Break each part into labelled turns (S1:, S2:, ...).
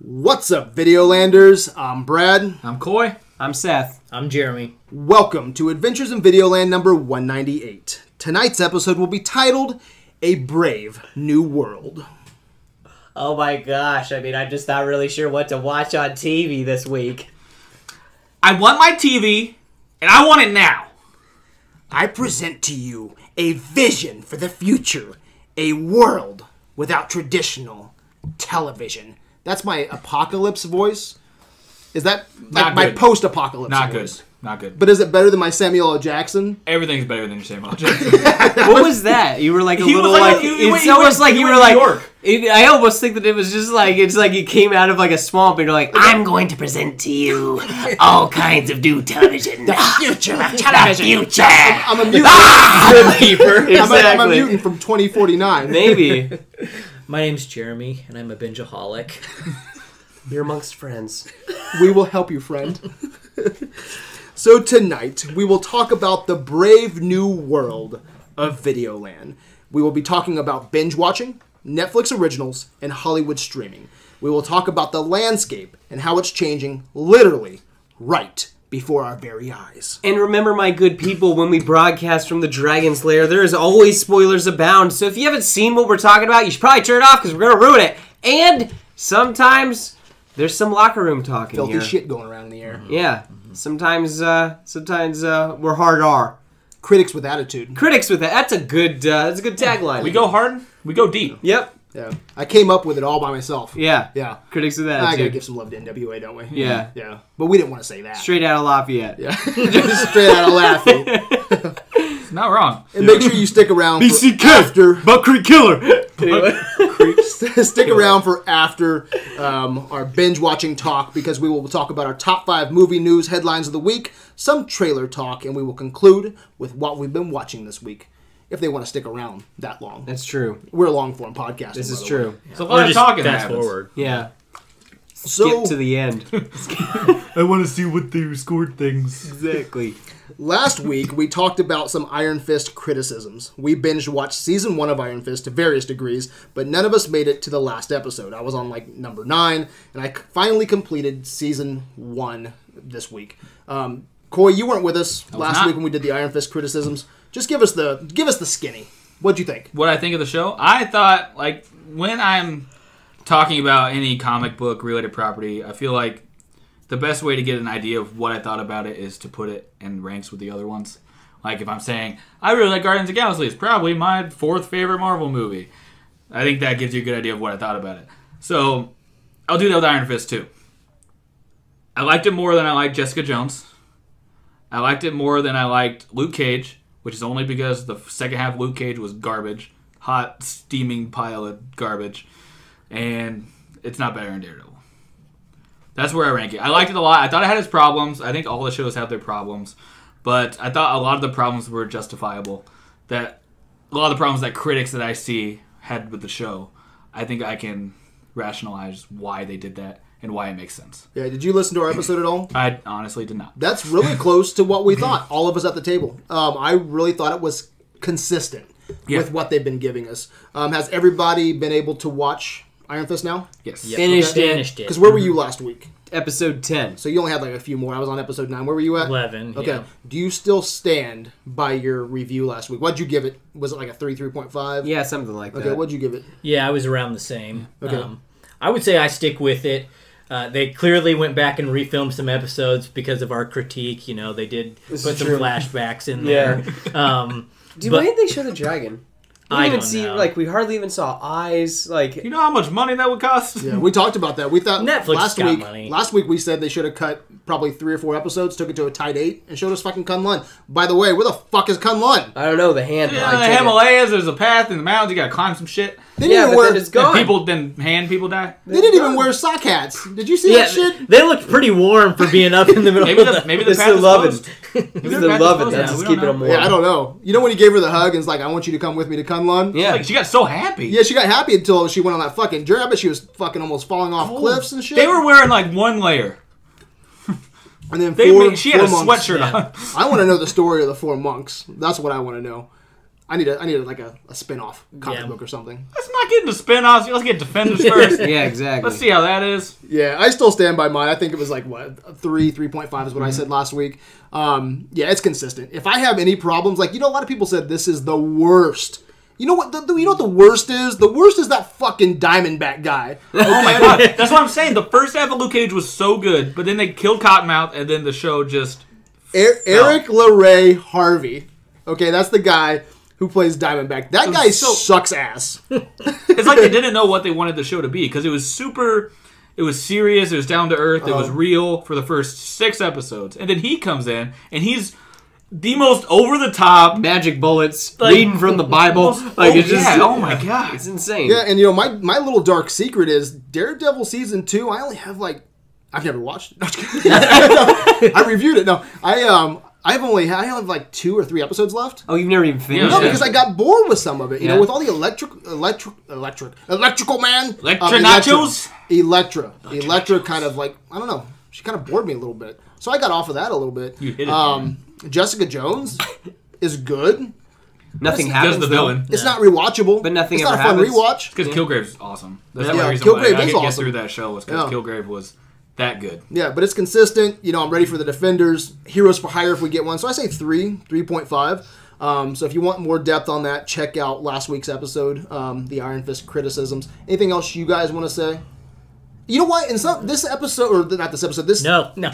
S1: What's up, Videolanders? I'm Brad.
S2: I'm Coy.
S3: I'm Seth.
S4: I'm Jeremy.
S1: Welcome to Adventures in Videoland number 198. Tonight's episode will be titled A Brave New World.
S4: Oh my gosh, I mean, I'm just not really sure what to watch on TV this week.
S2: I want my TV, and I want it now.
S1: I present to you a vision for the future, a world without traditional television. That's my apocalypse voice. Is that like
S2: Not
S1: my
S2: good.
S1: post apocalypse
S2: Not good.
S1: voice?
S2: Not good. But
S1: But is it better than my Samuel L. Jackson?
S2: everything's better than your Samuel L. Jackson.
S3: What was that? You were like a
S2: He was
S3: little
S2: like-
S3: like,
S2: he- he
S3: it's
S2: went- he
S3: almost
S2: went-
S3: like
S2: he
S3: you
S2: went
S3: were
S2: to
S3: like
S2: New York.
S3: It, I almost think that it was just like it's like you came out of like a swamp and you're like "Ah, I'm going to present to you all kinds of new television. the
S1: Future of
S3: future.
S1: I'm a mutant. I'm, a,
S3: exactly.
S1: I'm a mutant from 2049.
S3: Maybe.
S4: My name's Jeremy, and I'm a bingeaholic.
S3: You're amongst friends.
S1: We will help you, friend. so tonight we will talk about the brave new world of Videoland. We will be talking about binge watching, Netflix originals, and Hollywood streaming. We will talk about the landscape and how it's changing literally right before our very eyes.
S3: And remember, my good people, when we broadcast from the Dragon's Lair, there is always spoilers abound. So if you haven't seen what we're talking about, you should probably turn it off because we're gonna ruin it. And sometimes there's some locker room talking
S1: Filthy
S3: here.
S1: shit going around in the air.
S3: Yeah. Sometimes, uh, sometimes uh, we're hard R.
S1: Critics with attitude.
S3: Critics with that. That's a good. Uh, that's a good tagline.
S2: we go hard, we go deep.
S3: Yep.
S1: Yeah. I came up with it all by myself.
S3: Yeah.
S1: Yeah.
S3: Critics with that.
S1: I gotta give some love to NWA, don't we?
S3: Yeah.
S1: Yeah. But we didn't want to say that.
S3: Straight out of Lafayette.
S1: Yeah. Just straight out of laughing.
S2: It's not wrong.
S1: And make sure you stick around for after.
S2: Buck Creek Killer.
S1: stick around for after um, our binge watching talk because we will talk about our top five movie news headlines of the week, some trailer talk, and we will conclude with what we've been watching this week. If they want to stick around that long,
S3: That's true.
S1: we're a long form podcast.
S3: This is true.
S2: So what I'm talking happens.
S3: Yeah.
S1: So
S3: Get to the end.
S2: I want to see what they scored things.
S3: exactly.
S1: last week we talked about some Iron Fist criticisms. We binge watched season one of Iron Fist to various degrees, but none of us made it to the last episode. I was on like number nine, and I c- finally completed season one this week. Um, Coy, you weren't with us last
S2: not.
S1: week when we did the Iron Fist criticisms. Just give us the give us the skinny. What'd you think?
S2: What I think of the show? I thought like when I'm talking about any comic book related property, I feel like the best way to get an idea of what I thought about it is to put it in ranks with the other ones. Like if I'm saying I really like Guardians of the Galaxy, it's probably my fourth favorite Marvel movie. I think that gives you a good idea of what I thought about it. So I'll do that with Iron Fist too. I liked it more than I liked Jessica Jones. I liked it more than I liked Luke Cage, which is only because the second half of Luke Cage was garbage, hot steaming pile of garbage, and it's not better than Daredevil. That's where I rank it. I liked it a lot. I thought it had its problems. I think all the shows have their problems, but I thought a lot of the problems were justifiable. That a lot of the problems that critics that I see had with the show, I think I can rationalize why they did that and why it makes sense.
S1: Yeah, did you listen to our episode at all?
S2: I honestly did not.
S1: That's really close to what we thought, all of us at the table. Um, I really thought it was consistent
S2: Yeah.
S1: with what they've been giving us. Um, has everybody been able to watch Iron Fist now?
S2: Yes.
S3: Finished it.
S4: Finished it.
S1: Because where were you last week?
S3: Episode ten.
S1: So you only had like a few more. I was on episode nine. Where were you at?
S4: 11.
S1: Okay.
S4: yeah.
S1: Do you still stand by your review last week? What'd you give it? Was it like a three, three point five?
S3: Yeah, something like that.
S1: Okay. What'd you give it?
S4: Yeah, I was around the same.
S1: Okay.
S4: Um, I would say I stick with it. Uh, they clearly went back and refilmed some episodes because of our critique. You know, they did
S3: This
S4: put
S3: is
S4: some
S3: true.
S4: flashbacks in
S3: Yeah.
S4: there. Um,
S3: Do
S4: But-
S3: why did they show the dragon? We
S4: I
S3: didn't even
S4: don't
S3: see
S4: know.
S3: like we hardly even saw eyes. Like
S2: You know how much money that would cost?
S1: Yeah, we talked about that. We thought
S4: Netflix
S1: last
S4: got
S1: week.
S4: money.
S1: Last week we said they should have cut probably three or four episodes, took it to a tight eight, and showed us fucking Kun Lun. By the way, where the fuck is Kun Lun?
S3: I don't know the hand.
S2: Yeah,
S3: probably
S2: the
S3: took it.
S2: Himalayas, there's a path in the mountains, you gotta climb some shit.
S1: They
S3: Yeah,
S1: didn't
S3: but
S1: wear
S3: then it's gone.
S2: People then hand people die.
S1: They didn't even wear sock hats. Did you see
S4: yeah,
S1: that shit?
S4: they looked pretty warm for being up in the middle
S2: Maybe
S4: of
S2: the
S4: the
S2: maybe the
S3: It's
S2: path
S3: the
S2: is
S3: loving.
S2: closed.
S3: It's
S2: Maybe
S3: the
S2: path
S3: loving.
S2: is
S3: That's just
S2: closed now, we
S3: keeping
S2: don't
S3: them
S2: know.
S3: warm.
S1: Yeah, I don't know. You know when he gave her the hug and is like, "I want you to come with me to Kunlun."
S3: Yeah.
S2: Like she got so happy.
S1: Yeah, she got happy until she went on that fucking journey. I bet she was fucking almost falling off cliffs and shit.
S2: Oh, They were wearing like one layer.
S1: and then
S2: They
S1: four,
S2: made, she had
S1: four
S2: a
S1: monks.
S2: sweatshirt on.
S1: I want to know the story of the four monks. That's what I want to know. I need a I need a, like a, a spin off comic
S4: Yeah.
S1: book or something.
S2: Let's not get into spin-offs. Let's get defenders first.
S3: Yeah, exactly.
S2: Let's see how that is.
S1: Yeah, I still stand by mine. I think it was like what three, three point five is what I
S2: Mm-hmm.
S1: said last week. Um, yeah, it's consistent. If I have any problems, like you know, a lot of people said this is the worst. You know what? The, the- you know what the worst is? The worst is that fucking Diamondback guy. Er,
S2: Oh my god, that's what I'm saying. The first half of Luke Cage was so good, but then they killed Cottonmouth, and then the show just
S1: Er- Eric LeRae Harvey. Okay, that's the guy who plays Diamondback. That guy
S2: so-
S1: sucks ass.
S2: it's like they didn't know what they wanted the show to be because it was super it was serious it was down to earth it
S1: Uh-huh.
S2: was real for the first six episodes and then he comes in and he's the most over the top
S3: Magic bullets, reading from the Bible.
S2: oh,
S3: Like it's just
S2: yeah, oh my god
S3: It's insane.
S1: Yeah, and you know my my little dark secret is Daredevil season two. I only have like I've never watched it. No, just kidding. I reviewed it. No, I um I've only I have like two or three episodes left.
S3: Oh, you've never even finished.
S1: No,
S3: it.
S1: because I got bored with some of it. You
S3: Yeah.
S1: know, with all the electric, electric, electric, electrical man,
S2: Electra
S1: Electra-
S2: nachos?
S1: Electra, Electra, kind of like I don't know. She kind of bored me a little bit, so I got off of that a little bit.
S2: You hit it,
S1: um, Jessica Jones is good.
S3: nothing happens.
S2: just the
S3: though.
S2: villain
S1: It's not rewatchable,
S3: But nothing
S1: It's not
S3: ever
S1: a fun
S3: happens.
S1: rewatch.
S2: because Kilgrave's awesome that's the
S1: Yeah,
S2: only reason why I
S1: Kilgrave
S2: could
S1: is
S2: get
S1: awesome.
S2: through that show was because
S1: Yeah.
S2: Kilgrave was that good
S1: Yeah, but it's consistent. You know, I'm ready for the defenders. Heroes for hire if we get one. So I say three, three point five. Um, so if you want more depth on that, check out last week's episode, um, the Iron Fist criticisms. Anything else you guys want to say? You know what? In some this episode, or not this episode, this
S4: No, no.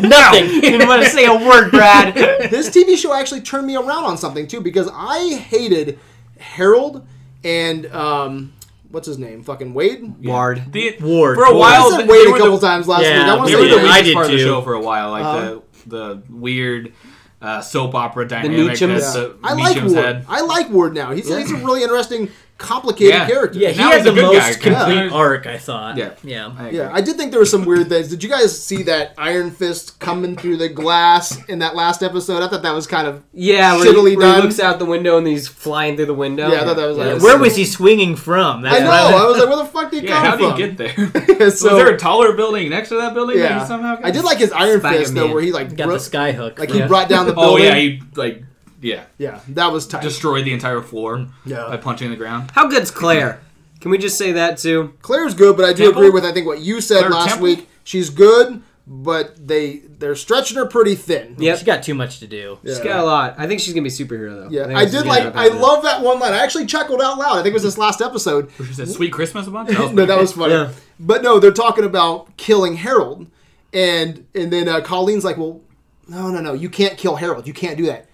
S3: No, you didn't want to say a word, Brad.
S1: this TV show actually turned me around on something too because I hated Harold and um, what's his name? Fucking Wade.
S3: Ward.
S2: The-
S4: Ward.
S2: for a
S4: Ward.
S1: I
S2: while
S1: said
S2: they
S1: Wade a
S2: were
S1: couple
S2: the,
S1: times last
S4: Yeah,
S1: week. I want
S2: they
S1: to
S2: were
S1: say
S2: the
S4: Yeah, I
S1: Wade.
S2: weakest
S4: did
S2: part of the
S4: too.
S2: show for a while like
S1: Uh-huh.
S2: the the weird uh, soap opera dynamic
S3: Meachums.
S2: that
S1: Yeah.
S2: the
S1: I like
S2: Meachums
S1: Ward.
S2: had.
S1: I like Ward now. He's, he's a really interesting, complicated
S2: Yeah.
S1: character.
S4: Yeah, he
S2: Now
S4: had
S2: he's a
S4: the
S2: good
S4: most
S2: guy.
S4: complete
S2: Yeah.
S4: arc, I thought.
S2: Yeah.
S4: Yeah.
S2: I agree.
S1: Yeah, I did think there were some weird things. Did you guys see that Iron Fist coming through the glass in that last episode? I thought that was kind of
S3: Yeah, where,
S1: Shittily
S3: he, where he
S1: done.
S3: looks out the window and he's flying through the window.
S1: Yeah, I thought that was like-
S4: Where was he swinging from? That's
S1: I know.
S4: what
S1: I was like, where the fuck did he
S2: Yeah, how
S1: come
S2: do you
S1: from?
S2: get there?
S1: so
S2: was there a taller building next to that building that
S1: yeah,
S2: he somehow got?
S1: I did like his Iron Fist
S3: Spider-Man.
S1: though, where he like
S4: got
S1: bro-
S4: the sky hook.
S1: like
S4: yeah.
S1: he brought down the
S2: Oh
S1: building.
S2: yeah, he like yeah
S1: yeah, that was tight.
S2: destroyed the entire floor
S1: Yeah.
S2: by punching the ground.
S3: How good's Claire? Can we just say that too?
S1: Claire's good, but I do
S2: Temple?
S1: agree with I think what you said
S2: Claire
S1: last
S2: Temple?
S1: week. She's good, but they they're stretching her pretty thin.
S3: Yep.
S4: She got too much to do.
S3: She's got a lot. I think she's gonna be a superhero though.
S1: Yeah,
S3: think
S1: I
S3: this is
S1: did
S3: gonna
S1: like.
S3: happen.
S1: I love that one line. I actually chuckled out loud. I think it was this last episode.
S2: She said, "Sweet Christmas" a bunch.
S1: no, that was funny.
S3: Yeah.
S1: But no, they're talking about killing Harold, and and then uh, Colleen's like, "Well, no, no, no, you can't kill Harold. You can't do that.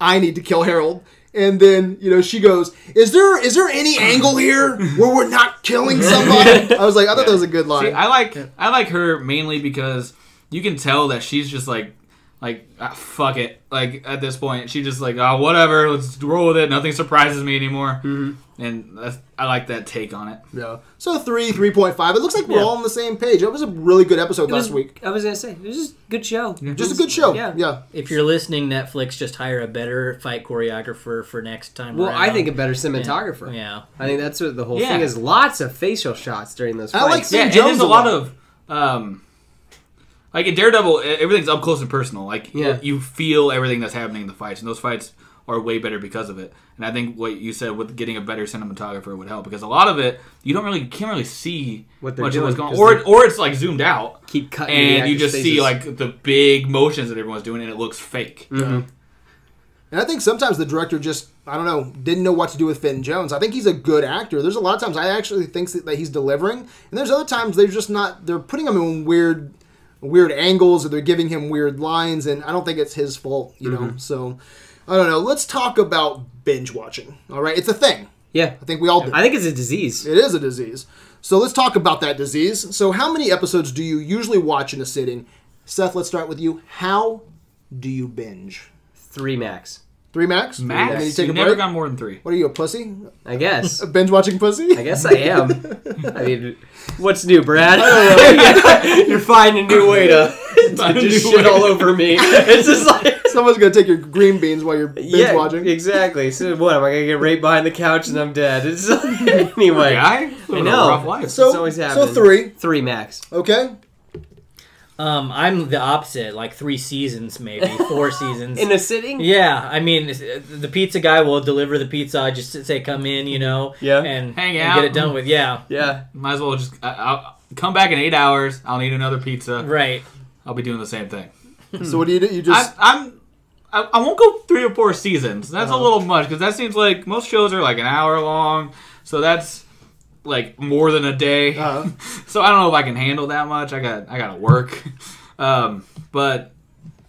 S1: I need to kill Harold." And then you know she goes, "Is there is there any angle here where we're not killing somebody?" I was like, I thought that was a good line.
S2: See, I like I like her mainly because you can tell that she's just like like ah, fuck it. Like at this point, she just like oh whatever, let's roll with it. Nothing surprises me anymore. Mm-hmm. And that's, I like that take on it.
S1: yeah. So three, three point five. It looks like we're all on the same page. That was a really good episode
S3: It was-
S1: last week.
S3: I was gonna say it was just a good show.
S1: Just a good show.
S3: Yeah.
S1: yeah.
S4: If you're listening, Netflix, just hire a better fight choreographer for next time.
S3: Well, I
S4: around.
S3: think a better cinematographer.
S4: Yeah.
S3: I think that's what the whole
S2: Yeah.
S3: thing is. Lots of facial shots during those
S1: I
S3: fights.
S1: like
S2: yeah,
S1: Steve
S2: and there's
S1: Jones
S2: a
S1: a
S2: lot
S1: lot.
S2: of um, like in Daredevil, e- everything's up close and personal. Like
S3: Yeah.
S2: you feel everything that's happening in the fights, and those fights are way better because of it. And I think what you said with getting a better cinematographer would help because a lot of it you don't really can't really see
S3: What they're
S2: much of what's
S3: doing,
S2: going, on.
S3: because
S2: or or it's like zoomed out.
S3: keep cutting the
S2: And you
S3: actors'
S2: just see
S3: faces. Mm-hmm.
S2: like the big motions that everyone's doing, and it looks fake.
S1: And I think sometimes the director just, I don't know, didn't know what to do with Finn Jones. I think he's a good actor. There's a lot of times I actually think that that he's delivering, and there's other times they're just not. They're putting him in weird, weird angles, or they're giving him weird lines, and I don't think it's his fault. You
S2: Mm-hmm.
S1: know, so I don't know. Let's talk about binge watching. All right, it's a thing.
S3: yeah.
S1: I think we all do.
S3: I think it's a disease.
S1: It is a disease. So let's talk about that disease. So how many episodes do you usually watch in a sitting? Seth, let's start with you. How do you binge?
S3: Three max,
S1: Three max.
S2: Max,
S1: And then you
S2: you've
S1: take a
S2: never
S1: break?
S2: gone more than three.
S1: What are you, a pussy?
S3: I guess.
S1: Binge watching pussy?
S3: I guess I am. I mean, what's new, Brad? You're finding a new way to, to
S2: Finding a
S3: just
S2: new
S3: shit
S2: way.
S3: all over me. It's just like.
S1: Someone's gonna take your green beans while you're binge
S3: yeah,
S1: watching.
S3: exactly. So what? Am I gonna get raped behind the couch and I'm dead? It's anyway.
S2: Guy, I
S3: know.
S2: Rough life.
S1: So,
S3: It's always
S1: so
S3: happening.
S1: three,
S3: Three max.
S1: okay?
S4: Um, I'm the opposite, like three seasons, maybe four seasons.
S3: in a sitting.
S4: yeah, I mean, it's- uh, the pizza guy will deliver the pizza. I just say, come in, you know,
S3: Yeah.
S4: and,
S2: Hang
S4: and
S2: out.
S4: get it done with. Yeah,
S3: Yeah.
S2: Might as well just I, I'll come back in eight hours. I'll need another pizza.
S4: right.
S2: I'll be doing the same thing.
S3: Hmm.
S1: So what do you do? You
S2: I,
S1: just
S2: I'm I, I won't go three or four seasons. That's
S1: Uh-huh.
S2: a little much because that seems like most shows are like an hour long. So that's like more than a day.
S1: Uh-huh.
S2: so I don't know if I can handle that much. I got I gotta work. Um, but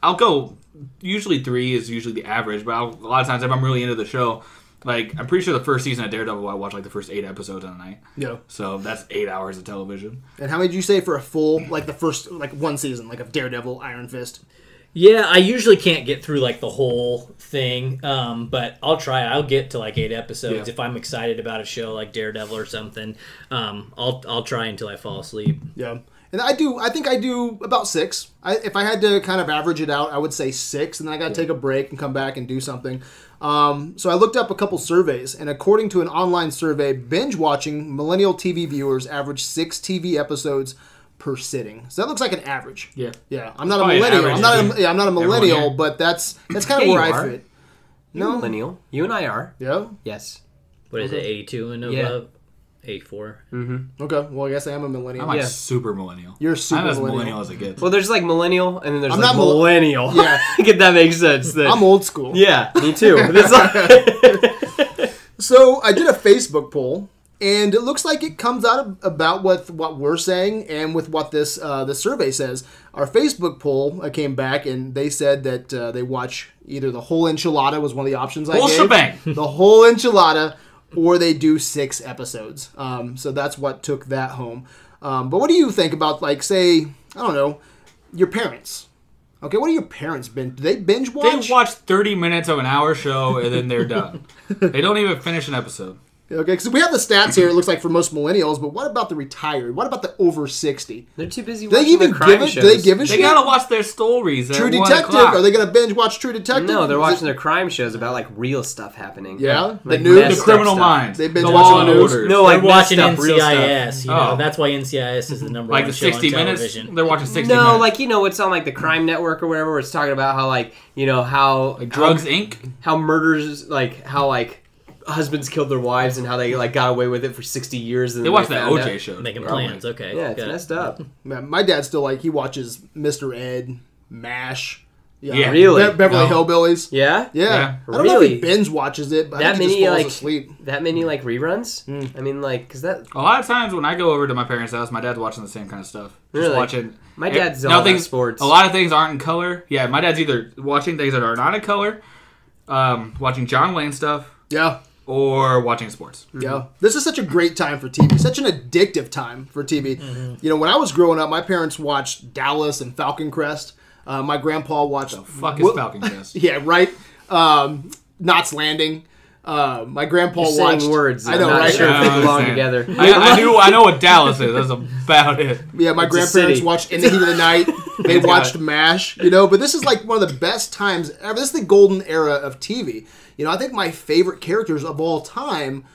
S2: I'll go. Usually three is usually the average. But I'll, a lot of times if I'm really into the show. Like I'm pretty sure the first season of Daredevil, I watched like the first eight episodes on a night.
S1: Yeah.
S2: So that's eight hours of television.
S1: And how many did you say for a full like the first like one season like of Daredevil, Iron Fist?
S4: Yeah, I usually can't get through like the whole thing, um, but I'll try. I'll get to like eight episodes
S2: Yeah.
S4: if I'm excited about a show like Daredevil or something. Um, I'll I'll try until I fall asleep.
S1: Yeah. And I do. I think I do about six. I, if I had to kind of average it out, I would say six, and then I got to take a break and come back and do something. Um, so I looked up a couple surveys, and according to an online survey, binge watching millennial TV viewers average six TV episodes per sitting. So that looks like an average.
S2: Yeah.
S1: Yeah, I'm not a
S2: Probably an
S1: millennial.
S2: average,
S1: I'm not. A, yeah, I'm not a millennial,
S2: here.
S1: but that's that's kind of
S3: Yeah,
S1: where
S3: you
S1: I
S3: are.
S1: fit.
S3: You're millennial. You and I are.
S1: Yeah.
S3: Yes.
S4: What is it? Eighty two and
S3: Yeah.
S4: above. Eighty four.
S1: Okay. Well, I guess I am a millennial.
S2: I'm like
S3: Yeah.
S2: super millennial.
S1: You're super
S2: I'm as
S1: millennial.
S2: millennial, as it gets.
S3: Well, there's like millennial, and then there's
S1: I'm
S3: like
S1: not mil-
S3: millennial.
S1: Yeah.
S3: Get that makes sense. Then.
S1: I'm old school.
S3: yeah, me too. That's like-
S1: So I did a Facebook poll, and it looks like it comes out ab- about what what we're saying and with what this uh, the survey says. Our Facebook poll I came back, and they said that uh, they watch either the whole enchilada was one of the options I
S2: Whole
S1: gave,
S2: shebang.
S1: the whole enchilada, or they do six episodes. Um, so that's what took that home. Um, but what do you think about like say I don't know your parents? Okay, what do your parents binge? Do they binge watch?
S2: They watch 30 minutes of an hour show and then they're done. they don't even finish an episode.
S1: Okay, because we have the stats here. It looks like for most millennials, but what about the retired? What about the over sixty?
S3: They're too busy.
S1: Do they
S3: watching the
S1: even
S3: crime
S1: give it?
S3: Shows.
S1: Do they give a
S2: They
S1: shit?
S2: gotta watch their stories. At
S1: True
S2: one
S1: Detective?
S2: o'clock.
S1: Are they gonna binge watch True Detective?
S3: No, they're
S1: Is
S3: watching
S1: it-
S3: their crime shows about like real stuff happening.
S1: Yeah?
S3: Like,
S1: The news?
S3: messed
S2: the
S3: up
S2: Criminal
S3: stuff.
S2: Minds?
S1: They've been
S2: the
S1: watching
S2: Law and
S1: those.
S2: Orders.
S3: No, like
S4: They're watching
S3: messed up real stuff.
S4: NCIS. You know,
S2: Oh.
S4: that's why NCIS is the number
S2: like
S4: one
S2: the
S4: show
S2: 60
S4: on
S2: minutes.
S4: television.
S2: They're watching 60
S3: No,
S2: minutes.
S3: like you know, it's on like the Crime Network or whatever. Where it's talking about how like you know how
S2: Like Drugs Inc.
S3: how murders like how like husbands killed their wives and how they like got away with it for sixty years. And
S2: They
S3: then
S2: watch
S3: they
S2: that
S3: found
S2: OJ
S3: out.
S2: show.
S4: making
S2: probably.
S4: plans. Okay,
S3: Yeah, it's
S4: good.
S3: messed up.
S1: Man, my dad's still like he watches Mr. Ed, Mash,
S2: Yeah.
S3: Really?
S1: Be- Beverly
S2: No.
S1: Hillbillies.
S3: Yeah.
S1: Yeah,
S2: Yeah.
S1: I don't know if he
S3: Really?
S1: binge watches it, but I
S3: That
S1: think he
S3: many,
S1: just falls
S3: like-
S1: asleep.
S3: That many like reruns. I mean, like, cause that
S2: A lot of times when I go over to my parents' house, my dad's watching the same kind of stuff. Just
S3: Really?
S2: watching.
S3: My
S2: it-
S3: dad's all about sports.
S2: A lot of things aren't in color. Yeah, my dad's either watching things that are not in color, um, watching John Wayne stuff,
S1: Yeah,
S2: or watching sports.
S3: Mm-hmm.
S1: Yeah. This is such a great time for TV. Such an addictive time for TV.
S3: Mm-hmm.
S1: You know, when I was growing up, my parents watched Dallas and Falcon Crest. Uh, my grandpa watched
S2: Fuck is
S1: Wi-
S2: Falcon Crest.
S1: Yeah, right. Um, Knots Landing. Uh, my grandpa
S3: You're saying
S1: watched
S3: words.
S1: I know,
S3: I'm not
S1: right?
S3: sure if
S2: I
S3: they
S2: don't
S3: belong
S2: understand.
S3: together.
S2: I, I knew I know what Dallas is. That's about it.
S1: Yeah, my
S3: a
S1: grandparents
S3: city. Oh
S1: watched In the Heat of the Night. They
S2: It's got
S1: watched
S2: it.
S1: MASH, you know, but this is like one of the best times ever. This is the golden era of TV. You know, I think my favorite characters of all time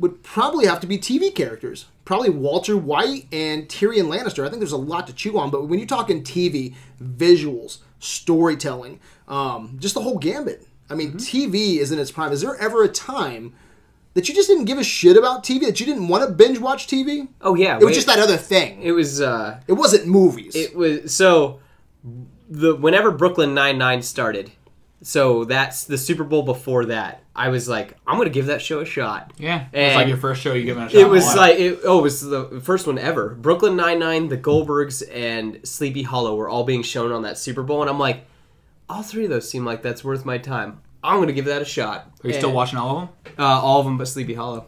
S1: would probably have to be TV characters. Probably Walter White and Tyrion Lannister. I think there's a lot to chew on, but when you talk in TV, visuals, storytelling, um, just the whole gambit. I mean,
S3: Mm-hmm.
S1: TV is in its prime. Is there ever a time that you just didn't give a shit about TV, that you didn't want to binge watch TV?
S3: Oh yeah,
S1: It was just that other thing.
S3: It was. uh
S1: It wasn't movies.
S3: It was so the whenever Brooklyn Nine Nine started, so that's the Super Bowl before that. I was like, I'm gonna give that show a shot.
S2: Yeah,
S3: And-
S2: it's like your first show you give it a shot.
S3: It was
S2: on.
S3: like it, oh, it was the first one ever. Brooklyn Nine Nine, The Goldbergs, and Sleepy Hollow were all being shown on that Super Bowl, and I'm like, all three of those seem like that's worth my time. I'm gonna give that a shot.
S2: Are you still
S3: And,
S2: watching all of them?
S3: Uh, all of them, but Sleepy Hollow.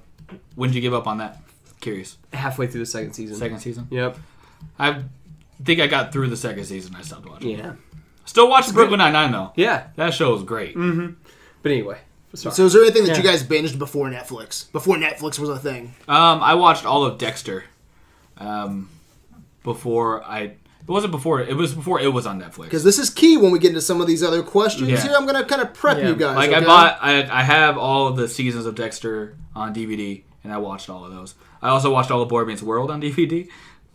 S2: When did you give up on that? Curious.
S3: Halfway through the second season.
S2: Second season.
S3: Yep.
S2: I think I got through the second season. I stopped watching.
S3: Yeah.
S2: Still watching Brooklyn Nine Nine though.
S3: Yeah. Mm.
S2: That show was great.
S3: But anyway, sorry.
S1: so is there anything that you
S4: Yeah.
S1: guys binged before Netflix? Before Netflix was a thing.
S2: Um, I watched all of Dexter. Um, before I it wasn't before it was before it was on Netflix.
S1: Because this is key when we get into some of these other questions
S2: Yeah.
S1: here. I'm going to kind of prep
S4: Yeah.
S1: you guys.
S2: Like I
S1: okay?
S2: bought I I have all of the seasons of Dexter on DVD and I watched all of those. I also watched all of Boy Meets World on DVD,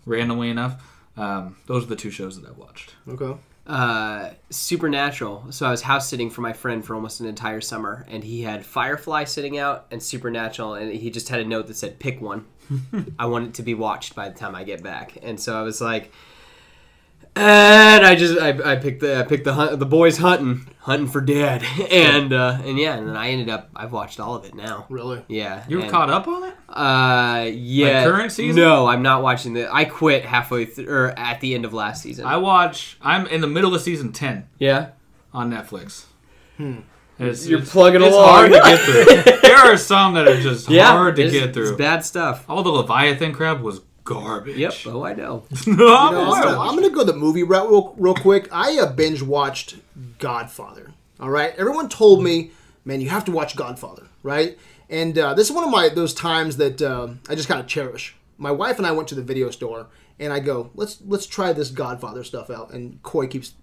S2: randomly enough. Um, those are the two shows that I've watched.
S1: Okay.
S3: uh, Supernatural. So I was house sitting for my friend for almost an entire summer, and he had Firefly sitting out and Supernatural, and he just had a note that said, "Pick one." I want it to be watched by the time I get back, and so I was like, and I just I, I picked the I picked the hunt, the boys hunting hunting for dad, and uh, and yeah, and then I ended up I've watched all of it now.
S1: Really?
S3: Yeah,
S2: You were
S3: and-
S2: caught up on it?
S3: Uh, yeah.
S2: current season?
S3: No, I'm not watching the. I quit halfway through or at the end of last season.
S2: I watch. I'm in the middle of season ten
S3: yeah.
S2: on Netflix. Hmm. It's,
S3: You're
S2: it's-
S3: plugging
S2: it's
S3: along.
S2: hard to get through. there are some that are just hard to
S3: it's-
S2: get
S3: It's
S2: through.
S3: bad stuff.
S2: All the Leviathan crap was garbage.
S3: Yep. Oh, I know.
S2: No, I'm
S1: No, I'm,
S2: aware.
S1: gonna, I'm gonna go the movie route real, real quick. I uh, binge watched Godfather. All right, everyone told me, man, you have to watch Godfather, right? And uh, this is one of my those times that um I just kind of cherish. My wife and I went to the video store, and I go, let's let's try this Godfather stuff out. And Coy keeps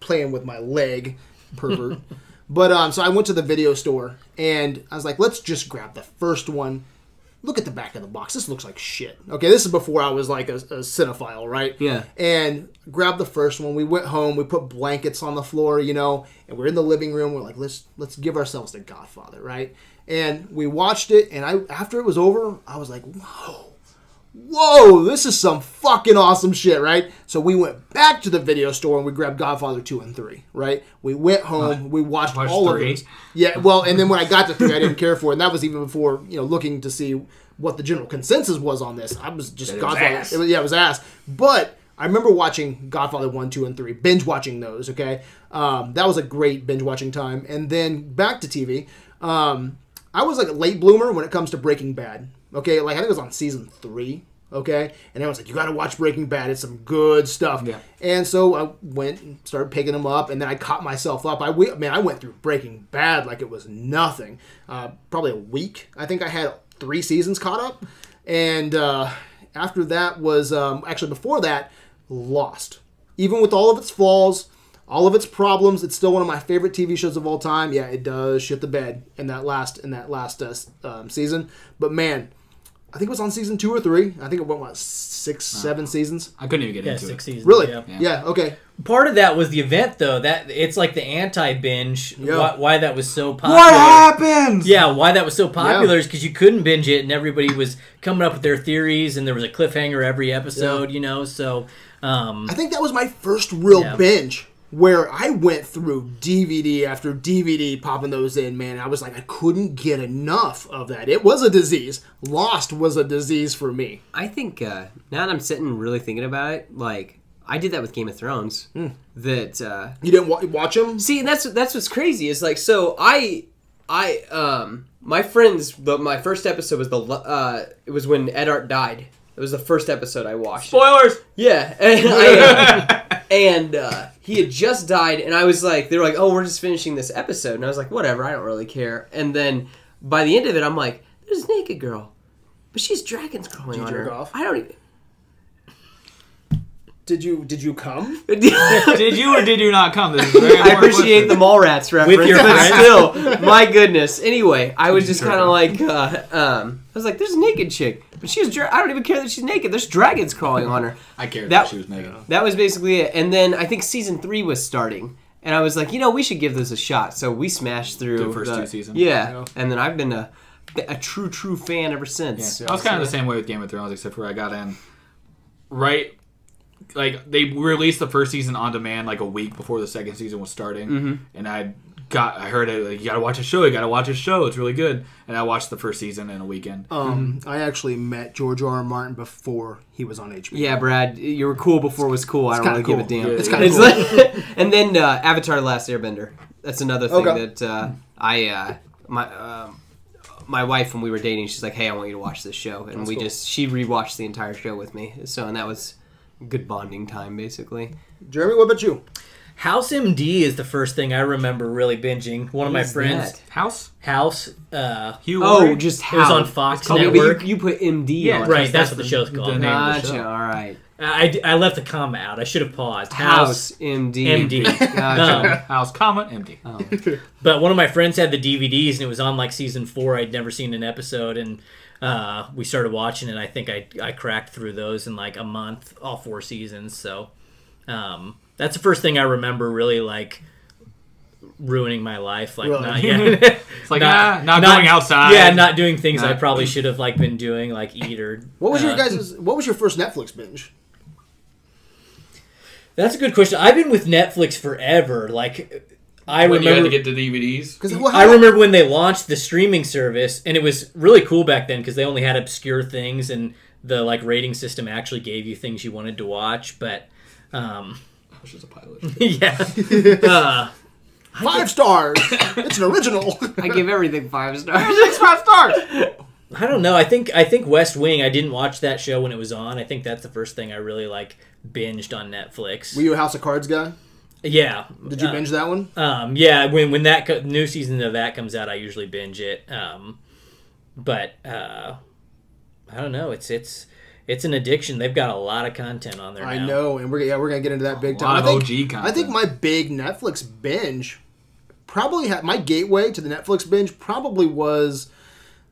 S1: playing with my leg, pervert. but um, so I went to the video store, and I was like, let's just grab the first one. Look at the back of the box. This looks like shit. Okay, this is before I was like a, a cinephile, right?
S3: Yeah.
S1: and grabbed the first one. We went home. We put blankets on the floor, you know, and we're in the living room. We're like, let's let's give ourselves the Godfather, right? And we watched it, and I after it was over, I was like, whoa, whoa, this is some fucking awesome shit, right? So we went back to the video store and we grabbed Godfather two and three, right? We went home, we watched,
S2: Uh, watched
S1: all
S2: three.
S1: of it. Yeah, well, and then when I got to three, I didn't care for it, and that was even before you know looking to see what the general consensus was on this. I was just
S2: That it was
S1: Godfather.
S2: ass.
S1: it was- yeah, it was ass. But I remember watching Godfather one, two, and three, binge watching those. Okay, um, that was a great binge watching time. And then back to TV. Um, I was like a late bloomer when it comes to Breaking Bad. Okay, like I think it was on season three. Okay, and I was like, you got to watch Breaking Bad. It's some good stuff.
S2: Yeah.
S1: And so I went and started picking them up, and then I caught myself up. I we- man, I went through Breaking Bad like it was nothing. Uh, probably a week. I think I had three seasons caught up, and uh, after that was um, actually before that, Lost. Even with all of its flaws, all of its problems, it's still one of my favorite TV shows of all time. Yeah, it does shit the bed in that last in that last uh, s- um, season, but man. I think it was on season two or three. I think it went what six, seven seasons.
S2: I couldn't even get
S4: Yeah,
S2: into
S4: six
S2: it.
S4: seasons.
S1: Really?
S4: yeah.
S1: Yeah. okay.
S4: Part of that was the event, though. That it's like the anti binge.
S1: Yeah.
S4: Why, why that was so popular?
S2: What happens?
S4: Yeah, why that was so popular is because you couldn't binge it, and everybody was coming up with their theories, and there was a cliffhanger every episode. You know, so um,
S1: I think that was my first real
S4: Yeah.
S1: binge where I went through DVD after DVD popping those in, man. I was like, I couldn't get enough of that. It was a disease. Lost was a disease for me.
S3: I think uh, now that I'm sitting and really thinking about it, like I did that with Game of Thrones.
S2: Hmm.
S3: That uh,
S1: You didn't wa- watch them?
S3: see, and that's that's what's crazy is like so I I um my friends the, my first episode was the l- uh it was when Edart died. It was the first episode I watched.
S2: Spoilers.
S3: Yeah, and, I, and uh, he had just died, and I was like, they were like, oh, we're just finishing this episode, and I was like, whatever, I don't really care. And then by the end of it, I'm like, there's a naked girl, but she's dragons crawling
S1: you
S3: on
S1: jerk
S3: her.
S1: off?
S3: I don't. e-, even...
S1: Did you did you come?
S2: Did you or did you not come? This is a very
S3: I
S2: important
S3: appreciate the
S2: question.
S3: Mallrats reference,
S4: your
S3: but
S4: friend?
S3: still, my goodness. Anyway, I was just kind of like, uh, um, I was like, there's a naked chick, but she's. Dra- I don't even care that she's naked. There's dragons crawling on her.
S2: I cared
S3: That-
S2: that, she was naked.
S3: That was basically it. And then I think season three was starting. And I was like, you know, we should give this a shot. So we smashed through
S2: The first two seasons.
S3: Yeah.
S1: Yeah.
S3: And then I've been a, a true, true fan ever since.
S2: I was kind of the same way with Game of Thrones, except for I got in right. Like they released the first season on demand like a week before the second season was starting, and I got I heard it. Like, you gotta watch a show. You gotta watch a show. It's really good. And I watched the first season in a weekend.
S1: Um,
S2: Mm-hmm.
S1: I actually met George R. R. Martin before he was on HBO.
S3: Yeah, Brad, you were cool before was cool. I don't really
S1: kinda
S3: give
S1: cool.
S3: a damn.
S1: Yeah, It's yeah. kinda
S3: It's like- and then uh, Avatar: The Last Airbender. That's another thing
S1: Okay.
S3: that uh, I uh, my um my wife when we were dating, she's like, "Hey, I want you to watch this show," and we
S1: cool.
S3: just she rewatched the entire show with me. So and that was good bonding time, basically.
S1: Jeremy, what about you?
S4: House MD is the first thing I remember really binging. One of my
S3: is
S4: friends,
S3: that?
S2: House
S4: House. Uh,
S2: Hugh.
S3: Oh,
S2: Laurie?
S3: just
S4: it was
S3: how
S4: on Fox
S3: Okay, but
S4: Network.
S3: Oh, you, you put MD
S2: Yeah,
S3: on.
S4: right,
S3: it.
S4: that's what the show's
S2: the
S4: called.
S2: name of the
S3: Gotcha.
S2: show.
S3: All right.
S4: I, I left the comma out. I should have paused.
S3: House MD.
S4: MD.
S3: Gotcha.
S4: Um,
S2: House, comma, empty.
S4: but one of my friends had the DVDs and it was on like season four. I'd never seen an episode and uh, we started watching it. I think I, I cracked through those in like a month, all four seasons. So um, that's the first thing I remember really like ruining my life. Like,
S1: Really?
S4: not yet.
S2: It's like ah, not, going outside.
S4: Yeah, not doing things I
S2: Not-
S4: probably should have like been doing, like eat or.
S1: What was your
S4: uh,
S1: guys' What was your first Netflix binge?
S4: That's a good question. I've been with Netflix forever. Like, I
S2: When you had
S4: remember.
S2: to get the DVDs.
S1: Because well, how-
S4: I remember when they launched the streaming service, and it was really cool back then because they only had obscure things, and the like rating system actually gave you things you wanted to watch. But um,
S2: Which is a pilot.
S4: yeah, uh,
S1: five stars. it's an original.
S3: I give everything five stars.
S2: Six five stars.
S4: I don't know. I think I think West Wing. I didn't watch that show when it was on. I think that's the first thing I really like binged on Netflix.
S1: Were you a House of Cards guy?
S4: yeah,
S1: Did you
S4: Uh,
S1: binge that one?
S4: Um, yeah, when when that co- new season of that comes out, I usually binge it. Um, but uh, I don't know. It's it's it's an addiction. They've got a lot of content on there.
S1: I
S4: now.
S1: know, and we're yeah we're gonna get into that big
S2: lot
S1: time.
S2: of
S1: I think,
S2: OG content.
S1: I think my big Netflix binge probably had my gateway to the Netflix binge probably was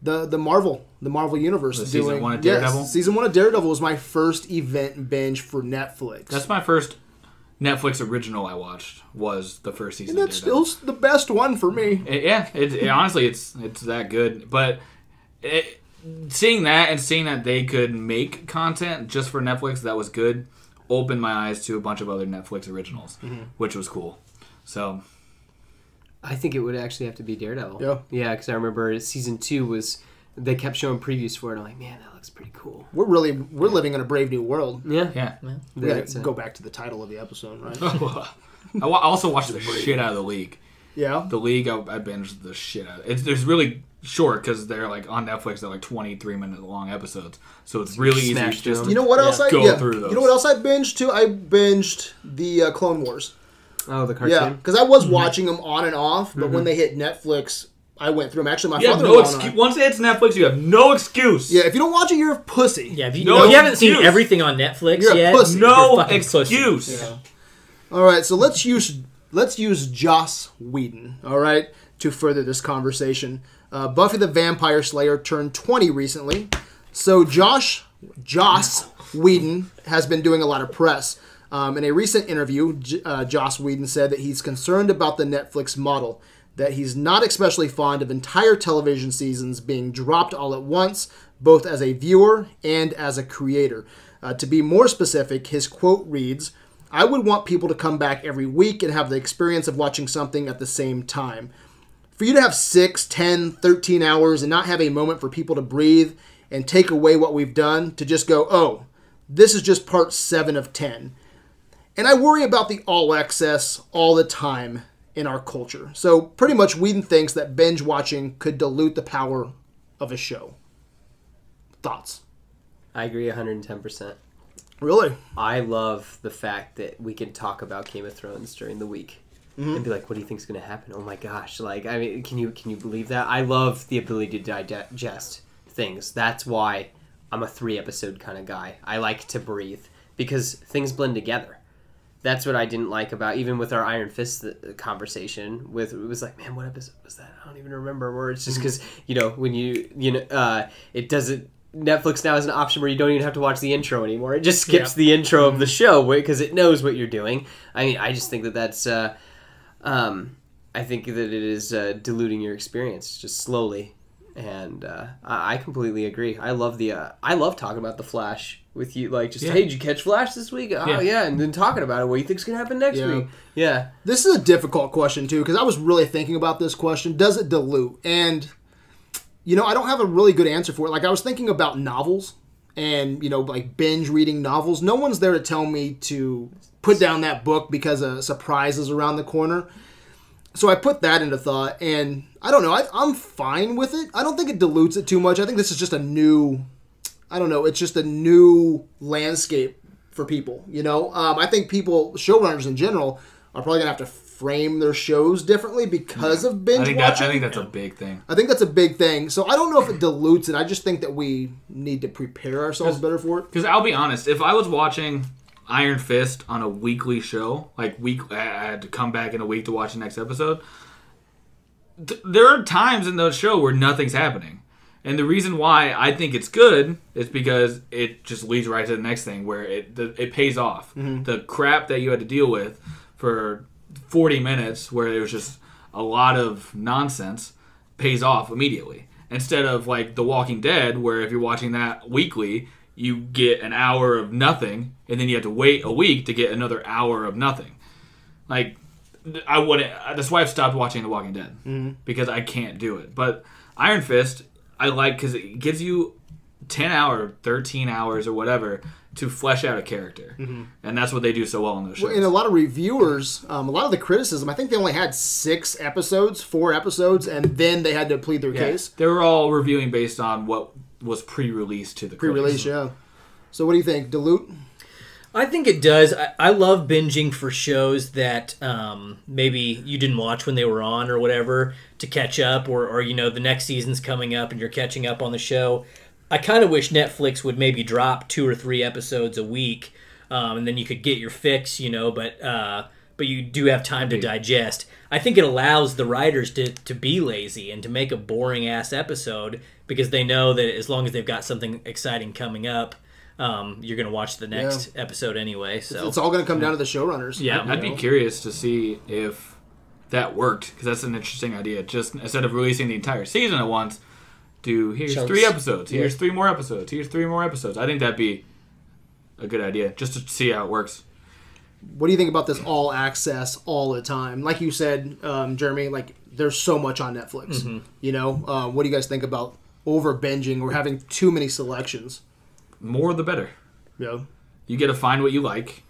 S1: the the Marvel the Marvel universe
S2: The season one of
S1: yes,
S2: Daredevil?
S1: season one of Daredevil was my first event binge for Netflix.
S2: That's my first Netflix original I watched was the first season.
S1: and that's
S2: of Daredevil.
S1: still the best one for me.
S2: It- yeah. It, it- honestly, it's it's that good. But it, seeing that and seeing that they could make content just for Netflix that was good opened my eyes to a bunch of other Netflix originals, which was cool. So
S3: I think it would actually have to be Daredevil.
S1: Yeah.
S3: Yeah, because I remember season two was they kept showing previews for it. I'm like, man, that looks pretty cool.
S1: We're really we're living in a brave new world.
S3: Yeah.
S2: yeah.
S1: We gotta
S3: That's it.
S1: go back to the title of the episode, right?
S2: I wa- I also watched the shit out of the league.
S1: yeah.
S2: The league, I, I binged the shit out. Of. It's there's really short because they're like on Netflix. They're like 23 minute long episodes, so it's really easy.
S3: Smash
S2: Just
S3: them.
S1: You know what else I
S2: Go
S1: yeah.
S2: through
S1: You
S2: those.
S1: know what else I binged too? I binged the uh, Clone Wars.
S3: Oh, the
S1: Yeah,
S3: cartoon.
S1: because I was watching them on and off, but when they hit Netflix, I went through them. Actually, my
S2: You have
S1: father.
S2: no excuse. Once it's Netflix, you have no excuse.
S1: Yeah, if you don't watch it, you're a pussy.
S4: Yeah, if you,
S2: No
S4: if you haven't seen
S2: excuse.
S4: everything on Netflix
S1: You're a
S4: yet,
S1: pussy.
S4: you're
S2: No
S4: fucking pussy.
S2: excuse.
S1: All right, so let's use let's use Joss Whedon. All right, to further this conversation, uh, Buffy the Vampire Slayer turned 20 recently, so Josh Joss Whedon has been doing a lot of press. Um, in a recent interview, J- uh, Joss Whedon said that he's concerned about the Netflix model. That he's not especially fond of entire television seasons being dropped all at once, both as a viewer and as a creator. Uh, to be more specific, his quote reads I would want people to come back every week and have the experience of watching something at the same time. For you to have 6, 10, 13 hours and not have a moment for people to breathe and take away what we've done, to just go, oh, this is just part 7 of 10. And I worry about the all access all the time in our culture. So pretty much Whedon thinks that binge watching could dilute the power of a show. Thoughts?
S3: I agree 110%.
S1: Really?
S3: I love the fact that we can talk about Game of Thrones during the week and be like, "What do you think's going to happen?" Oh my gosh! Like, I mean, can you can you believe that? I love the ability to digest things. That's why I'm a three episode kind of guy. I like to breathe because things blend together. That's what I didn't like about even with our Iron Fist uh, conversation. With it was like, man, what episode was that? I don't even remember. Where it's just because you know when you you know uh, it doesn't. Netflix now is an option where you don't even have to watch the intro anymore. It just skips the intro of the show because it knows what you're doing. I mean, I just think that that's. Uh, um, I think that it is uh, diluting your experience just slowly, and uh, I I completely agree. I love the uh, I love talking about the Flash with you, like just
S2: Yeah.
S3: hey, did you catch Flash this week? Oh yeah,
S2: Yeah.
S3: and then talking about it, what do you think's gonna happen next
S1: Yeah.
S3: week? Yeah,
S1: This is a difficult question too because I was really thinking about this question. Does it dilute? And you know, I don't have a really good answer for it. Like I was thinking about novels and you know, like binge reading novels. No one's there to tell me to put down that book because a surprise is around the corner. So I put that into thought, and I don't know. I, I'm fine with it. I don't think it dilutes it too much. I think this is just a new I don't know. It's just a new landscape for people. You know, um, I think people, showrunners in general, are probably gonna have to frame their shows differently because of binge
S2: I think that,
S1: watching.
S2: I think that's a big thing.
S1: I think that's a big thing. So I don't know if it dilutes it. I just think that we need to prepare ourselves better for it.
S2: Because I'll be honest, if I was watching Iron Fist on a weekly show, like week, I I had to come back in a week to watch the next episode. Th- there are times in the show where nothing's happening, and the reason why I think it's good is because it just leads right to the next thing where it the, it pays off. The crap that you had to deal with for forty minutes, where it was just a lot of nonsense, pays off immediately. Instead of like The Walking Dead, where if you're watching that weekly, you get an hour of nothing, and then you have to wait a week to get another hour of nothing. Like, th- I wouldn't. I- That's why I've stopped watching The Walking Dead because I can't do it. But Iron Fist, I like because it gives you ten hour, thirteen hours, or whatever to flesh out a character, and that's what they do so well in those shows.
S1: And a lot of reviewers, um, a lot of the criticism, I think they only had six episodes, four episodes, and then they had to plead their
S2: Yeah.
S1: case
S2: They were all reviewing based on what was pre-released to the
S1: pre-release.
S2: critics.
S1: Yeah. So what do you think? Dilute?
S4: I think it does. I, I love binging for shows that um, maybe you didn't watch when they were on or whatever to catch up, or, or you know, the next season's coming up and you're catching up on the show. I kind of wish Netflix would maybe drop two or three episodes a week, um, and then you could get your fix, you know. But uh, but you do have time to digest. I think it allows the writers to, to be lazy and to make a boring ass episode because they know that as long as they've got something exciting coming up, um, you're gonna watch the next episode anyway. So
S1: It's all going to come down to the showrunners.
S2: Yeah, I'd be curious to see if that worked because that's an interesting idea. Just instead of releasing the entire season at once, do here's
S4: Chunks.
S2: three episodes, here's three more episodes, here's three more episodes. I think that'd be a good idea just to see how it works.
S1: What do you think about this all access all the time? Like you said, um, Jeremy, like there's so much on Netflix.
S2: Mm-hmm.
S1: You know, uh, what do you guys think about over binging or having too many selections?
S2: More the better.
S1: You know,
S2: You get to find what you like,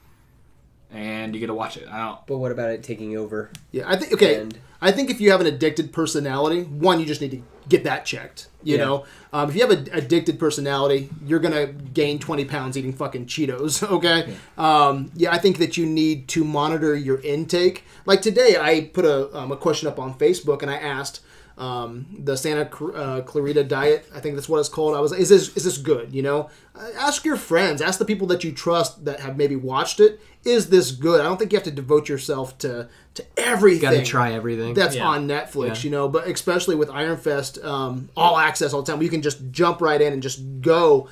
S2: and you get to watch it. I don't.
S3: But what about it taking over?
S1: Yeah, I think okay.
S3: And-
S1: I think if you have an addicted personality, one, you just need to get that checked. You
S3: Yeah.
S1: know, um, if you have an addicted personality, you're gonna gain twenty pounds eating fucking Cheetos. Okay, yeah. Um, yeah, I think that you need to monitor your intake. Like today, I put a, um, a question up on Facebook and I asked um, the Santa Cl- uh, Clarita diet. I think that's what it's called. I was, like, is this is this good? You know, Uh, ask your friends, ask the people that you trust that have maybe watched it. Is this good? I don't think you have to devote yourself to to everything.
S3: Got to try everything.
S1: That's
S4: Yeah.
S1: on Netflix, you know, but especially with Iron Fist, um, all access all the time. You can just jump right in and just go.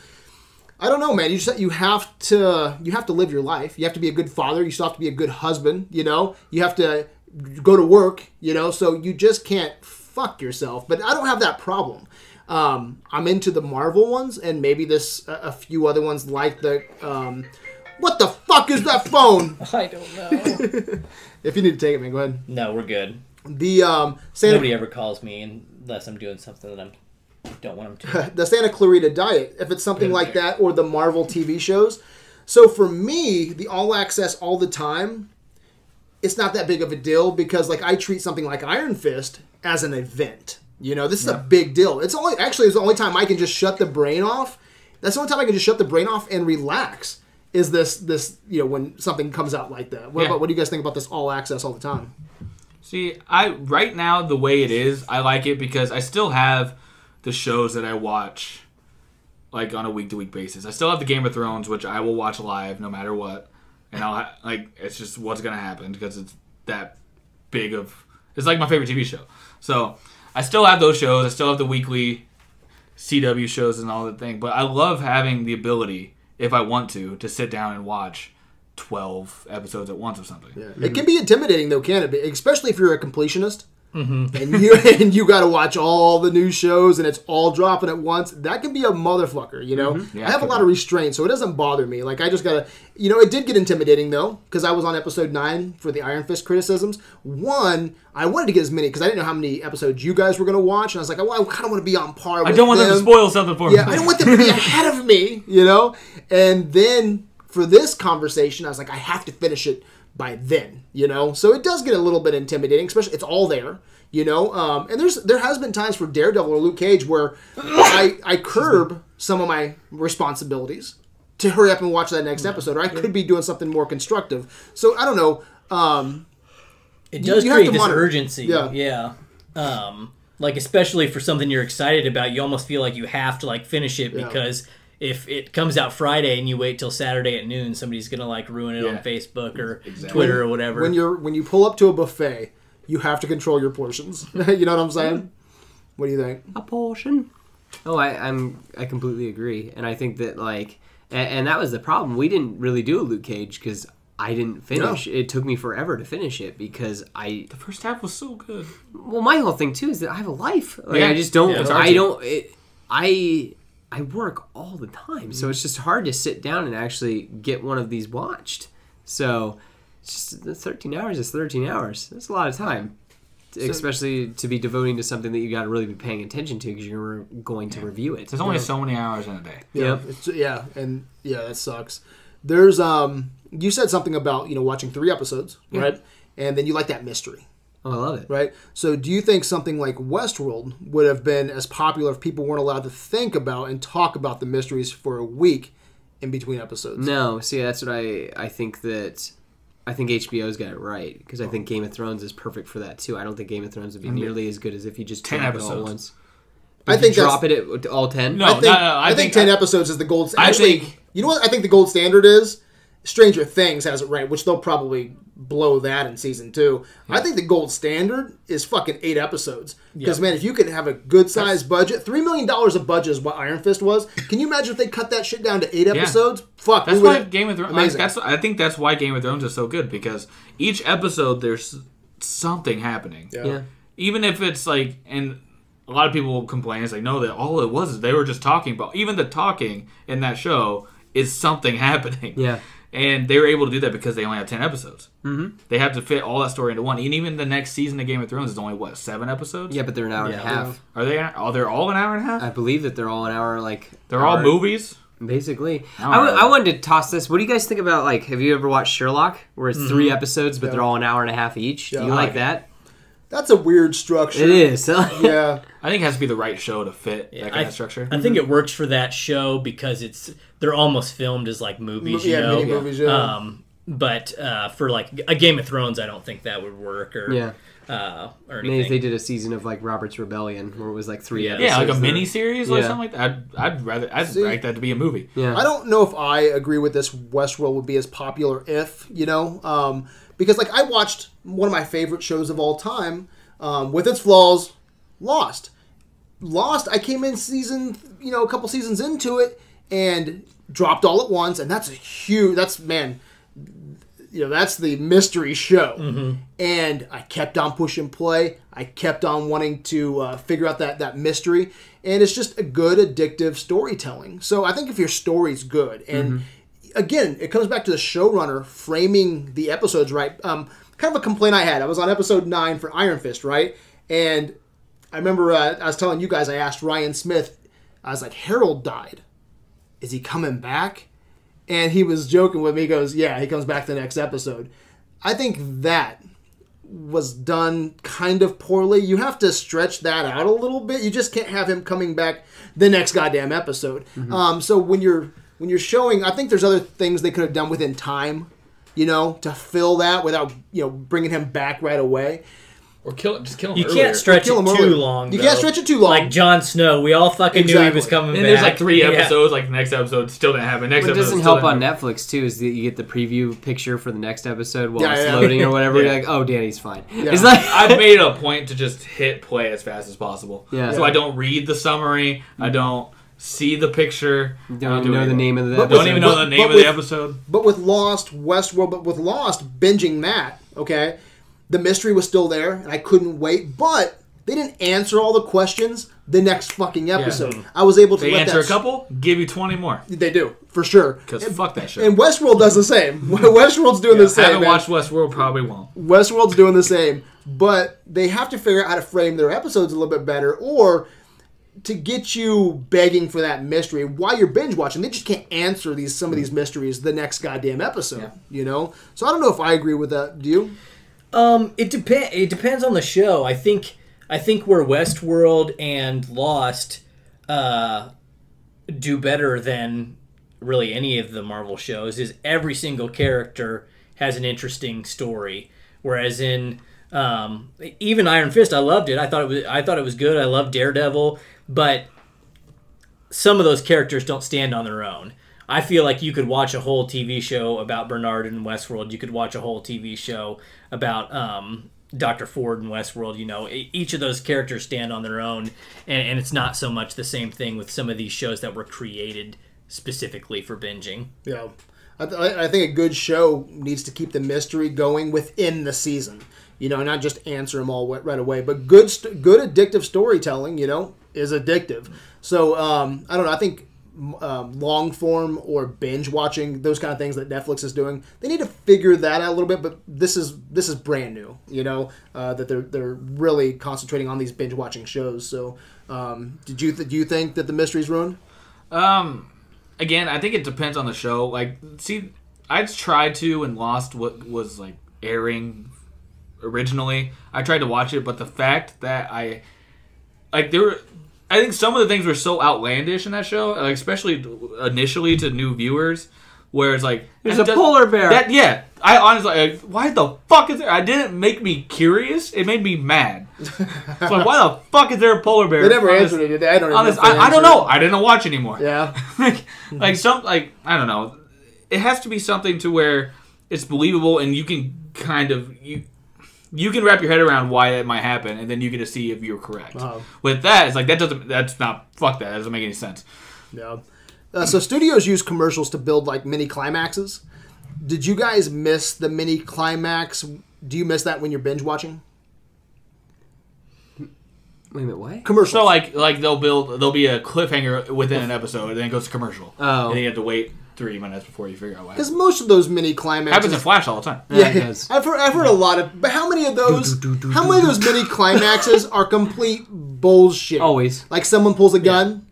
S1: I don't know, man. You just you have to you have to live your life. You have to be a good father. You still have to be a good husband. You know, you have to go to work. You know, so you just can't fuck yourself. But I don't have that problem. Um, I'm into the Marvel ones and maybe this a, a few other ones like the. Um, what the fuck is that phone?
S4: I don't know.
S1: If you need to take it, man, go ahead.
S4: no, we're good.
S1: The um, Santa
S4: Nobody ever calls me unless I'm doing something that I don't want them to.
S1: the Santa Clarita Diet, if it's something like that, or the Marvel TV shows. So for me, the all access all the time, it's not that big of a deal because like I treat something like Iron Fist as an event. You know, this is a big deal. It's only actually it's the only time I can just shut the brain off. That's the only time I can just shut the brain off and relax. Is this this you know when something comes out like that? What
S2: Yeah.
S1: about what do you guys think about this all access all the time?
S2: See, I right now the way it is, I like it because I still have the shows that I watch like on a week to week basis. I still have the Game of Thrones, which I will watch live no matter what, and I'll ha- like it's just what's gonna happen because it's that big of it's like my favorite TV show. So I still have those shows. I still have the weekly CW shows and all that thing. But I love having the ability, if I want to, to sit down and watch twelve episodes at once of something.
S1: Yeah. It can be intimidating though, can it? be? Especially if you're a completionist.
S2: Mm-hmm.
S1: and you and you got to watch all the new shows and it's all dropping at once. That can be a motherfucker, you know.
S2: Mm-hmm. Yeah,
S1: I have a lot of restraint, so it doesn't bother me. Like I just gotta, you know. It did get intimidating though, because I was on episode nine for the Iron Fist criticisms. One, I wanted to get as many because I didn't know how many episodes you guys were gonna watch, and I was like, oh, I kind of want to be on par. With
S2: I don't want them to spoil something for me.
S1: yeah, I don't want them to be ahead of me, you know? And then for this conversation, I was like, I have to finish it by then, you know? So it does get a little bit intimidating, especially it's all there, you know? Um, and there's there has been times for Daredevil or Luke Cage where I, I curb some of my responsibilities to hurry up and watch that next episode, or I could be doing something more constructive. So I don't know. Um,
S4: it
S1: You-
S4: does
S1: you have to
S4: create this
S1: monitor.
S4: urgency.
S1: Yeah.
S4: Yeah. Um, like especially for something you're excited about, you almost feel like you have to like finish it
S1: Yeah.
S4: because if it comes out Friday and you wait till Saturday at noon, somebody's gonna like ruin it on
S2: Yeah.
S4: Facebook or
S2: Exactly.
S4: Twitter or whatever.
S1: When you're when you pull up to a buffet, you have to control your portions. you know what I'm saying? What do you think?
S3: a portion. Oh, I, I'm I completely agree, and I think that like, and, and that was the problem. We didn't really do a Luke Cage because I didn't finish. It took me forever to finish it because I
S2: The first half was so good.
S3: well, my whole thing too is that I have a life. Like,
S2: Yeah.
S3: I just don't.
S2: Yeah, it's hard
S3: I
S2: to-
S3: don't. It, I I work all the time, so it's just hard to sit down and actually get one of these watched. So, it's just the 13 hours is 13 hours. That's a lot of time, especially to be devoting to something that you got to really be paying attention to because you're going to review it.
S2: There's only so many hours in a day.
S1: Yeah,
S3: Yep.
S1: it's, yeah, and yeah, that sucks. There's um, you said something about you know watching three episodes, right? And then you like that mystery,
S3: Oh, I love it.
S1: right? So do you think something like Westworld would have been as popular if people weren't allowed to think about and talk about the mysteries for a week in between episodes?
S3: No, see, that's what I I think that. I think HBO's got it right because I think Game of Thrones is perfect for that too. I don't think Game of Thrones would be nearly as good as if you just
S2: 10
S3: drop it all at
S2: episodes.
S3: once.
S1: I
S3: If you
S1: think that's,
S3: drop it at all ten.
S2: No,
S1: I
S2: no,
S1: think,
S2: no,
S1: I, think, ten episodes is the gold.
S2: I
S1: Actually,
S2: think-
S1: you know what? I think the gold standard is Stranger Things has it right, which they'll probably blow that in season two. I think the gold standard is fucking eight episodes. Because man, if you could have a good sized budget, three million dollars of budget is what Iron Fist was. Can you imagine if they cut that shit down to eight episodes? Fuck, we
S2: That's why
S1: would've-
S2: Game of Thrones.
S1: Amazing.
S2: that's I think that's why Game of Thrones is so good because each episode there's something happening.
S3: Yeah.
S2: Even if it's like, and a lot of people will complain, it's like, no, that all it was is they were just talking. But even the talking in that show is something happening.
S3: Yeah.
S2: And they were able to do that because they only have ten episodes. Mm-hmm. They have to fit all that story into one. And even the next season of Game of Thrones is only what seven episodes.
S3: Yeah, but they're an hour and a
S4: Yeah.
S3: half.
S2: Are they? Are they all an hour and a half?
S3: I believe that they're all an hour, like
S2: They're all
S3: hour-
S2: movies.
S3: Basically,
S2: Hour.
S3: I, w- I wanted to toss this. What do you guys think about like? Have you ever watched Sherlock, where it's three episodes, but they're all an hour and a half each?
S1: Mm-hmm. Yeah,
S3: do you
S1: I
S3: like
S2: like it.
S3: that?
S1: that's a weird structure.
S3: It is.
S1: Yeah,
S2: I think it has to be the right show to fit that kind
S4: I-
S2: of structure.
S4: I think it works for that show because it's they're almost filmed as like movies, you
S1: yeah,
S4: know.
S1: mini movies. Yeah.
S4: Um, but uh, for like a Game of Thrones, I don't think that would work or
S3: yeah.
S4: uh, or
S3: Maybe
S4: anything.
S3: if they did a season of like Robert's Rebellion, where it was like three.
S4: Yeah.
S2: Yeah, like a
S3: episodes that-
S2: mini series or
S3: Yeah.
S2: something like that. I'd, I'd rather I'd
S1: See-
S2: like that to be a movie.
S3: Yeah.
S1: I don't know if I agree with this Westworld would be as popular if, you know, um, because like I watched one of my favorite shows of all time um, with its flaws, Lost. Lost, I came in season, you know, a couple seasons into it and dropped all at once and that's a huge that's man you know that's the mystery show and i kept on pushing play i kept on wanting to uh, figure out that that mystery and it's just a good addictive storytelling so i think if your story's good and again it comes back to the showrunner framing the episodes right um, kind of a complaint i had i was on episode 9 for iron fist right and i remember uh, i was telling you guys i asked ryan smith i was like harold died is he coming back and he was joking with me. He goes, "Yeah, he comes back the next episode." I think that was done kind of poorly. You have to stretch that out a little bit. You just can't have him coming back the next goddamn episode. Um, so when you're when you're showing, I think there's other things they could have done within time, you know, to fill that without you know bringing him back right away.
S2: Or kill just kill him.
S4: you can't stretch it
S1: Kill
S4: too
S1: him early.
S4: long.
S1: You
S4: though.
S1: can't stretch it too long.
S4: Like Jon Snow, we all fucking knew he was
S1: Exactly.
S4: coming
S2: And
S4: back.
S2: there's like three
S4: Yeah.
S2: episodes. Like next episode still didn't happen. Next
S3: What
S2: episode
S3: doesn't
S2: still
S3: help on
S2: didn't
S3: Netflix too is that you get the preview picture for the next episode while
S1: Yeah,
S3: it's
S1: yeah.
S3: loading or whatever. You're
S2: Yeah.
S3: like, oh, Danny's fine.
S1: Yeah.
S3: It's like
S2: happen. I made it a point to just hit play as fast as possible.
S3: Yeah. Mm-hmm.
S2: So I don't read the summary. I don't see the picture. I
S3: don't even know the
S2: anything.
S3: name of the.
S1: But
S2: Don't
S1: But-
S2: even know
S1: but-
S2: the name
S1: but
S2: of the
S1: with-
S2: episode.
S1: But with Lost, Westworld, but with Lost, binging that, okay, the mystery was still there, and I couldn't wait. But they didn't answer all the questions the next fucking episode. I was able to
S2: Mm-hmm. They
S1: let
S2: answer a
S1: that
S2: couple, give you twenty more.
S1: They do for sure.
S2: Because
S1: And-
S2: fuck that shit.
S1: And Westworld does the same. Westworld's doing the
S2: I
S1: same.
S2: haven't
S1: man.
S2: watched Westworld. Probably won't.
S1: Westworld's doing the same, but they have to figure out how to frame their episodes a little bit better, or to get you begging for that mystery while you're binge watching. They just can't answer these some of these mysteries the next goddamn episode. You know, so I don't know if I agree with that. Do you?
S4: Um, it depend. It depends on the show. I think. I think where Westworld and Lost uh, do better than really any of the Marvel shows is every single character has an interesting story. Whereas in Um, even Iron Fist, I loved it. I thought it was I thought it was good. I loved Daredevil, but some of those characters don't stand on their own. I feel like you could watch a whole TV show about Bernard and Westworld. You could watch a whole TV show about um, Dr. Ford and Westworld. You know, E- each of those characters stand on their own, and, and it's not so much the same thing with some of these shows that were created specifically for binging.
S1: Yeah. I, th- I I think a good show needs to keep the mystery going within the season. You know, not just answer them all wi- right away, but good, st- good addictive storytelling, you know, is addictive. So um, I don't know. I think m- um, long form or binge watching those kind of things that Netflix is doing, they need to figure that out a little bit. But this is this is brand new, you know, uh, that they're they're really concentrating on these binge watching shows. So um, did you th- do you think that the mystery's ruined?
S2: Um, again, I think it depends on the show. Like, see, I tried to and lost what was like airing originally. I tried to watch it, but the fact that I like there were. I think some of the things were so outlandish in that show, like especially initially to new viewers, where it's like
S3: There's
S2: that
S3: a
S2: does-
S3: polar bear.
S2: That yeah, I honestly, like, why the fuck is there? I didn't make me curious. It made me mad. It's like why the fuck is there a polar bear?
S1: They never
S2: on this-
S1: answered it. did they? I don't.
S2: on
S1: even
S2: this-
S1: know if
S2: I,
S1: they
S2: I don't
S1: answered
S2: know. I didn't watch anymore
S1: it. Yeah.
S2: like, like some like I don't know. It has to be something to where it's believable and you can kind of you you can wrap your head around why that might happen and then you get to see if you're correct.
S1: Uh-huh.
S2: With that, it's like that doesn't that's not fuck that. That doesn't make any sense.
S1: Yeah. Uh, so studios use commercials to build like mini climaxes. Did you guys miss the mini climax? Do you miss that when you're binge watching
S3: Wait a minute, what?
S1: commercials?
S2: So like like they'll build there'll be a cliffhanger within an episode and then it goes to commercial.
S3: Oh.
S2: And then you have to wait three minutes before you figure out why.
S1: because most of those mini
S2: happens in
S1: climaxes.
S2: Flash all the time.
S1: Yeah,
S3: it does.
S1: I've heard, I've heard a lot of, but how many of those? How many of those mini climaxes are complete bullshit?
S3: Always.
S1: Like someone pulls a gun,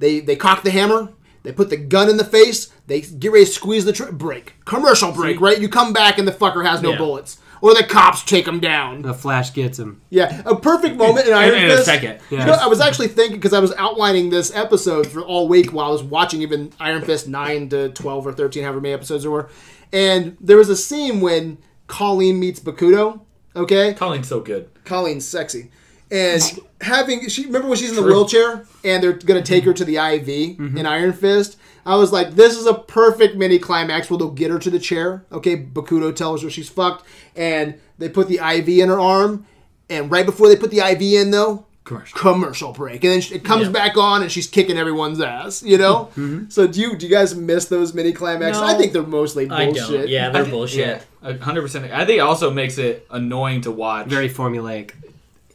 S1: they they cock the hammer, they put the gun in the face, they get ready to squeeze the tr- break. Commercial break, right? You come back and the fucker has no
S4: Yeah.
S1: bullets, or the cops take him
S2: Uh,
S1: down.
S3: The Flash gets him.
S1: Yeah, a perfect moment in Iron
S2: in a
S1: Fist.
S2: second.
S1: You know, I was actually thinking because I was outlining this episode for all week while I was watching even Iron Fist nine to twelve or thirteen, however many episodes there were, and there was a scene when Colleen meets Bakudo. Okay,
S2: Colleen's so good.
S1: Colleen's sexy, and having she remember when she's in the wheelchair and they're gonna
S4: Mm-hmm.
S1: take her to the IV in Iron Fist. I was like, this is a perfect mini climax where they'll get her to the chair. Okay, Bakudo tells her she's fucked, and they put the IV in her arm. And right before they put the IV in, though,
S2: Commercial.
S1: commercial break, and then she- it comes back on, and she's kicking everyone's ass. You know.
S4: Mm-hmm.
S1: So do you do you guys miss those mini climaxes? I
S4: No.
S1: think they're mostly
S4: I
S1: bullshit.
S4: don't. Yeah, they're
S2: I-
S4: bullshit.
S2: Yeah, hundred percent. I think it also makes it annoying to watch.
S3: Very formulaic.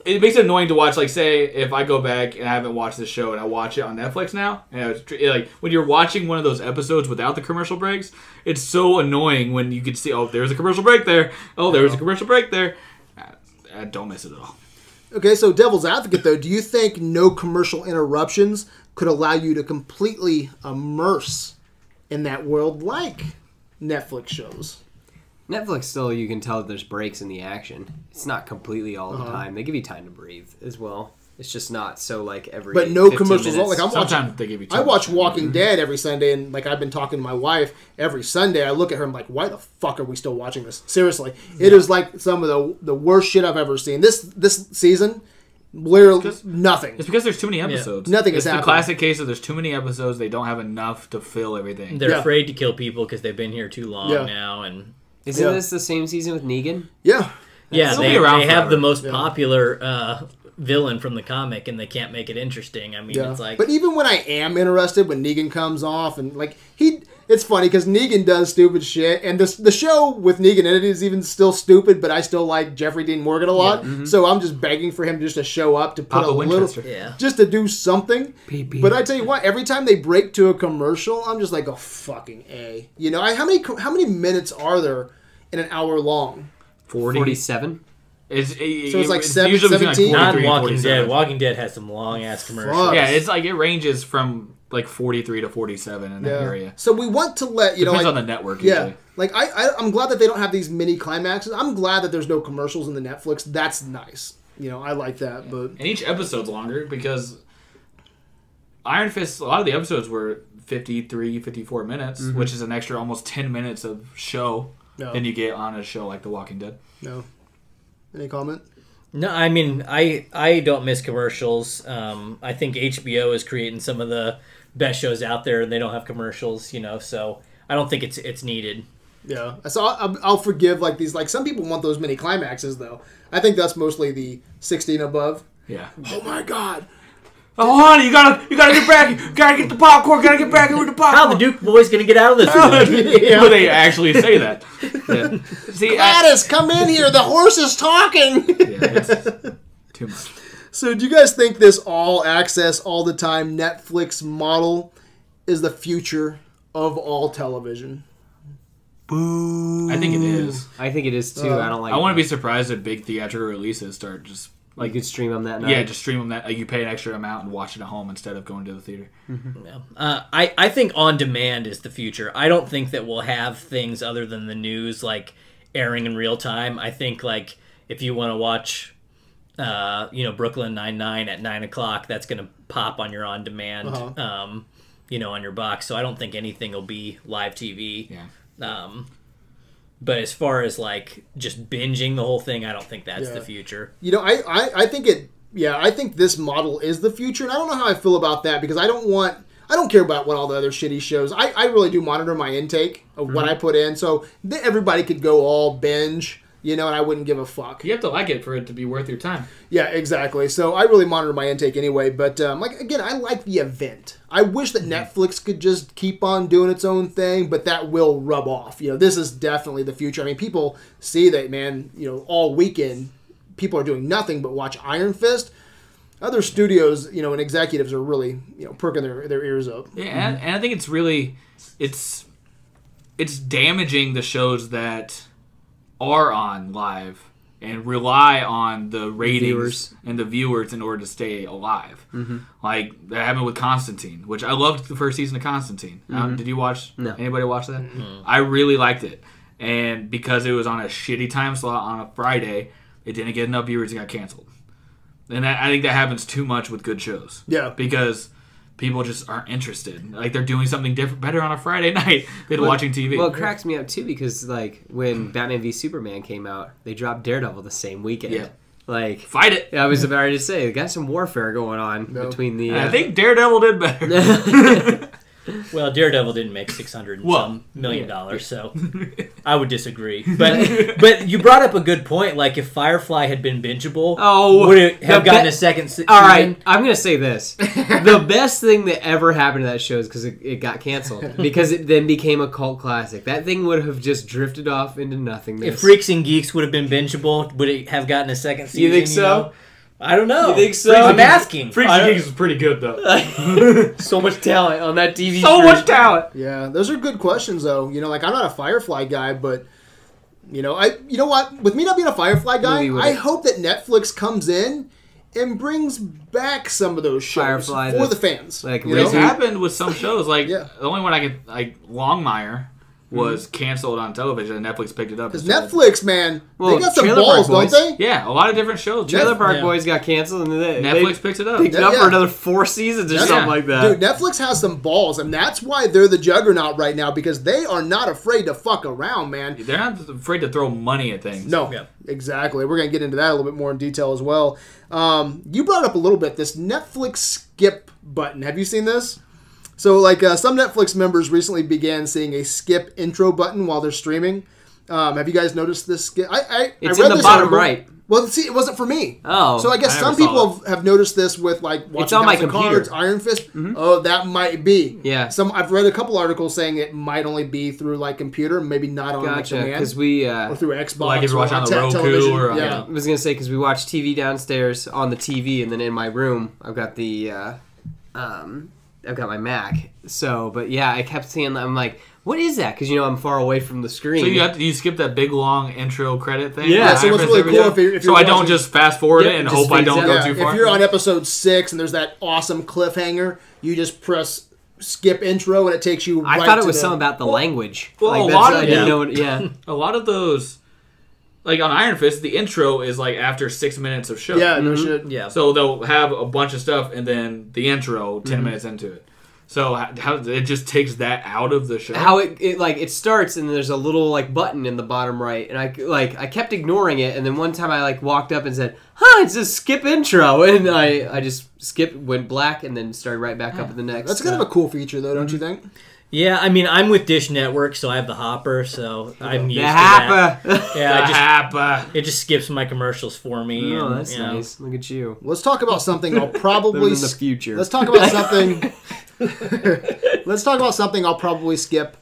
S2: it makes it annoying to watch. Like, say, if I go back and I haven't watched this show and I watch it on Netflix now, and I was, tr- like, when you're watching one of those episodes without the commercial breaks, it's so annoying when you could see, oh, there's a commercial break there. Oh, there was a commercial break there. I, I don't miss it at all.
S1: Okay, so devil's advocate though, do you think no commercial interruptions could allow you to completely immerse in that world like Netflix shows?
S3: Netflix still you can tell that there's breaks in the action. It's not completely all
S1: Uh-huh.
S3: the time. They give you time to breathe as well. It's just not so like every
S1: But no
S3: 15
S1: commercials. at all. Like
S3: minutes.
S1: I'm watching,
S2: Sometimes they give you. too
S1: I watch
S2: much.
S1: Walking Dead every Sunday, and like I've been talking to my wife every Sunday. I look at her, I'm like, why the fuck are we still watching this? Seriously, it is like some of the the worst shit I've ever seen. This this season, literally nothing.
S2: It's because there's too many episodes.
S1: Nothing
S2: It's
S1: is
S2: the
S1: happening.
S2: classic case of there's too many episodes. They don't have enough to fill everything.
S4: They're
S1: Yeah.
S4: afraid to kill people because they've been here too long
S1: Yeah.
S4: now, and
S3: Isn't
S1: Yeah.
S3: this the same season with Negan?
S1: Yeah,
S4: yeah,
S2: They'll
S4: they,
S2: be around
S4: they have
S2: forever.
S4: the most popular uh, villain from the comic, and they can't make it interesting. I mean,
S1: Yeah.
S4: it's like
S1: but even when I am interested, when Negan comes off and like he, it's funny because Negan does stupid shit, and this the show with Negan in it is even still stupid. But I still like Jeffrey Dean Morgan a lot, so I'm just begging for him just to show up to put
S2: mm-hmm. Papa
S1: a
S2: Winchester.
S1: little,
S4: Yeah.
S1: just to do something.
S3: PP.
S1: But I tell you what, every time they break to a commercial, I'm just like, oh fucking a, you know? I, how many co- how many minutes are there in an hour long?
S2: 40.
S3: Forty-seven.
S2: It's,
S1: So it's like seven-
S2: usually between,
S1: 17?
S2: Like
S4: not
S2: 43 and
S4: Walking
S2: 47.
S4: Dead. Walking Dead has some long ass commercials.
S1: Fuck.
S2: Yeah, it's like it ranges from like 43 to 47 in that area.
S1: So we want to let you know,
S2: Depends
S1: like-
S2: on the network.
S1: Yeah,
S2: usually.
S1: like I, I, I'm glad that they don't have these mini climaxes. I'm glad that there's no commercials in the Netflix. That's nice. You know, I like that. But
S2: and each episode's longer because Iron Fist. A lot of the episodes were 53, 54 minutes,
S1: Mm-hmm.
S2: which is an extra almost 10 minutes of show
S1: No.
S2: than you get on a show like The Walking Dead.
S1: no, Any comment?
S4: No, I mean I I don't miss commercials. Um, I think HBO is creating some of the best shows out there, and they don't have commercials. You know, so I don't think it's it's needed.
S1: Yeah, so I'll, I'll forgive like these. Like some people want those mini climaxes, though. I think that's mostly the sixty and above.
S2: Yeah.
S1: Oh my god!
S2: Oh, honey, you gotta, you gotta get back. You gotta get the popcorn. Gotta get back here with the popcorn.
S4: How the Duke boy's gonna get out of this? one?
S2: yeah. Well, they actually say that. Yeah. See, I,
S1: Gladys, come in here. The horse is talking.
S2: yeah, it's too much.
S1: so, do you guys think this all access, all the time Netflix model is the future of all television?
S2: I think it is.
S3: I think it is
S1: Uh,
S3: too. I don't like.
S2: I want to be surprised if big theatrical releases start just
S3: like
S2: like
S3: you could stream them that night.
S2: yeah, just stream them that like, you pay an extra amount and watch it at home instead of going to the theater.
S4: Uh, I, I think on demand is the future. I don't think that we'll have things other than the news like airing in real time. I think like if you want to watch, uh, you know, Brooklyn Nine Nine at nine o'clock, that's gonna pop on your on demand,
S1: Uh-huh.
S4: um, you know, on your box. So I don't think anything will be live TV.
S2: Yeah.
S4: Um, but as far as like just binging the whole thing, I don't think that's
S1: Yeah.
S4: the future.
S1: You know, I, I, I think it. Yeah, I think this model is the future, and I don't know how I feel about that because I don't want. I don't care about what all the other shitty shows. I, I really do monitor my intake of what I put in, so th- everybody could go all binge, you know, and I wouldn't give a fuck.
S2: You have to like it for it to be worth your time.
S1: Yeah, exactly. So I really monitor my intake anyway. But um, like again, I like the event. I wish that Netflix could just keep on doing its own thing, but that will rub off. You know, this is definitely the future. I mean, people see that man. You know, all weekend people are doing nothing but watch Iron Fist. Other studios, you know, and executives are really you know perking their, their ears up.
S2: Yeah, and, and I think it's really it's it's damaging the shows that are on live and rely on the ratings
S3: viewers.
S2: and the viewers in order to stay alive. Mm-hmm. Like that happened with Constantine, which I loved the first season of Constantine. Um, did you watch?
S3: No.
S2: Anybody watch that? I really liked it, and because it was on a shitty time slot on a Friday, it didn't get enough viewers. It got canceled, and that, I think that happens too much with good shows
S1: Yeah,
S2: because people just aren't interested. Like they're doing something different, better on a Friday night than watching TV.
S3: Well, it cracks me up too because like when Batman v Superman came out, they dropped Daredevil the same weekend.
S2: Yeah.
S3: Like
S2: Fight it.
S3: I was about to say, they got some warfare going on
S1: No.
S3: between the. uh,
S2: I think Daredevil did better.
S4: Well, Daredevil didn't make six hundred
S2: Well,
S4: some million
S2: yeah.
S4: dollars, so I would disagree. But but you brought up a good point. Like if Firefly had been bingeable,
S3: Oh,
S4: would it have
S3: the
S4: gotten
S3: be-
S4: a second se- season?
S3: All right, I'm gonna say this: the best thing that ever happened to that show is because it, it got canceled because it then became a cult classic. That thing would have just drifted off into nothingness.
S4: If Freaks and Geeks would have been bingeable, would it have gotten a second season?
S3: You think so?
S4: know? I don't know.
S3: You think so?
S4: Freaks- I'm asking.
S2: Freaks
S4: I
S2: and
S4: don't-
S2: Geeks was pretty good though.
S3: so much talent on that TV.
S2: so
S3: crew.
S2: much talent.
S1: yeah. Those are good questions, though. You know, like I'm not a Firefly guy, but you know, I you know what? With me not being a Firefly guy,
S3: Movie would've-
S1: I hope that Netflix comes in and brings back some of those shows
S3: Firefly,
S1: for the
S3: the-
S1: fans.
S3: like
S1: you
S2: It's
S3: Razor-
S1: know?
S2: happened with some shows. Like
S1: Yeah.
S2: the only one I could like Longmire was canceled on television and Netflix picked it up. and started-
S1: Netflix, man,
S3: Well,
S1: they got some
S3: Trailer
S1: balls,
S3: Park
S1: don't
S3: Boys.
S1: they?
S2: Yeah, a lot of different shows.
S1: Trailer
S3: Trailer
S2: Netflix,
S3: Park
S4: Yeah.
S3: Boys got canceled, and then they,
S2: Netflix
S3: they
S2: picked it up.
S3: picked it up
S1: Yeah.
S3: for another four seasons or
S1: Yeah.
S3: something like that.
S1: Dude, Netflix has some balls, and that's why they're the juggernaut right now because they are not afraid to fuck around, man.
S2: They're not afraid to throw money at things.
S1: No,
S4: Yeah.
S1: exactly. We're gonna get into that a little bit more in detail as well. Um, you brought up a little bit this Netflix skip button. Have you seen this? So, like uh, some Netflix members recently began seeing a skip intro button while they're streaming. Um, have you guys noticed this skip? I, I
S3: It's
S1: I read
S3: in the
S1: this
S3: bottom
S1: article.
S3: right.
S1: Well, see, it wasn't for me.
S3: Oh,
S1: so I guess
S2: I never
S1: some
S2: saw
S1: people have, have noticed this with like watching
S3: on my
S1: House of
S3: computer. Mm-hmm.
S1: Cards, Iron Fist. Oh, that might be.
S3: Yeah.
S1: Some I've read a couple articles saying it might only be through like computer, maybe not on like,
S3: Gotcha.
S1: demand
S3: Because we
S1: or
S3: uh,
S1: through Xbox.
S2: Like if you're
S1: or
S2: watching on the
S1: te-
S2: Roku
S1: television.
S2: or on-
S1: yeah.
S3: I was gonna say because we watch TV downstairs on the TV, and then in my room I've got the, uh, um, I've got my Mac. So, but yeah, I kept seeing. I'm like, what is that? Because you know I'm far away from the screen.
S2: So you have to, you skip that big long intro credit thing.
S3: Yeah,
S2: Like,
S3: so
S2: I
S1: what's
S2: press
S1: really
S2: every
S1: cool
S2: job.
S1: if you're- if
S2: so
S1: you're
S2: I don't
S1: watching-
S2: just fast forward
S3: Yep,
S2: it and
S3: just
S2: hope I
S3: fades
S2: don't
S3: out.
S2: go
S1: Yeah,
S2: too far.
S1: If you're on episode six and there's that awesome cliffhanger, you just press skip intro and it takes you.
S3: I
S1: right
S3: thought it
S1: to
S3: was
S1: the-
S3: something about the language.
S2: Well,
S3: like,
S2: a
S3: that's-
S2: lot of
S3: I didn't
S4: it-
S3: know. What, yeah,
S2: a lot of those, like on Iron Fist, the intro is like after six minutes of show.
S1: Yeah, no shit.
S4: Yeah.
S1: Mm-hmm.
S2: So they'll have a bunch of stuff and then the intro 10 minutes into it. So how, how it just takes that out of the show.
S3: how it, it like it starts and there's a little like button in the bottom right and i like i kept ignoring it and then one time i like walked up and said huh it's a skip intro and i i just skipped went black and then started right back up at the next
S1: That's kind of a cool feature, though, don't you think?
S4: Yeah, I mean, I'm with Dish Network, so I have the hopper, so I'm used
S3: the
S4: to that.
S3: happer
S4: Yeah, I just,
S2: Kappa.
S4: it just skips my commercials for me.
S3: oh
S4: and,
S3: that's
S4: you know.
S3: nice look at you
S1: Let's talk about something I'll probably
S3: in the
S1: s-
S3: future.
S1: Let's talk about something. let's talk about something I'll probably skip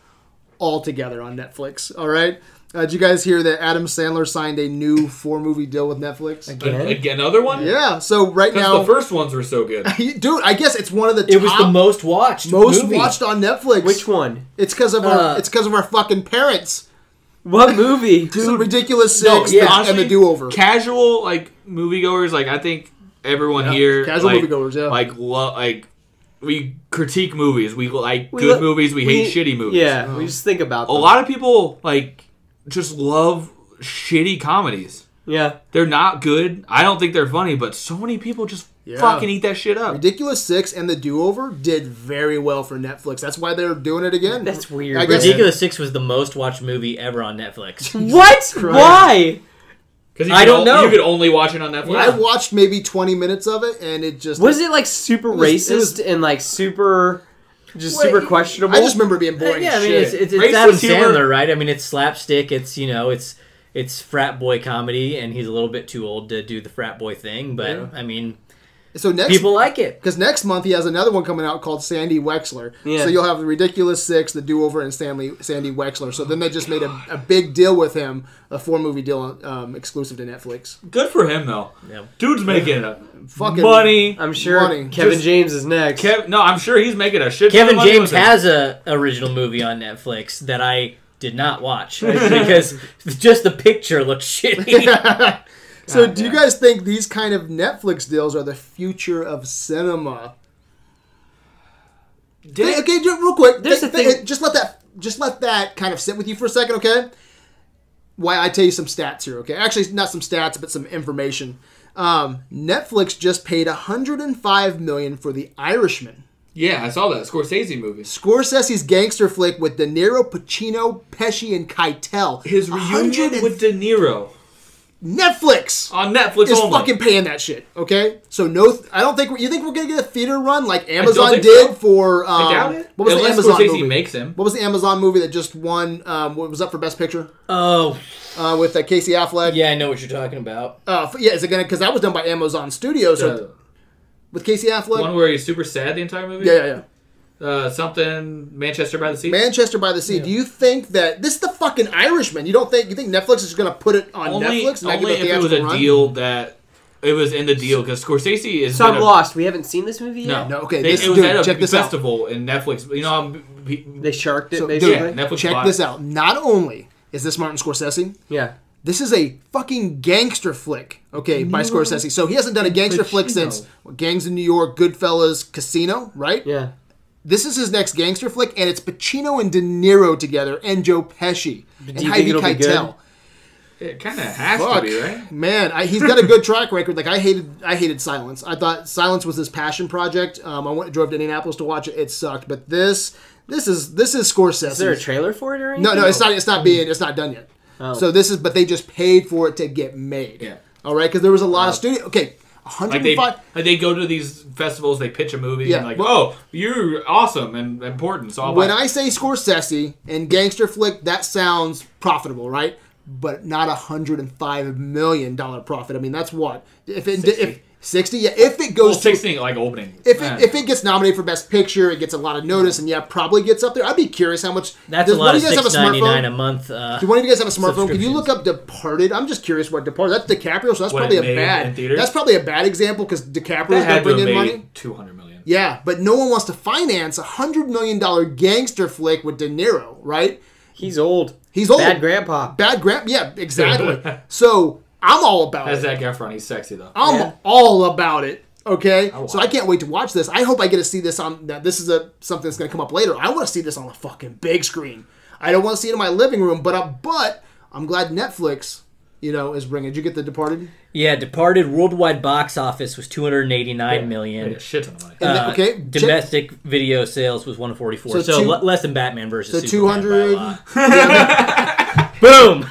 S1: altogether on Netflix. All right. Uh, did you guys hear that Adam Sandler signed a new four movie deal with Netflix?
S2: Again, another one.
S1: Yeah. So right
S2: Because
S1: now,
S2: the first ones were so good.
S1: dude, I guess it's one of the
S4: It was the
S1: top
S4: most watched.
S1: most
S4: movie.
S1: watched on Netflix.
S3: which one
S1: It's because of our.
S4: Uh,
S1: it's because of our fucking parents.
S3: what movie
S1: It's the ridiculous six
S2: No,
S1: the-
S2: yeah,
S1: Oh, and
S2: honestly,
S1: the do over.
S2: Casual like moviegoers, like I think everyone here,
S1: casual
S2: like,
S1: moviegoers, yeah.
S2: like lo- like we critique movies. We like
S3: We
S2: good
S3: lo-
S2: movies. We, hate shitty movies.
S3: yeah
S1: Oh.
S3: we just think about
S2: a
S3: them.
S2: lot of people like just love shitty comedies.
S3: yeah
S2: They're not good. I don't think they're funny, but so many people just
S1: Yeah.
S2: fucking eat that shit up.
S1: Ridiculous Six and the Do Over did very well for Netflix. That's why they're doing it again.
S3: That's weird.
S1: I guess-
S4: Ridiculous Six was the most watched movie ever on Netflix.
S3: what why
S2: Because
S4: I don't know.
S2: You could only watch it on Netflix.
S1: I watched maybe 20 minutes of it and it just
S3: was it like super
S1: was-
S3: racist
S1: it was-
S3: and like super just
S4: Wait,
S3: super questionable
S1: I just remember it being boring.
S4: Uh, yeah, I
S1: as
S4: mean,
S1: shit.
S4: it's it's, it's
S2: Racist
S4: Adam
S2: humor.
S4: Sandler, right? I mean, it's slapstick. It's you know, it's it's frat boy comedy, and he's a little bit too old to do the frat boy thing. But I mean,
S1: so next
S4: people like it.
S1: because next month he has another one coming out called Sandy Wexler.
S3: Yeah.
S1: So you'll have the Ridiculous Six, the Do Over, and Stanley Sandy Wexler. So then they just made a, a big deal with him, a four movie deal um, exclusive to Netflix.
S2: Good for him though.
S4: Yeah.
S2: Dude's making a
S1: Fucking
S2: money.
S3: I'm sure
S1: Money.
S3: Kevin
S1: Just-
S3: James is next.
S2: Kev- no, I'm sure he's making a shit. ton of
S4: Kevin
S2: money
S4: James
S2: with it.
S4: has a original movie on Netflix that I did not watch because just the picture looked shitty.
S1: So do you guys think these kind of Netflix deals are the future of cinema? Hey,
S2: Did-
S1: okay, just real quick.
S3: There's
S1: Th-
S3: the
S1: th-
S3: thing-
S1: Just let that just let that kind of sit with you for a second, okay? Why I tell you some stats here, okay? Actually, not some stats, but some information. Um, Netflix just paid 105 million for The Irishman,
S2: yeah, I saw that Scorsese movie.
S1: Scorsese's gangster flick with De Niro, Pacino, Pesci, and Keitel.
S2: His reunion
S1: 100 and-
S2: with De Niro
S1: Netflix
S2: on Netflix
S1: is
S2: only.
S1: fucking paying that shit, okay? So no, th- I don't think we- you think we're gonna get a theater run like Amazon
S2: think
S1: did
S2: so.
S1: for. Um,
S2: I doubt it.
S1: What was
S2: Unless
S1: the Amazon
S2: Scorsese
S1: movie?
S2: makes him.
S1: What was the Amazon movie that just won? Um, what was up for Best Picture
S4: oh,
S1: uh, with uh, Casey Affleck?
S4: yeah, I know what you're talking about.
S1: Uh, f- yeah, is it gonna? Because that was done by Amazon Studios
S2: The
S1: with, with Casey Affleck.
S2: one where he's super sad the entire movie.
S1: yeah, yeah, yeah.
S2: Uh, something Manchester by the Sea.
S1: Manchester by the Sea. Do you think that this is the fucking Irishman? You don't think you think Netflix is gonna put it on
S2: only
S1: Netflix? not give
S2: only
S1: it the
S2: if it was a
S1: actual run?
S2: deal that it was in the deal because Scorsese is
S3: So I'm
S2: gonna-
S3: lost. We haven't seen this movie
S2: No,
S3: yet.
S1: No, okay,
S2: They,
S1: this-
S2: it was
S1: dude,
S2: at a
S1: check this out.
S2: festival in Netflix. You know, how b- b-
S3: They sharked it,
S1: So, dude,
S3: basically.
S2: Yeah, Netflix
S1: check
S2: bought
S1: this
S2: it.
S1: out. Not only is this Martin Scorsese,
S3: Yeah.
S1: This is a fucking gangster flick, okay, by Scorsese. So he hasn't done a gangster flick since Gangs in New York, Goodfellas, Casino, right?
S3: Yeah.
S1: This is his next gangster flick, and it's Pacino and De Niro together, and Joe Pesci, and
S3: Do you think
S1: Heidi
S3: it'll be good?
S1: Keitel.
S2: it kind of has
S1: Fuck,
S2: to be right.
S1: man, I, he's got a good track record. Like I hated, I hated Silence. I thought Silence was his passion project. Um, I went, drove to Indianapolis to watch it. It sucked, but this, this is this is Scorsese.
S3: Is there a trailer for it or anything?
S1: No, no, it's not. It's not being. It's not done yet. So this is, but they just paid for it to get made.
S2: Yeah.
S1: All right, because there was a lot of studio. Okay,
S2: Like they,
S1: 105.
S2: like they go to these festivals, they pitch a movie,
S1: Yeah,
S2: and like,
S1: well-
S2: oh, you're awesome and important. So I'll
S1: when
S2: buy it."
S1: I say Scorsese and gangster flick, that sounds profitable, right? But not a hundred and five million dollar profit. I mean, that's what if it if sixty. Yeah, if it
S2: well,
S1: goes to.
S2: sixteen like opening.
S1: If
S2: Yeah.
S1: it, if it gets nominated for Best Picture, it gets a lot of notice, and yeah, probably gets up there. I'd be curious how much.
S4: That's
S1: does
S4: a lot
S1: one
S4: of
S1: you guys have a
S4: six ninety
S1: smartphone?
S4: nine a month. Uh,
S1: Do one of you guys have a smartphone? Can you
S4: Subscriptions.
S1: look up Departed? I'm just curious what Departed. That's DiCaprio, so that's
S2: What
S1: probably
S2: it
S1: a
S2: made in
S1: bad.
S2: theaters?
S1: That's probably a bad example because
S2: That
S1: DiCaprio's
S2: had
S1: gonna
S2: to
S1: bring
S2: have
S1: in
S2: made
S1: money.
S2: two hundred million.
S1: Yeah, but no one wants to finance a hundred million dollar gangster flick with De Niro, right?
S3: He's old.
S1: He's old.
S3: Bad grandpa.
S1: Bad grand. Yeah, exactly. so I'm all about
S2: That's
S1: it.
S2: Zac Efron. He's sexy though.
S1: I'm
S3: Yeah.
S1: all about it. Okay, so
S4: Oh,
S2: watch
S1: I can't wait to watch this. I hope I get to see this on. Now, this is a something that's going to come up later. I want to see this on the uh, fucking big screen. I don't want to see it in my living room, but I, but I'm glad Netflix you know, is bringing. Did you get The Departed?
S4: Yeah, Departed worldwide box office was 289 million.
S2: Made a shit ton of money.
S1: And
S4: Uh,
S1: that- okay, check-
S4: domestic video sales was 144.
S1: So
S4: So,
S1: two-
S4: le- less than Batman
S1: so
S4: versus
S1: two
S4: Superman by a
S1: hundred.
S4: lot. Boom.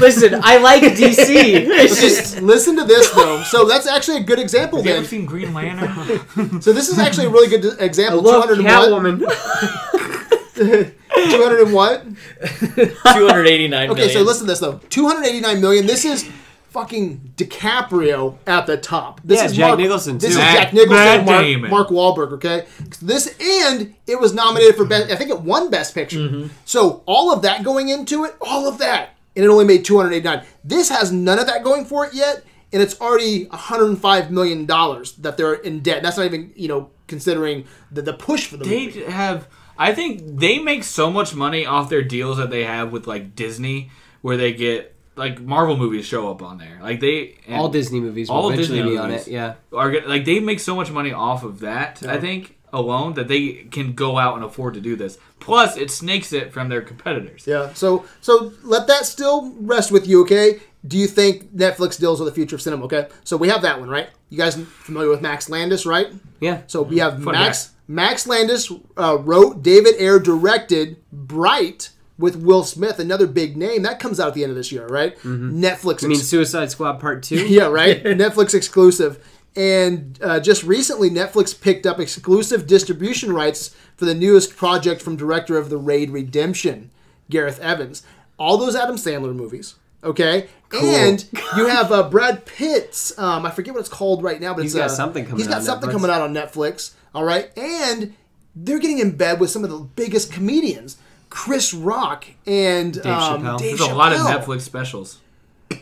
S3: Listen, I like DC. It's just
S1: Listen to this though. So that's actually a good example.
S2: Have you ever
S1: Then,
S2: seen Green Lantern?
S1: so this is actually a really good d-
S3: I
S1: example.
S3: love
S1: 200 and what?
S3: Catwoman.
S1: 200 and what?
S4: 289
S1: Okay, so listen to this though. 289 million. This is fucking DiCaprio at the top. This
S3: Yeah,
S1: is
S3: Jack
S1: Mark,
S3: Nicholson,
S1: This
S3: too.
S1: is
S2: Matt-
S1: Jack Nicholson,
S2: Matt
S1: Mark,
S2: Damon.
S1: Mark Wahlberg. Okay, this and it was nominated for best. I think it won Best Picture. So all of that going into it, all of that, and it only made 289. This has none of that going for it yet, and it's already 105 million dollars that they're in debt. That's not even you know considering the, the push for the
S2: they
S1: movie.
S2: have. I think they make so much money off their deals that they have with like Disney, where they get like Marvel movies show up on there. Like they and
S3: All Disney movies will
S2: All
S3: eventually
S2: Disney
S3: be on
S2: movies.
S3: it. Yeah.
S2: are get- like they make so much money off of that. I think alone that they can go out and afford to do this. Plus, it snakes it from their competitors.
S1: Yeah. So so let that still rest with you, okay? Do you think Netflix deals with the future of cinema? Okay. So we have that one, right? You guys familiar with Max Landis, right?
S3: Yeah.
S1: So we have
S2: Fun
S1: Max Max Landis uh, wrote, David Ayer directed Bright with Will Smith, another big name that comes out at the end of this year, right? Netflix.
S3: I Mm-hmm. mean,
S1: ex-
S3: Suicide Squad Part Two.
S1: yeah, right. Netflix exclusive. And uh, just recently, Netflix picked up exclusive distribution rights for the newest project from director of The Raid Redemption, Gareth Evans. All those Adam Sandler movies. Okay, and you have uh, Brad Pitt's. Um, I forget what it's called right now, but
S3: He's
S1: it's
S3: got
S1: uh,
S3: something coming
S1: He's got
S3: out on
S1: something
S3: Netflix.
S1: coming out on Netflix. All right, and they're getting in bed with some of the biggest comedians, Chris Rock and Dave
S3: Chappelle.
S1: Dave
S2: There's a lot of
S1: Chappelle.
S2: Netflix specials.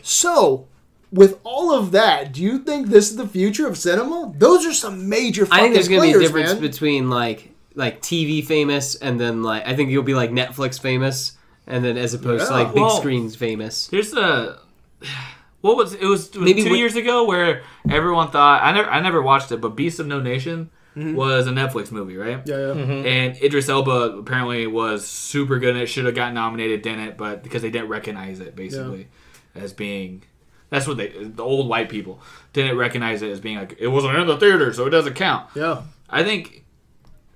S1: So, with all of that, do you think this is the future of cinema? Those are some major. Fucking
S3: I think there's gonna
S1: players,
S3: be a difference
S1: man.
S3: between like like TV famous and then like I think you'll be like Netflix famous and then as opposed to
S1: Yeah.
S3: like big
S2: Well-
S3: screens famous.
S2: There's a what was it was, it was
S3: Maybe
S2: two
S3: we-
S2: years ago where everyone thought I never I never watched it, but Beast of No Nation
S3: Mm-hmm.
S2: was a Netflix movie, right?
S1: Yeah, yeah.
S2: And Idris Elba apparently was super good. and It should have gotten nominated, didn't? But because they didn't recognize it, basically, as being that's what they the old white people didn't recognize it as being like it wasn't in the theater, so it doesn't count.
S1: yeah.
S2: I think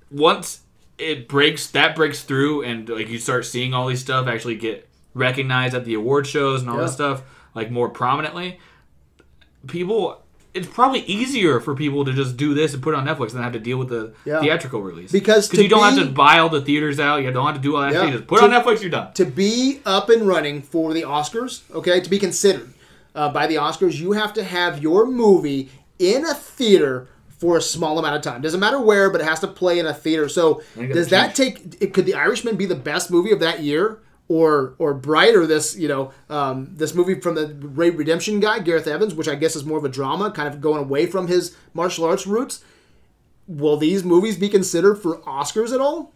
S2: once it breaks that breaks through and like you start seeing all these stuff actually get recognized at the award shows and all
S1: Yeah.
S2: this stuff like more prominently people it's probably easier for people to just do this and put it on Netflix than have to deal with the
S1: Yeah.
S2: theatrical release
S1: Because to
S2: you don't
S1: be-
S2: have to buy all the theaters out you don't have to do all that
S1: Yeah.
S2: shit. You just put it on Netflix you're done
S1: To be up and running for the Oscars, okay, to be considered uh, by the Oscars, you have to have your movie in a theater for a small amount of time. Doesn't matter where, but it has to play in a theater. So,
S2: gotta
S1: does that take? It, could The Irishman be the best movie of that year? Or, or Bright, or this, you know, um, this movie from the Ray Redemption guy, Gareth Evans, which I guess is more of a drama, kind of going away from his martial arts roots. Will these movies be considered for Oscars at all?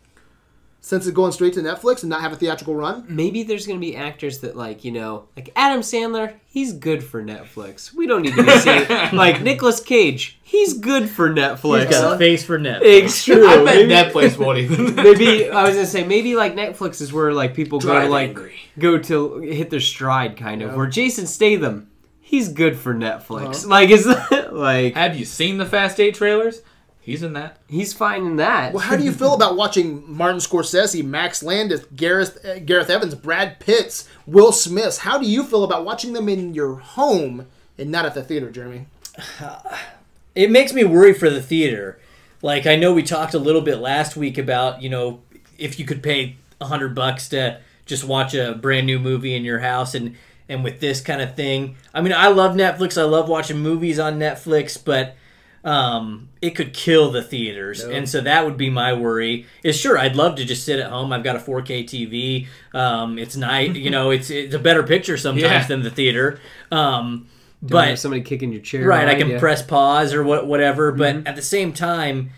S1: Since it's going straight to Netflix and not have a theatrical run?
S3: Maybe there's gonna be actors that like, you know, like Adam Sandler, he's good for Netflix. We don't need to be seeing like Nicolas Cage, he's good for Netflix.
S4: He's got a face for net.
S3: it's true.
S2: I bet
S3: maybe,
S2: Netflix won't even
S3: maybe I was gonna say maybe like Netflix is where like people go
S2: Drive
S3: like
S2: angry.
S3: go to hit their stride kind of. Where Jason Statham, he's good for Netflix. Like is like
S2: have you seen the Fast 8 trailers he's in that
S3: he's fine in that.
S1: Well, how do you feel about watching Martin Scorsese, Max Landis, Gareth uh, Gareth Evans, Brad Pitts, Will Smith? How do you feel about watching them in your home and not at the theater, Jeremy?
S4: it makes me worry for the theater. Like I know we talked a little bit last week about you know if you could pay a hundred bucks to just watch a brand new movie in your house and and with this kind of thing. I mean, I love Netflix. I love watching movies on Netflix, but um, it could kill the theaters, and so that would be my worry. Is sure I'd love to just sit at home. I've got a 4K TV. Um, it's night. You know, it's it's a better picture sometimes
S2: Yeah.
S4: than the theater. Um,
S3: Don't
S4: but
S3: have somebody kicking your chair.
S4: right i
S3: behind
S4: can
S3: ya.
S4: press pause or what, whatever but at the same time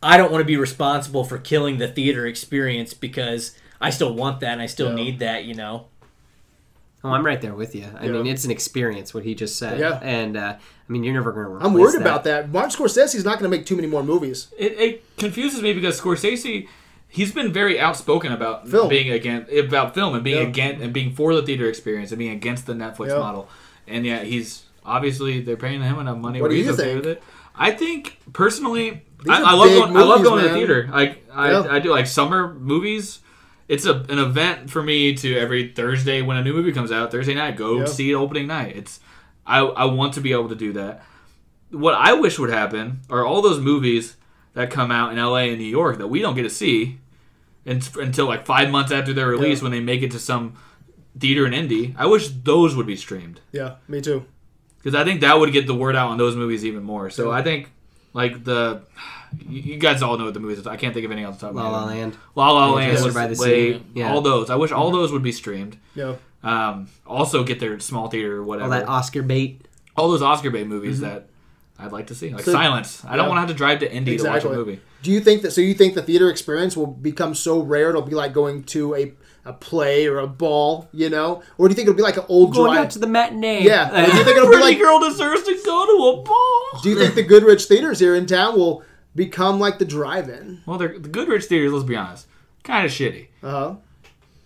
S4: i don't want to be responsible for killing the theater experience because i still want that and i still need that you know
S3: Oh, I'm right there with you. I mean, it's an experience what he just said.
S1: Yeah.
S3: and uh, I mean, you're never gonna. Replace
S1: I'm worried
S3: that.
S1: about that. Martin Scorsese's not going to make too many more movies.
S2: it, it confuses me because Scorsese he's been very outspoken about
S1: Film.
S2: being against about film and being
S1: Yeah.
S2: against and being for the theater experience and being against the Netflix
S1: Yeah.
S2: model. And yeah, he's obviously they're paying him enough money.
S1: What
S2: where
S1: do
S2: he's
S1: you
S2: okay
S1: think?
S2: with it. I think personally,
S1: These
S2: I,
S1: are
S2: I love
S1: big
S2: going. I love
S1: movies,
S2: going to the
S1: man.
S2: theater. I I,
S1: Yeah.
S2: I do like summer movies. It's a, an event for me to every Thursday when a new movie comes out. Thursday night, go
S1: Yeah.
S2: see it opening night. It's I, I want to be able to do that. What I wish would happen are all those movies that come out in LA and New York that we don't get to see un- until like five months after their release
S1: Yeah.
S2: when they make it to some theater in indie. I wish those would be streamed
S1: Yeah, me too.
S2: because I think that would get the word out on those movies even more. So I think like the you you guys all know what the movies. Are. I can't think of any off the top of my
S3: La La
S2: head.
S3: Land.
S2: La La Land,
S3: Manchester
S2: was
S3: by the
S2: way-
S3: Sea, yeah. Mm-hmm.
S2: all those. I wish all those would be streamed.
S1: Yeah.
S2: Um, also get their small theater or whatever.
S3: All that Mm-hmm. Oscar bait.
S2: all those Oscar bait movies that I'd like to see, like
S1: So-
S2: Silence. I don't
S1: yeah.
S2: want to have to drive to Indy to watch
S1: Exactly.
S2: a movie.
S1: Do you think that? So you think the theater experience will become so rare it'll be like going to a a play or a ball, you know? Or do you think it'll be like an old
S3: Going
S1: drive?
S3: out to the matinee.
S1: yeah. Or do you think it'll be
S2: Pretty
S1: like?
S2: girl deserves to go to a ball.
S1: Do you think the Goodrich theaters here in town will become like the drive-in?
S2: well, they're, the Goodrich theaters. Let's be honest, kind of shitty
S1: Uh huh.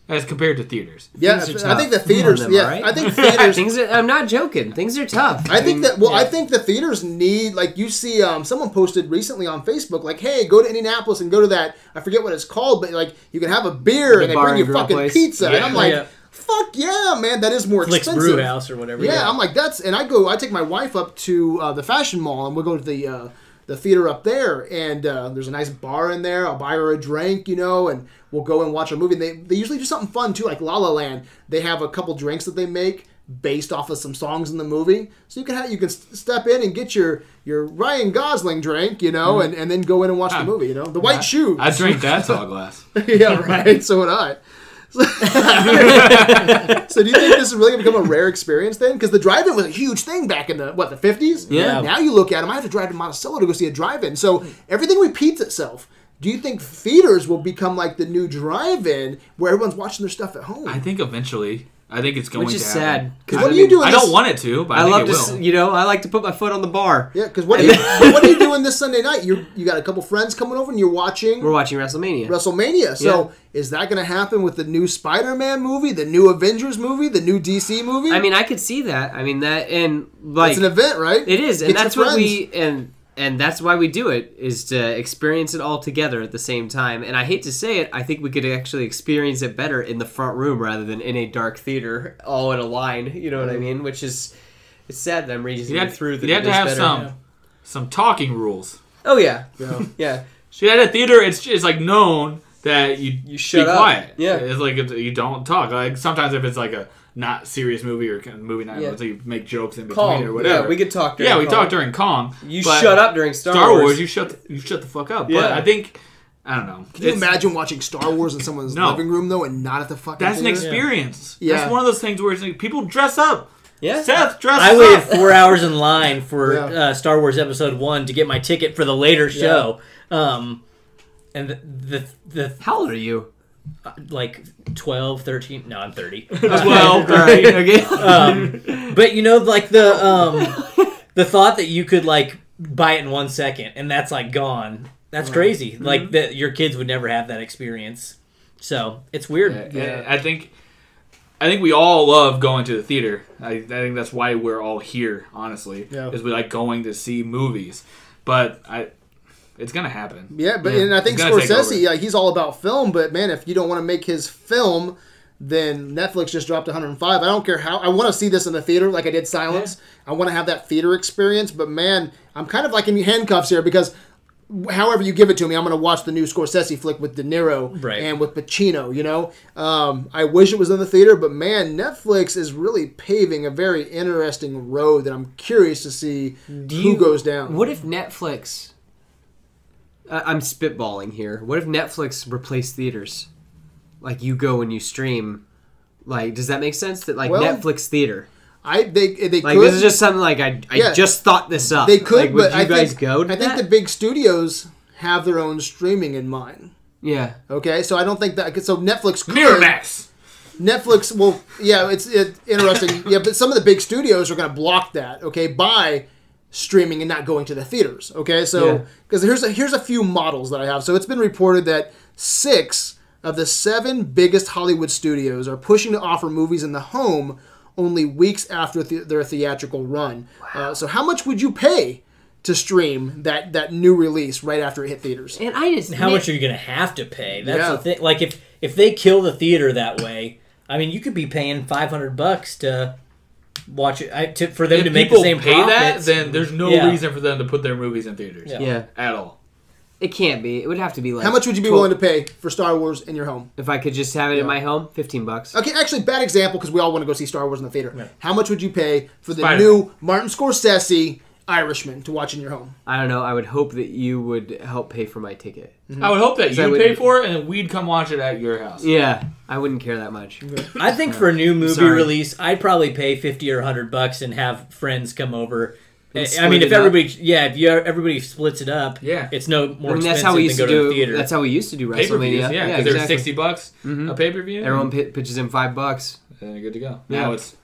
S2: as compared to theaters.
S1: Yeah,
S3: Things are
S1: I think the
S3: tough.
S1: theaters.
S3: Come on,
S1: yeah,
S3: am I right?
S1: I think theaters.
S3: Things are, I'm not joking. Things are tough.
S1: I think that well, I think the theaters need like you see um, someone posted recently on Facebook like, hey, go to Indianapolis and go to that I forget what it's called, but like you can have a beer and they
S3: bar
S1: bring you
S3: and grill
S1: fucking
S3: place.
S1: pizza, and
S2: Yeah.
S1: I'm like,
S4: Yeah.
S1: fuck yeah, man, that is more
S4: Flicks
S1: expensive.
S4: Brew House or whatever.
S1: Yeah, I'm like that's, and I go, I take my wife up to uh, the fashion mall, and we'll go to the uh, the theater up there, and uh, there's a nice bar in there. I'll buy her a drink, you know, and we'll go and watch a movie. They they usually do something fun too, like La La Land. They have a couple drinks that they make based off of some songs in the movie, so you can have, you can s- step in and get your your Ryan Gosling drink, you know, and, and then go in and watch the movie, you know, the White Shoe.
S2: I drink that tall glass.
S1: yeah, right. So would I. So, so do you think this is really going to become a rare experience then? Because the drive-in was a huge thing back in the what the fifties.
S4: Yeah.
S1: Now you look at them. I have to drive to Monticello to go see a drive-in. So everything repeats itself. Do you think theaters will become like the new drive-in where everyone's watching their stuff at home?
S2: I think eventually. I think it's going
S3: which
S2: to
S3: is
S2: happen.
S3: sad.
S1: What
S3: I
S1: do you
S3: mean,
S1: do?
S2: I
S1: This-
S2: don't want it to, but I,
S3: I
S2: think
S3: love
S2: it
S3: to,
S2: will.
S3: s- you know, I like to put my foot on the bar.
S1: yeah, because what are you, what are you doing this Sunday night? You you got a couple friends coming over and you're watching
S3: We're watching WrestleMania.
S1: WrestleMania. So is that going to happen with the new Spider-Man movie, the new Avengers movie, the new DC movie?
S3: I mean, I could see that. I mean that, and like
S1: it's an event, right?
S3: It is, and
S1: Get your
S3: that's what
S1: friends.
S3: we and and that's why we do it is to experience it all together at the same time. And I hate to say it, I think we could actually experience it better in the front room rather than in a dark theater, all in a line. You know what I mean? Which is it's sad that I'm reasoning
S2: You have,
S3: through that.
S2: you have
S3: it
S2: to
S3: is
S2: have
S3: better.
S2: some some talking rules.
S3: Oh yeah,
S1: Yeah.
S3: yeah.
S2: See, at a theater, it's it's like known that you you
S3: shut
S2: be
S3: up.
S2: quiet.
S3: Yeah.
S2: it's like if you don't talk. Like sometimes if it's like a not serious movie or a movie night,
S3: Yeah.
S2: so you make jokes in between
S3: Calm.
S2: or whatever.
S3: Yeah, we could talk. During
S2: yeah, we
S3: Kong.
S2: talked during Kong.
S3: You
S2: but
S3: shut up during Star,
S2: Star Wars.
S3: Wars.
S2: You shut the, you shut the fuck up. But
S3: Yeah.
S2: I think I don't know.
S1: Can you
S2: It's-
S1: imagine watching Star Wars in someone's
S2: No.
S1: living room though, and not at the fucking?
S2: That's an
S1: theater?
S2: experience.
S1: Yeah.
S2: That's one of those things where it's like, people dress up.
S3: Yeah.
S2: Seth dress
S4: I
S2: up.
S4: waited four hours in line for
S1: Yeah.
S4: uh, Star Wars Episode One to get my ticket for the later show. Um, and the, the
S3: How old are you?
S4: the like 12, 13 No, I'm thirty.
S2: Well,
S3: All right. Okay.
S4: but you know, like the um, the thought that you could like buy it in one second and that's like gone. That's crazy. Like that, your kids would never have that experience. So it's weird.
S2: Yeah, I think I think we all love going to the theater. I, I think that's why we're all here, honestly,
S1: Yeah.
S2: is we like going to see movies. But I, it's gonna happen.
S1: Yeah, but and I think
S2: It's gonna take
S1: Scorsese,
S2: over.
S1: like, he's all about film. But man, if you don't want to make his film, then Netflix just dropped 105. I don't care how. I want to see this in the theater, like I did Silence. I want to have that theater experience. But man, I'm kind of like in handcuffs here because. However you give it to me, I'm going to watch the new Scorsese flick with De Niro
S4: Right.
S1: and with Pacino. You know, um, I wish it was in the theater, but man, Netflix is really paving a very interesting road that I'm curious to see who
S3: you-
S1: goes down.
S3: What if Netflix? I I'm spitballing here. What if Netflix replaced theaters? Like you go and you stream. Like, does that make sense? That like
S1: Well,
S3: Netflix theater.
S1: I they they
S3: Like
S1: could,
S3: this is just something like I I
S1: Yeah.
S3: just thought this up.
S1: They could,
S3: Like, would
S1: but
S3: you
S1: I
S3: guys
S1: think,
S3: go? To
S1: I think
S3: that?
S1: the big studios have their own streaming in mind.
S3: yeah.
S1: Okay, so I don't think that. So Netflix, could,
S2: Miramax.
S1: Netflix will, yeah, it's it, interesting. yeah, but some of the big studios are going to block that. Okay, by streaming and not going to the theaters. Okay,
S3: Yeah.
S1: so because here's a, here's a few models that I have. So it's been reported that Six of the seven biggest Hollywood studios are pushing to offer movies in the home only weeks after the, their theatrical run. Uh, so, how much would you pay to stream that, that new release right after it hit theaters?
S3: And I just
S4: How much are you going to have to pay? That's
S1: Yeah.
S4: the thing. Like if if they kill the theater that way, I mean, you could be paying five hundred bucks to watch it I, to, for them to
S2: If
S4: make
S2: people
S4: the same
S2: pay that,
S4: profits.
S2: then there's no
S4: Yeah.
S2: reason for them to put their movies in theaters
S4: Yeah.
S3: Yeah,
S2: at all.
S3: it can't be. It would have to be like
S1: How much would you be
S3: 12
S1: willing to pay for Star Wars in your home?
S3: if I could just have it in my home? Fifteen bucks.
S1: Okay, actually, bad example because we all want to go see Star Wars in the theater. How much would you pay for the
S2: Spider-Man.
S1: new Martin Scorsese Irishman to watch in your home?
S3: I don't know. I would hope that you would help pay for my ticket.
S1: Mm-hmm.
S2: I would hope that
S3: I
S2: you
S3: would-
S2: pay for it, and we'd come watch it at your house.
S3: Yeah, I wouldn't care that much.
S4: I think for a new movie
S3: Uh, sorry.
S4: release, I'd probably pay fifty or hundred bucks and have friends come over. I- I
S3: split
S4: mean,
S3: it
S4: if
S3: up.
S4: everybody, yeah, if you everybody splits it up,
S2: Yeah.
S4: it's no more
S3: I mean, that's
S4: expensive
S3: how we
S4: than
S3: used
S4: go
S3: to
S4: to, the
S3: do.
S4: theater.
S3: That's how we used to do WrestleMania.
S2: Pay per views, yeah, because
S3: yeah
S2: they're
S3: exactly.
S2: sixty bucks a pay per view.
S3: Everyone
S1: Mm-hmm.
S3: pi- pitches in five bucks.
S2: and you're good to go.
S3: Yeah.
S2: Now it's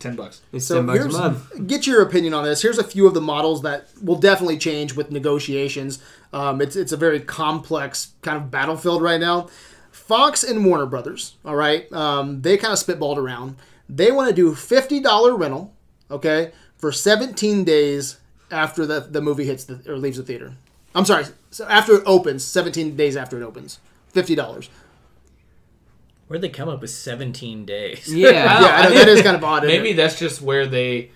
S2: ten bucks.
S3: It's
S1: So
S3: ten bucks a
S1: here's-
S3: month.
S1: Get your opinion on this. Here's a few of the models that will definitely change with negotiations. Um, it's it's a very complex kind of battlefield right now. Fox and Warner Brothers, all right, um, they kind of spitballed around. They want to do fifty dollar rental, okay, for seventeen days after the the movie hits the, or leaves the theater. I'm sorry, so after it opens, seventeen days after it opens, fifty dollars.
S4: Where'd they come up with seventeen days?
S3: Yeah.
S1: Yeah, I know, that is kind of odd. isn't it?
S2: Oh, Maybe that's just where they.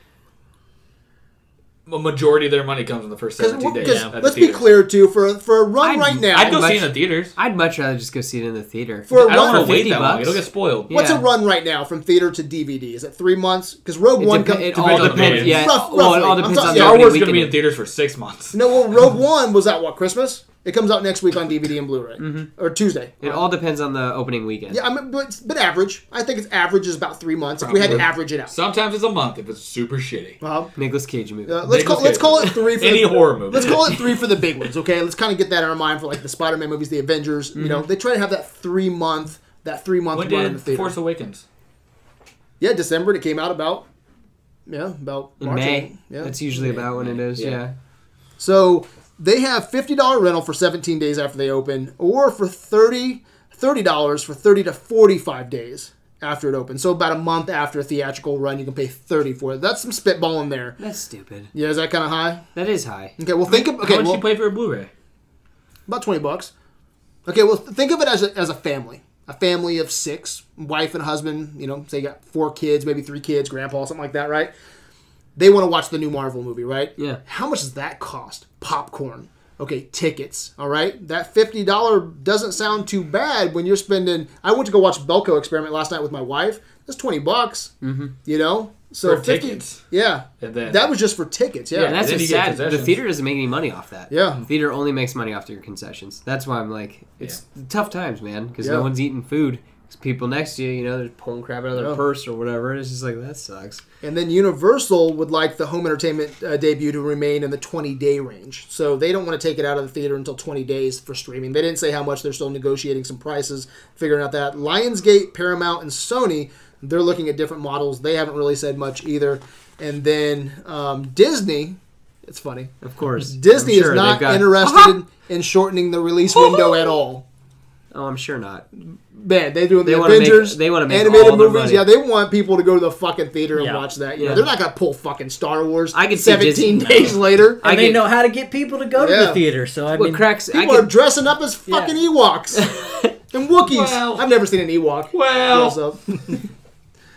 S2: A majority of their money comes in the first
S1: 'Cause-
S2: seventeen days.
S1: because
S2: at the
S1: let's be
S2: theaters.
S1: clear too for for a run
S3: I'd-
S1: right now.
S2: I'd go
S3: I'd much-
S2: see it in the theaters.
S3: I'd much rather just go see it in the theater.
S1: for a
S2: I don't
S1: run
S2: want to wait
S3: 50
S2: that long.
S3: bucks.
S2: It'll get spoiled.
S1: What's
S3: Yeah.
S1: a run right now from theater to DVD? Is it three months? Because Rogue
S3: It,
S1: One oh,
S3: depe-
S1: comes.
S3: it
S2: depends
S3: all
S2: on the
S3: depends.
S2: period.
S3: Yeah, it
S1: Rough-
S3: well, it all
S1: roughly. I'm
S3: depends
S1: talking- Star
S3: on how
S2: Star
S3: many
S2: Wars is
S3: we
S2: going
S3: can
S2: to be
S3: do.
S2: in theaters for six months.
S1: No, well, Rogue One was out what Christmas? It comes out next week on DVD and Blu-ray or Tuesday.
S3: It all depends on the opening weekend.
S1: yeah, I mean, but, but average. I think its average is about three months. If we had to
S2: Probably.
S1: average it out,
S2: Sometimes it's a month if it's super shitty.
S1: uh,
S3: Nicholas Cage movie.
S1: uh, let's call
S2: Nicolas
S1: let's
S2: Cage.
S1: call it three. For
S2: Any
S1: the,
S2: horror movie.
S1: Let's call it three for the big ones. Okay, let's kind of get that in our mind for like the Spider-Man movies, the Avengers. You know, they try to have that three month that three month
S2: When
S1: run in the
S2: did
S1: theater.
S2: Force Awakens?
S1: yeah, December. and It came out about yeah about
S3: in
S1: March, I
S3: May.
S1: think. Yeah,
S3: That's usually about when it is. Yeah.
S2: Yeah.
S1: So they have $50 rental for 17 days after they open, or for 30 $30 for 30 to 45 days after it opens. So about a month after a theatrical run, you can pay 30 for it. That's some spitballing there.
S3: That's stupid.
S1: Yeah, is that kind of high?
S3: That is high.
S1: Okay, well think of
S2: How
S1: okay,
S2: much
S1: well,
S2: you pay for a Blu-ray?
S1: about 20 bucks. Okay, well think of it as a, as a family. A family of six, wife and husband, you know, say you got four kids, maybe three kids, grandpa, something like that, right? They want to watch the new Marvel movie, right?
S3: Yeah.
S1: How much does that cost? Popcorn. Okay, tickets. All right. That $50 doesn't sound too bad when you're spending. I went to go watch Belko Experiment last night with my wife. That's 20 bucks. Mm-hmm. You know? So
S2: For
S1: 50
S2: tickets.
S1: Yeah.
S2: And then-
S1: that was just for tickets. Yeah.
S3: And that's
S2: Then
S3: just
S2: you get
S3: sad. The
S2: concessions.
S3: theater doesn't make any money off that.
S1: Yeah.
S3: The theater only makes money off your concessions. That's why I'm like, it's tough times, man, because
S1: Yeah.
S3: no one's eating food. 'Cause People next to you, you know, they're pulling crap out of their
S1: Yeah.
S3: purse or whatever. It's just like that sucks.
S1: And then Universal would like the home entertainment uh, debut to remain in the 20 day range. So they don't want to take it out of the theater until 20 days for streaming. They didn't say how much. They're still negotiating some prices, figuring out that. Lionsgate, Paramount, and Sony, they're looking at different models. They haven't really said much either. And then um, Disney, it's funny.
S3: Of course,
S1: Disney
S3: I'm sure
S1: is
S3: they've
S1: not
S3: got- Uh-huh.
S1: interested in, in shortening the release window at all.
S3: Oh, I'm sure not.
S1: Man, they do the
S3: wanna make-
S1: Avengers.
S3: they wanna make
S1: animated
S3: all their
S1: movies.
S3: money.
S1: Yeah, they want people to go to the fucking theater and
S4: Yeah.
S1: watch that. You know,
S3: Yeah.
S1: they're not gonna pull fucking Star Wars.
S3: I could see
S1: seventeen
S3: Disney-
S1: days later.
S4: And
S3: I
S4: they
S3: get-
S4: know how to get people to go to
S1: Yeah.
S4: the theater. So I
S3: What
S4: mean,
S3: cracks? I
S1: people
S3: could,
S1: are dressing up as fucking Ewoks and Wookiees.
S2: Well.
S1: I've never seen an Ewok.
S2: Well.
S1: dress up.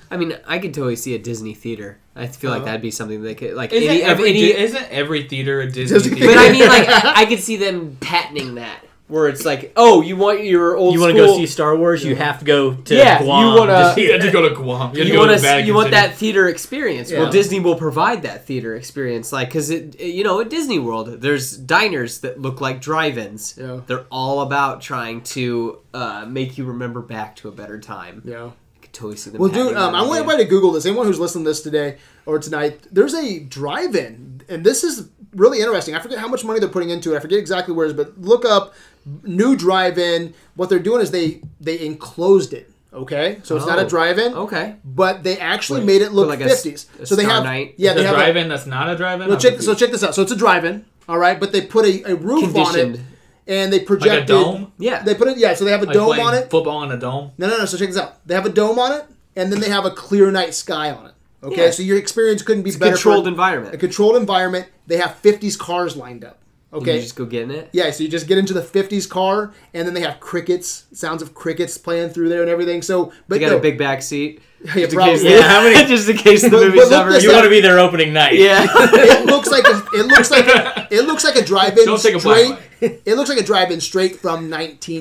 S3: I mean, I could totally see a Disney theater. I feel
S1: Uh-huh.
S3: like that'd be something they could like
S2: Isn't,
S3: any of
S2: every,
S3: any.
S2: di- isn't every theater a Disney
S1: Disney
S2: theater?
S3: but I mean, like I could see them patenting that, where it's like, oh, you want your old
S4: you
S3: want to
S4: go see Star Wars, you have to go to
S3: Yeah, you
S4: Guam.
S3: wanna-
S4: to
S1: Uh,
S4: see
S2: you
S4: it.
S2: had to go to Guam. You, had to
S3: You
S2: go
S3: want
S2: to
S3: to
S2: Vatican
S3: you want
S2: City.
S3: that theater experience.
S1: Yeah.
S3: Well, Disney will provide that theater experience, like because it, it- you know, at Disney World, there's diners that look like drive-ins.
S1: Yeah.
S3: They're all about trying to uh, make you remember back to a better time.
S1: yeah.
S3: I could totally see them.
S1: Well, dude,
S3: patenting
S1: um,
S3: that
S1: I want
S3: idea.
S1: everybody to Google this. Anyone who's listening to this today or tonight, there's a drive-in, and this is really interesting. I forget how much money they're putting into it. I forget exactly where it is, but look up new drive-in. What they're doing is they they enclosed it. Okay, so it's not a
S3: Oh,
S1: drive-in.
S3: Okay.
S1: but they actually
S3: Wait,
S1: made it look
S3: like a s-
S1: 50s.
S3: a
S1: so they
S3: Star
S1: have
S3: Night?
S1: yeah,
S2: The
S1: they have a-
S2: drive-in that's not a drive-in.
S1: so
S2: I'm
S1: check so
S2: confused.
S1: check this out. So it's a drive-in, all right, but they put a, a roof on it.
S3: Conditioned.
S1: and they
S2: Like a
S1: projected.
S2: dome?
S3: Yeah.
S1: They put it. Yeah. So they have a
S2: Like
S1: dome
S2: playing
S1: on it.
S2: Football in a dome?
S1: No, no, no. So check this out. They have a dome on it, and then they have a clear night sky on it. Okay,
S3: Yeah.
S1: so your experience couldn't be
S3: a
S1: better.
S3: controlled
S1: for-
S3: environment.
S1: A controlled environment. They have 50s cars lined up.
S3: You
S1: Okay.
S3: just go get in it.
S1: Yeah, so you just get into the 50s car, and then they have crickets, sounds of crickets playing through there and everything. So, but
S3: You got
S1: no,
S3: a big back seat. Just in
S1: probably.
S3: case,
S4: Yeah, how many-
S3: just in case the
S1: But-
S3: movie's
S1: but look
S3: over.
S1: this
S4: You
S1: up.
S4: want to be there opening night.
S3: yeah.
S1: it looks like a, it looks like a, it looks like a drive-in
S2: Don't take a
S1: straight. It looks like a drive-in straight from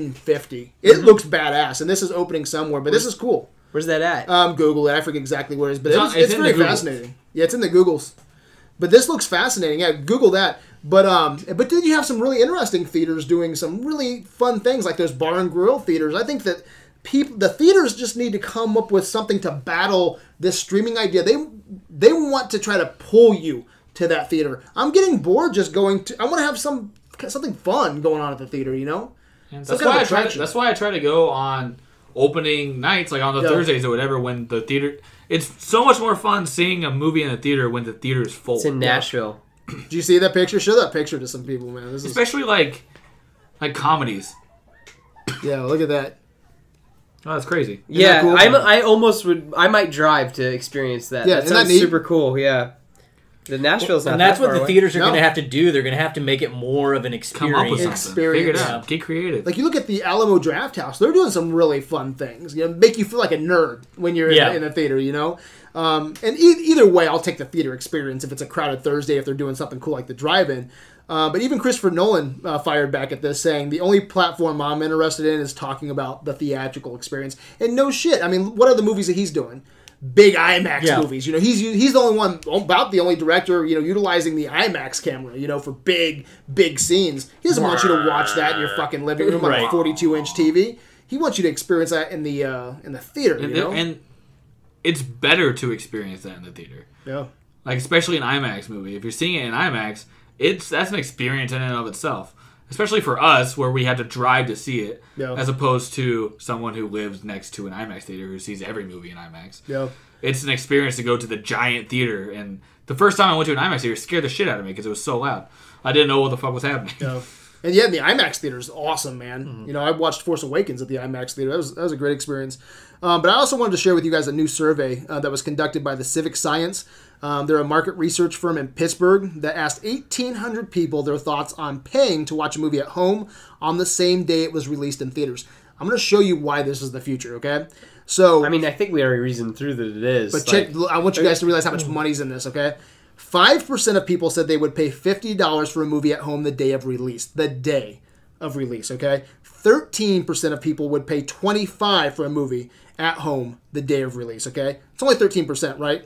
S1: 1950. It looks badass, and this is opening somewhere, but this is cool.
S3: Mm-hmm. Where's that at?
S1: Um, Google it. I forget exactly where it is, but it's,
S2: It's on-
S1: it's,
S2: it's in
S1: very
S2: the Googles.
S1: fascinating. Yeah, it's in the Googles. But this looks fascinating. Yeah, Google that. But um, but then you have some really interesting theaters doing some really fun things, like those bar and grill theaters. I think that people, the theaters just need to come up with something to battle this streaming idea. They they want to try to pull you to that theater. I'm getting bored just going to. I want to have some something fun going on at the theater. You know.
S2: That's
S1: kind
S2: why
S1: of
S2: I try.
S1: attraction.
S2: To, that's why I try to go on opening nights, like on the
S1: Yeah.
S2: Thursdays or whatever, when the theater. It's so much more fun seeing a movie in the theater when the theater is full.
S3: It's in Nashville.
S1: Do you see that picture? Show that picture to some people, man. This is
S2: especially like like comedies.
S1: yeah. Look at that.
S2: Oh, that's crazy.
S1: that
S3: Yeah,
S1: cool?
S3: I'm, I almost would. I might drive to experience that.
S1: Yeah,
S3: that
S1: isn't
S3: sounds
S1: that neat?
S3: super cool. Yeah, the Nashville's not.
S4: And that's
S3: that
S4: what
S3: far
S4: the
S3: away.
S4: theaters are
S1: No.
S4: going to have to do. They're going to have to make it more of an
S2: Come
S4: experience.
S2: up with something. Figure it
S1: Experience.
S2: out. Get creative.
S1: Like you look at the Alamo Draft House, they're doing some really fun things. You know, make you feel like a nerd when you're in-
S4: Yeah.
S1: in, a theater. You know, um, and e- either way, I'll take the theater experience if it's a crowded Thursday if they're doing something cool like the drive-in. Uh, but even Christopher Nolan uh, fired back at this, saying the only platform I'm interested in is talking about the theatrical experience. And no shit, I mean, what are the movies that he's doing? Big IMAX
S4: Yeah.
S1: movies, you know. He's he's the only one, about the only director, you know, utilizing the IMAX camera, you know, for big big scenes. He doesn't want you to watch that in your fucking living room on a
S4: Right.
S1: 42 inch TV. He wants you to experience that in the uh, in the theater, you
S2: and,
S1: know.
S2: and it's better to experience that in the theater.
S1: yeah.
S2: like especially an IMAX movie. If you're seeing it in IMAX, it's that's an experience in and of itself. Especially for us, where we had to drive to see it,
S1: Yeah.
S2: as opposed to someone who lives next to an IMAX theater who sees every movie in IMAX.
S1: Yeah.
S2: It's an experience to go to the giant theater. And the first time I went to an IMAX theater, it scared the shit out of me because it was so loud. I didn't know what the fuck was happening.
S1: Yeah. And yeah, the IMAX theater is awesome, man.
S3: Mm-hmm.
S1: You know, I watched Force Awakens at the IMAX theater. That was, that was a great experience. Um, but I also wanted to share with you guys a new survey uh, that was conducted by the Civic Science. Um, they're a market research firm in Pittsburgh that asked 1,800 people their thoughts on paying to watch a movie at home on the same day it was released in theaters. I'm going to show you why this is the future, okay? So,
S3: I mean, I think we already reasoned through that it is.
S1: but check. I want you guys to realize how much money's in this. Okay, five percent of people said they would pay fifty dollars for a movie at home the day of release. The day of release. Okay, thirteen percent of people would pay twenty five for a movie at home the day of release. Okay, it's only thirteen percent, right?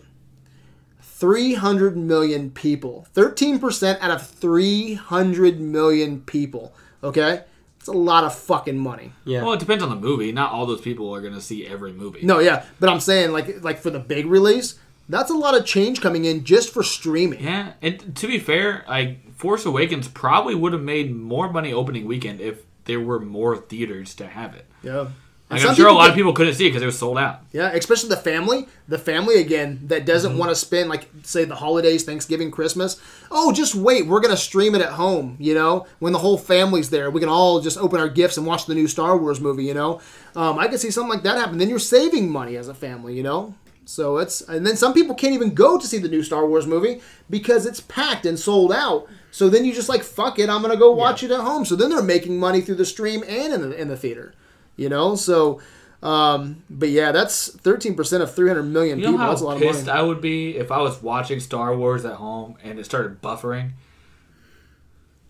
S1: 300 million people. 13% out of 300 million people. Okay? It's a lot of fucking money.
S3: Yeah.
S2: Well, it depends on the movie. Not all those people are going to see every movie.
S1: No, yeah, but I'm saying like like for the big release, that's a lot of change coming in just for streaming.
S2: Yeah, and to be fair, like Force Awakens probably would have made more money opening weekend if there were more theaters to have it.
S1: Yeah,
S2: Like, I'm sure a lot of people couldn't see it because it was sold out.
S1: Yeah, especially the family, the family again that doesn't want to spend like say the holidays, Thanksgiving, Christmas. Oh, just wait, we're gonna stream it at home. You know, when the whole family's there, we can all just open our gifts and watch the new Star Wars movie. You know, um, I could see something like that happen. Then you're saving money as a family. You know. So it's and then some people can't even go to see the new Star Wars movie because it's packed and sold out. So then you just like fuck it, I'm gonna go watch it at home. So then they're making money through the stream and in the in the theater, you know. So um, but yeah, that's 13% of 300 million
S2: You know
S1: people.
S2: how
S1: That's a lot of
S2: pissed
S1: money.
S2: I would be if I was watching Star Wars at home and it started buffering.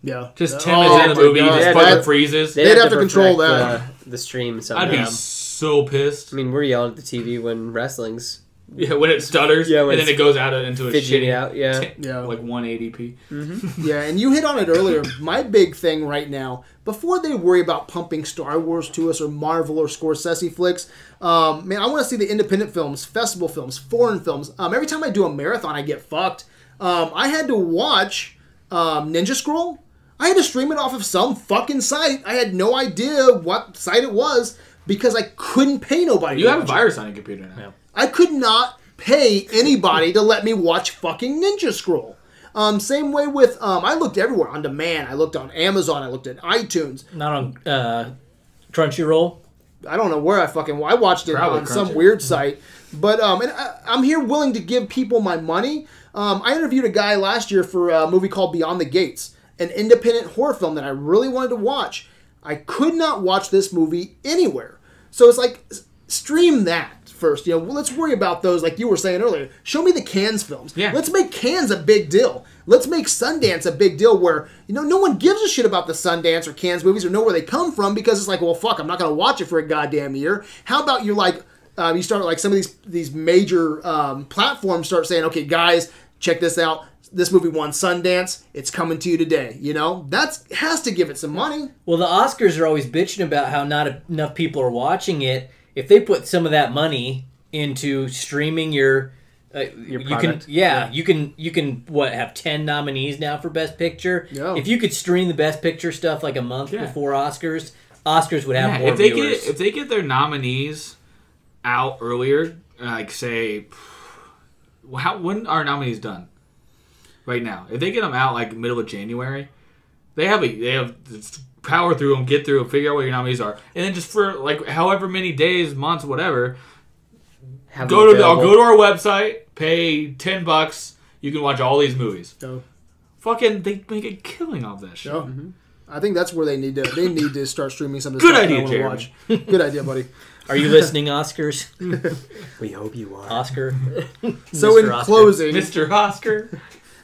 S1: yeah.
S2: Just
S1: Uh,
S2: ten
S1: oh
S2: minutes in the
S1: my
S2: movie,
S1: God.
S2: just
S3: Yeah,
S2: fucking
S1: that-
S2: freezes.
S1: They'd have to control
S3: perfect, uh, the stream somehow.
S2: I'd be so pissed.
S3: I mean, we're yelling at the TV when wrestling's
S2: Yeah, when it stutters,
S3: Yeah, when
S2: and then
S3: it's
S2: it goes out into a
S3: fidgeting
S2: shitty,
S3: out. Yeah.
S2: t-
S1: Yeah.
S2: like 180p.
S1: yeah, and you hit on it earlier. My big thing right now, before they worry about pumping Star Wars to us or Marvel or Scorsese flicks, um, man, I want to see the independent films, festival films, foreign films. Um, every time I do a marathon, I get fucked. Um, I had to watch um, Ninja Scroll. I had to stream it off of some fucking site. I had no idea what site it was because I couldn't pay nobody.
S2: You
S1: to
S2: have a
S1: watch it.
S2: virus on your computer now.
S1: I could not pay anybody to let me watch fucking Ninja Scroll. Um, same way with um, I looked everywhere on demand. I looked on Amazon. I looked at iTunes.
S4: Not on uh, Crunchyroll.
S1: I don't know where I fucking. I watched it
S2: Probably
S1: on some
S2: Crunchy.
S1: weird site, but um, and I, I'm here willing to give people my money. Um, I interviewed a guy last year for a movie called Beyond the Gates, an independent horror film that I really wanted to watch. I could not watch this movie anywhere, so it's like s- stream that first. You know, well, let's worry about those, like you were saying earlier. Show me the Cannes films.
S2: Yeah.
S1: Let's make Cannes a big deal. Let's make Sundance a big deal where, you know, no one gives a shit about the Sundance or Cannes movies or know where they come from because it's like, well, fuck, I'm not going to watch it for a goddamn year. How about you're like, um, you start like some of these, these major um, platforms start saying, okay, guys, check this out. This movie won Sundance. It's coming to you today. You know, that's has to give it some money.
S4: Well, the Oscars are always bitching about how not e, enough people are watching it. If they put some of that money into streaming your uh, your
S2: product.
S4: can yeah, you can you can what have 10 nominees now for best picture.
S1: Yeah.
S4: If you could stream the best picture stuff like a month
S2: Yeah.
S4: before Oscars, Oscars would have
S2: Yeah,
S4: more
S2: if they
S4: viewers.
S2: get if they get their nominees out earlier, like say, how when are nominees done? Right now, if they get them out like middle of January, they have a they have this power through them, get through them, figure out what your nominees are, and then just for like however many days, months, whatever,
S3: Have
S2: go
S3: it
S2: to I'll
S3: available.
S2: go to our website, pay ten bucks, you can watch all these movies.
S1: So
S2: Fucking, they make a killing off that shit.
S1: Yeah. I think that's where they need to they need to start streaming some of this
S2: Mm-hmm. Good
S1: stuff that I
S2: idea,
S1: wanna
S2: Jeremy.
S1: watch. Good idea, buddy.
S4: Are you listening, Oscars?
S3: We hope you are.
S4: Oscar.
S1: So in
S4: Mr. Oscar.
S1: closing,
S2: Mr. Oscar.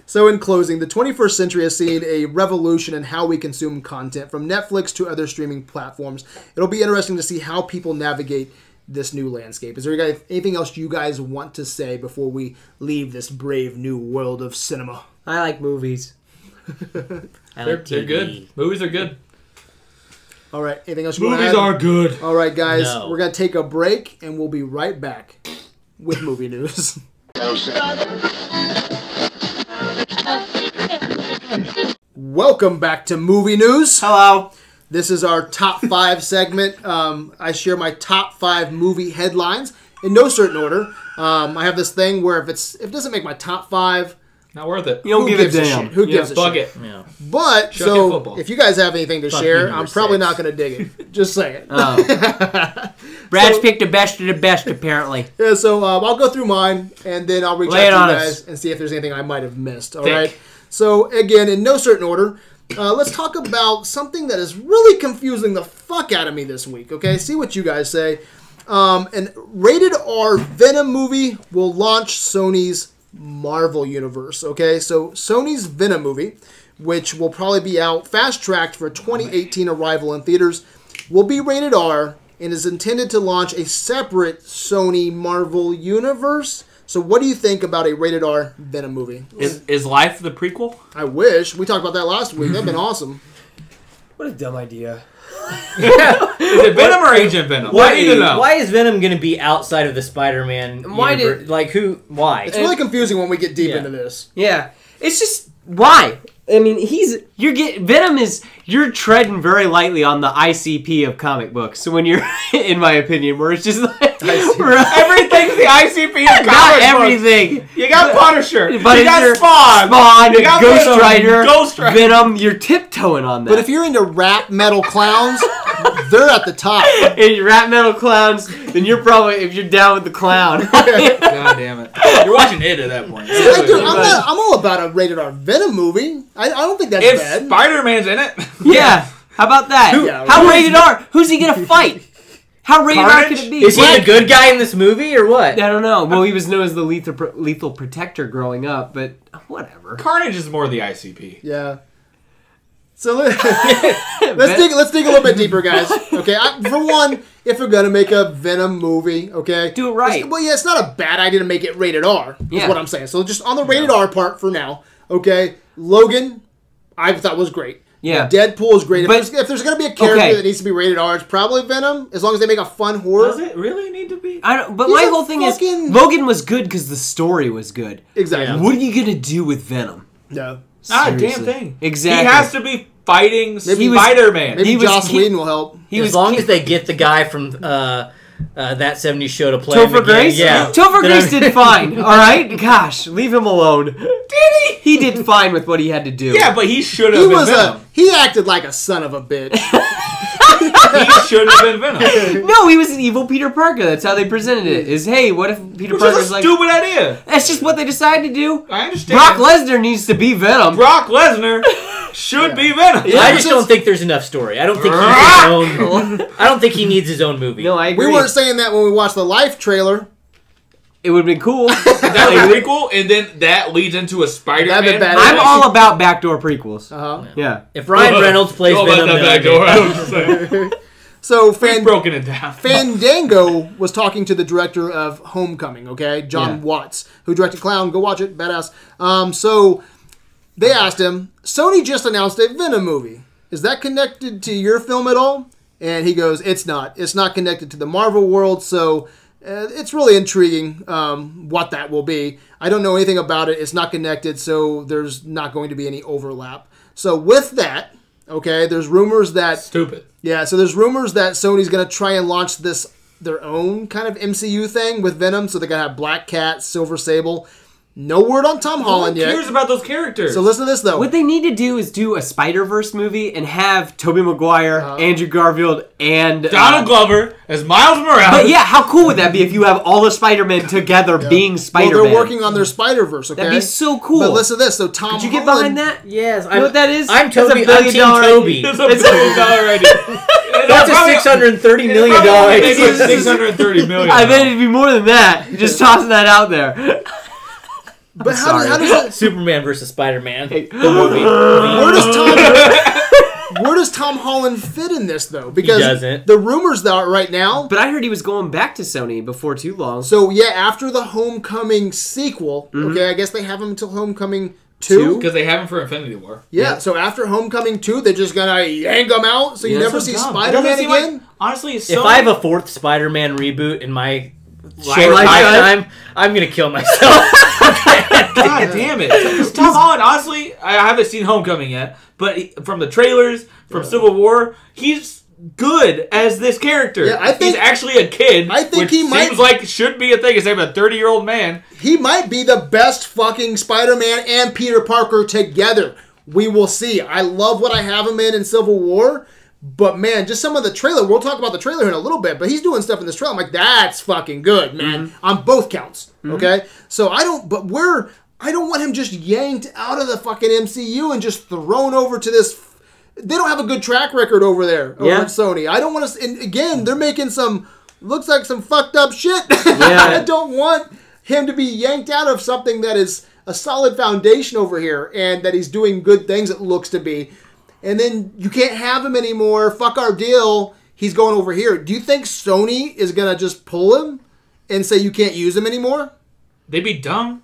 S1: So, in closing, the 21st century has seen a revolution in how we consume content from Netflix to other streaming platforms. It'll be interesting to see how people navigate this new landscape. Is there guys- anything else you guys want to say before we leave this brave new world of cinema?
S3: I like movies. I
S2: They're,
S3: like
S2: they're
S3: TV.
S2: good. Movies are good.
S1: All right, anything else you want to
S2: Movies
S1: add?
S2: are good.
S1: All right, guys,
S4: No.
S1: we're going to take a break and we'll be right back with movie news. Welcome back to Movie News.
S3: Hello.
S1: This is our top five segment. Um, I share my top five movie headlines in no certain order. Um, I have this thing where if it's if it doesn't make my top five,
S2: Not worth it.
S3: You don't
S1: who
S3: give
S1: gives
S3: a
S1: a
S3: damn.
S1: shit? Who
S2: Yeah,
S1: gives a
S2: fuck
S1: shit?
S2: it.
S4: Yeah.
S1: But
S2: Shut your
S1: so
S2: football.
S1: if you guys have anything to
S4: Fuck you,
S1: share,
S4: number
S1: I'm probably
S4: six.
S1: not going to dig it. Just saying.
S3: Brad's picked the best of the best, apparently.
S1: Yeah, so um, I'll go through mine and then I'll reach
S3: Lay it
S1: out
S3: on
S1: to you
S3: us.
S1: guys and see if there's anything I might have missed. All right.
S2: Thick.
S1: So again, in no certain order, uh, let's talk about something that is really confusing the fuck out of me this week. Okay, see what you guys say. Um, an rated R Venom movie will launch Sony's Marvel universe. Okay, so Sony's Venom movie, which will probably be out fast tracked for 2018 arrival in theaters, will be rated R and is intended to launch a separate Sony Marvel universe. So, what do you think about a rated R Venom movie?
S2: Is, is Life the prequel?
S1: I wish we talked about that last week. That'd been awesome.
S3: What a dumb idea.
S2: Is it Venom or Agent Venom?
S4: Why,
S2: I need to know.
S4: why is Venom going to be outside of the Spider-Man?
S3: Why
S4: univer-
S3: did-
S4: like who? Why?
S1: It's really confusing when we get deep
S4: Yeah.
S1: into this.
S3: Yeah. It's just why? I mean, he's you're get Venom is you're treading very lightly on the ICP of comic books. So when you're, in my opinion, where it's just like
S2: Everything's the ICP
S3: not
S2: of comic books.
S3: everything.
S2: You got Punisher.
S3: But
S2: you
S3: if you're-
S2: got Spawn.
S3: Spawn,
S2: You got
S3: Ghost
S2: Venom,
S3: Rider,
S2: Ghost Rider.
S3: Venom. You're tiptoeing on that.
S1: But if you're into rap metal clowns, they're at the top.
S3: and you're rap metal clowns, then you're probably if you're down with the clown.
S2: God damn it. You're watching it at that point.
S1: I do, I'm, not, I'm all about a rated R Venom movie. I, I don't think that's
S2: if
S1: bad.
S2: Spider Man's in it,
S3: yeah. How about that?
S1: Yeah,
S3: How
S1: who's-
S3: rated R? Who's he gonna fight? How rated R
S2: Carnage?
S3: could it be?
S4: Is he
S3: Black-
S4: the good guy in this movie or what?
S3: I don't know. Well, he was known as the lethal pro- lethal protector growing up, but whatever.
S2: Carnage is more the ICP.
S1: yeah. So let- let's dig. Let's dig a little bit deeper, guys. Okay, I, for one, if we're gonna make a Venom movie, okay,
S3: Do it right.
S1: It's- well, yeah, it's not a bad idea to make it rated R. Is
S3: Yeah.
S1: what I'm saying. So just on the rated R part for now, okay. Logan, I thought was great.
S3: Yeah.
S1: Deadpool is great.
S3: But-
S1: if, there's, if there's gonna be a character
S3: Okay.
S1: that needs to be rated R, it's probably Venom. As long as they make a fun horror.
S2: Does it really need to be?
S3: I don't, but
S1: He's
S3: my
S1: a
S3: whole thing
S1: fucking-
S3: is Logan was good because the story was good.
S1: Exactly.
S3: What are you gonna do with Venom?
S1: No.
S2: Not a Ah, damn
S3: Seriously.
S2: thing.
S3: Exactly.
S2: He has to be fighting
S1: Maybe he
S3: was-
S2: Spider Man.
S1: Maybe
S3: He was
S1: Joss
S3: ki-
S1: Whedon will help.
S3: He
S4: as
S3: was
S4: long
S3: ki-
S4: as they get the guy from uh, uh, that 70s show to play. him
S3: Topher
S4: again.
S3: Grace?
S4: Yeah.
S3: Topher
S4: Then
S3: Grace
S4: I-
S3: did fine, alright? Gosh, leave him alone. Did he? He did fine with what he had to do.
S2: Yeah, but he should have
S1: He
S2: been
S1: was a
S2: Venom.
S1: he acted like a son of a bitch.
S2: He should have been Venom.
S3: No, he was an evil Peter Parker. That's how they presented it. Is hey, what if Peter
S2: Which
S3: Parker's
S2: is a
S3: like
S2: stupid idea.
S3: That's just what they decided to do?
S2: I understand.
S3: Brock Lesnar needs to be Venom.
S2: Brock Lesnar should be Venom.
S4: I just don't think there's enough story. I don't think he needs his own. I don't think he needs his own movie.
S3: no, I
S1: We
S3: agree.
S1: weren't saying that when we watched the Life trailer.
S3: It would have been cool.
S2: That was a prequel, and then that leads into a Spider-Man.
S1: That'd be bad.
S3: I'm all about backdoor prequels.
S1: Uh-huh.
S3: yeah.
S4: If Ryan Reynolds plays
S2: Go
S4: Venom,
S2: about that back
S4: then I'd be-
S2: door. I was just saying.
S1: So
S2: He's
S1: Fan-
S2: broken it down.
S1: Fandango was talking to the director of Homecoming, okay, John
S3: Yeah.
S1: Watts, who directed Clown. Go watch it, badass. Um, so they asked him, Sony just announced a Venom movie. Is that connected to your film at all? And he goes, It's not. It's not connected to the Marvel world, so uh, it's really intriguing um, what that will be. I don't know anything about it. It's not connected, so there's not going to be any overlap. So with that, okay, there's rumors that
S2: Stupid.
S1: yeah, so there's rumors that Sony's gonna try and launch this their own kind of MCU thing with Venom. So they're gonna have Black Cat, Silver Sable. No word on Tom Holland
S2: Who cares
S1: yet.
S2: about those characters?
S1: So listen to this though.
S3: What they need to do is do a Spider Verse movie and have Tobey Maguire, Andrew Garfield, and uh,
S2: Donald Glover as Miles Morales.
S3: But yeah, how cool would that be if you have all the Spider Men together being
S1: well,
S3: Spider Man?
S1: they're working on their Spider Verse. Okay,
S3: That'd be so cool.
S1: But listen to this. So Tom,
S3: Could you get
S1: Holland,
S3: behind that?
S4: Yes, I'm,
S3: know what that is?
S4: I'm
S3: That's a
S4: Toby. I'm
S3: billion
S4: Team
S3: dollar
S4: Toby.
S2: It's a billion dollar idea.
S4: That's a six hundred and thirty million dollar idea.
S2: Six hundred thirty million.
S3: I bet it'd be more than that. Just tossing that out there.
S1: But how, do- how does that,
S4: Superman versus Spider Man.
S1: where does Tom where does Tom Holland fit in this though? Because
S4: doesn't.
S1: the rumors that are right now.
S3: But I heard he was going back to Sony before too long.
S1: So yeah, after the Homecoming sequel,
S3: Mm-hmm.
S1: okay, I guess they have him until Homecoming two.
S2: because they have him for Infinity War.
S1: Yeah, so after Homecoming 2, they're just gonna yank them out so you
S3: Yeah.
S1: never
S3: So
S1: see
S3: dumb.
S1: Spider Man again?
S2: honestly, if
S4: If I have a fourth Spider Man reboot in my short
S3: Lifetime.
S4: lifetime, I'm gonna kill myself.
S2: God damn it. It's Tom Holland, honestly, I haven't seen Homecoming yet, but he- from the trailers, from Civil War, he's good as this character.
S1: Yeah, I think-
S2: he's actually a kid.
S1: I think
S2: which
S1: he might-
S2: seems like should be a thing instead of a thirty year old man.
S1: He might be the best fucking Spider Man and Peter Parker together. We will see. I love what I have him in in Civil War, but man, just some of the trailer. We'll talk about the trailer in a little bit, but he's doing stuff in this trailer. I'm like, that's fucking good, man, on both counts. Okay? So I don't, but we're, I don't want him just yanked out of the fucking MCU and just thrown over to this. f- They don't have a good track record over there over
S3: Yeah.
S1: at Sony. I don't want to, and again, they're making some, looks like some fucked up shit. I don't want him to be yanked out of something that is a solid foundation over here and that he's doing good things, it looks to be. And then you can't have him anymore. Fuck our deal. He's going over here. Do you think Sony is going to just pull him and say you can't use him anymore?
S2: They'd be dumb.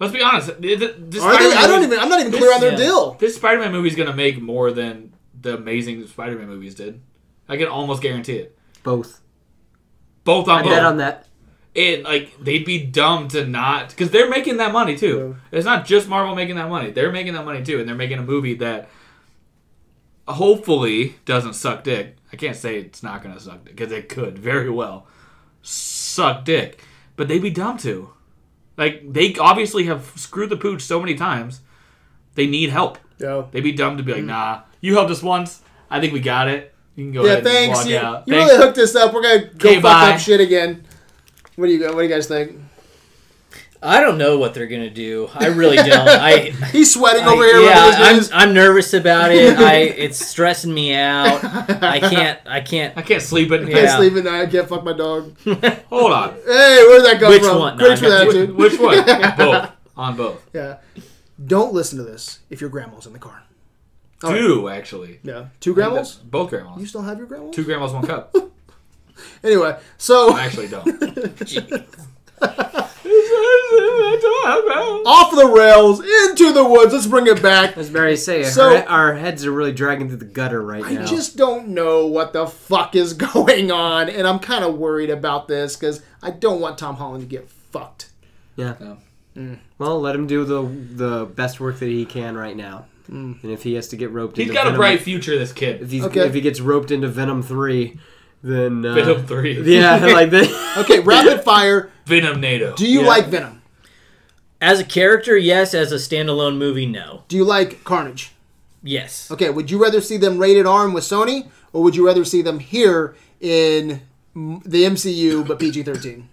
S2: Let's be honest. th- th- This
S1: Are they?
S2: Spider-Man
S1: I don't
S2: movie-
S1: even, I'm not even clear on their
S4: yeah.
S1: deal.
S2: This Spider Man movie's gonna make more than the amazing Spider Man movies did. I can almost guarantee it.
S3: Both.
S2: Both on
S3: I
S2: both.
S3: bet on that.
S2: it like they'd be dumb to not because they're making that money too. It's not just Marvel making that money; they're making that money too, and they're making a movie that hopefully doesn't suck dick. I can't say it's not going to suck dick because it could very well suck dick, but they'd be dumb to. Like they obviously have screwed the pooch so many times, they need help.
S1: No.
S2: They'd be dumb to be like, "Nah, you helped us once. I think we got it. You can go
S1: Mm. Yeah,
S2: ahead and
S1: thanks.
S2: walk
S1: You,
S2: out.
S1: you
S2: Thanks.
S1: really hooked us up. We're going to go
S2: Okay,
S1: fuck
S2: bye.
S1: up shit again. What do you, what do you guys think?
S4: I don't know what they're gonna do. I really don't. I,
S1: He's sweating
S4: I
S1: over here.
S4: yeah,
S1: rubbing
S4: I'm,
S1: his knees.
S4: I'm nervous about it. I it's stressing me out. I can't. I can't.
S2: I can't sleep at night.
S1: I
S4: yeah.
S1: sleep at night. I can't fuck my dog.
S2: Hold on."
S1: Hey, where'd that come
S4: Which
S1: from?
S4: one?
S1: Great for
S4: No, I
S1: that,
S4: got
S1: dude.
S2: Which one? both. On both.
S1: Yeah. Don't listen to this if your grandma's in the car. All right.
S2: Two, actually.
S1: Yeah. Two grandmas?
S2: Both
S1: You
S2: grandmas.
S1: still have your grandmas?
S2: Two grandmas, one cup.
S1: Anyway, so
S2: I actually don't.
S1: off the rails, into the woods. Let's bring it back.
S3: As Barry say,
S1: So-
S3: our, our heads are really dragging through the gutter right
S1: I
S3: now.
S1: just don't know what the fuck is going on, and I'm kind of worried about this because I don't want Tom Holland to get fucked.
S3: yeah.
S2: No.
S1: Mm.
S3: Well, let him do the the best work that he can right now. And if he has to get roped
S2: He's
S3: into
S2: got a
S3: Venom,
S2: bright future, this kid.
S3: if, he's,
S1: Mm. Okay.
S3: if he gets roped into Venom 3, Then uh,
S2: Venom three.
S3: Yeah, like that.
S1: Okay, rapid fire.
S2: Venom NATO.
S1: Do you
S3: Yeah.
S1: like Venom?
S4: As a character, yes. As a standalone movie, no.
S1: Do you like Carnage?
S4: Yes.
S1: Okay, would you rather see them rated R and with Sony, or would you rather see them here in m- the MCU but PG thirteen?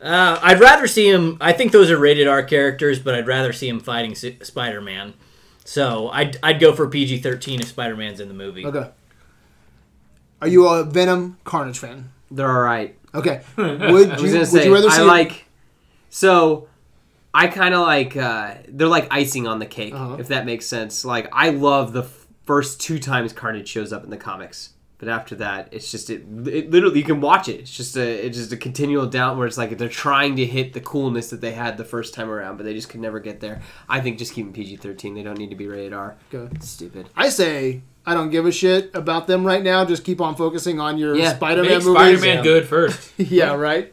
S4: Uh, I'd rather see him. I think those are rated R characters, but I'd rather see him fighting S- Spider Man. So I'd, I'd go for PG 13 if Spider Man's in the movie.
S1: Okay. Are you a Venom Carnage fan?
S3: They're all right.
S1: Okay. Would
S3: I was
S1: you,
S3: gonna
S1: would
S3: say
S1: you rather see
S3: I like. So, I kind of like. Uh, they're like icing on the cake,
S1: Uh-huh.
S3: if that makes sense. Like I love the f- first two times Carnage shows up in the comics, but after that, it's just it. It literally you can watch it. It's just a it's just a continual down where it's like they're trying to hit the coolness that they had the first time around, but they just could never get there. I think just keep them PG thirteen. They don't need to be rated R.
S1: Okay.
S3: It's stupid.
S1: I say I don't give a shit about them right now. Just keep on focusing on your
S3: Yeah.
S1: Spider-Man
S2: Make
S1: movies.
S2: Spider Man
S4: yeah.
S2: good first.
S1: yeah, right.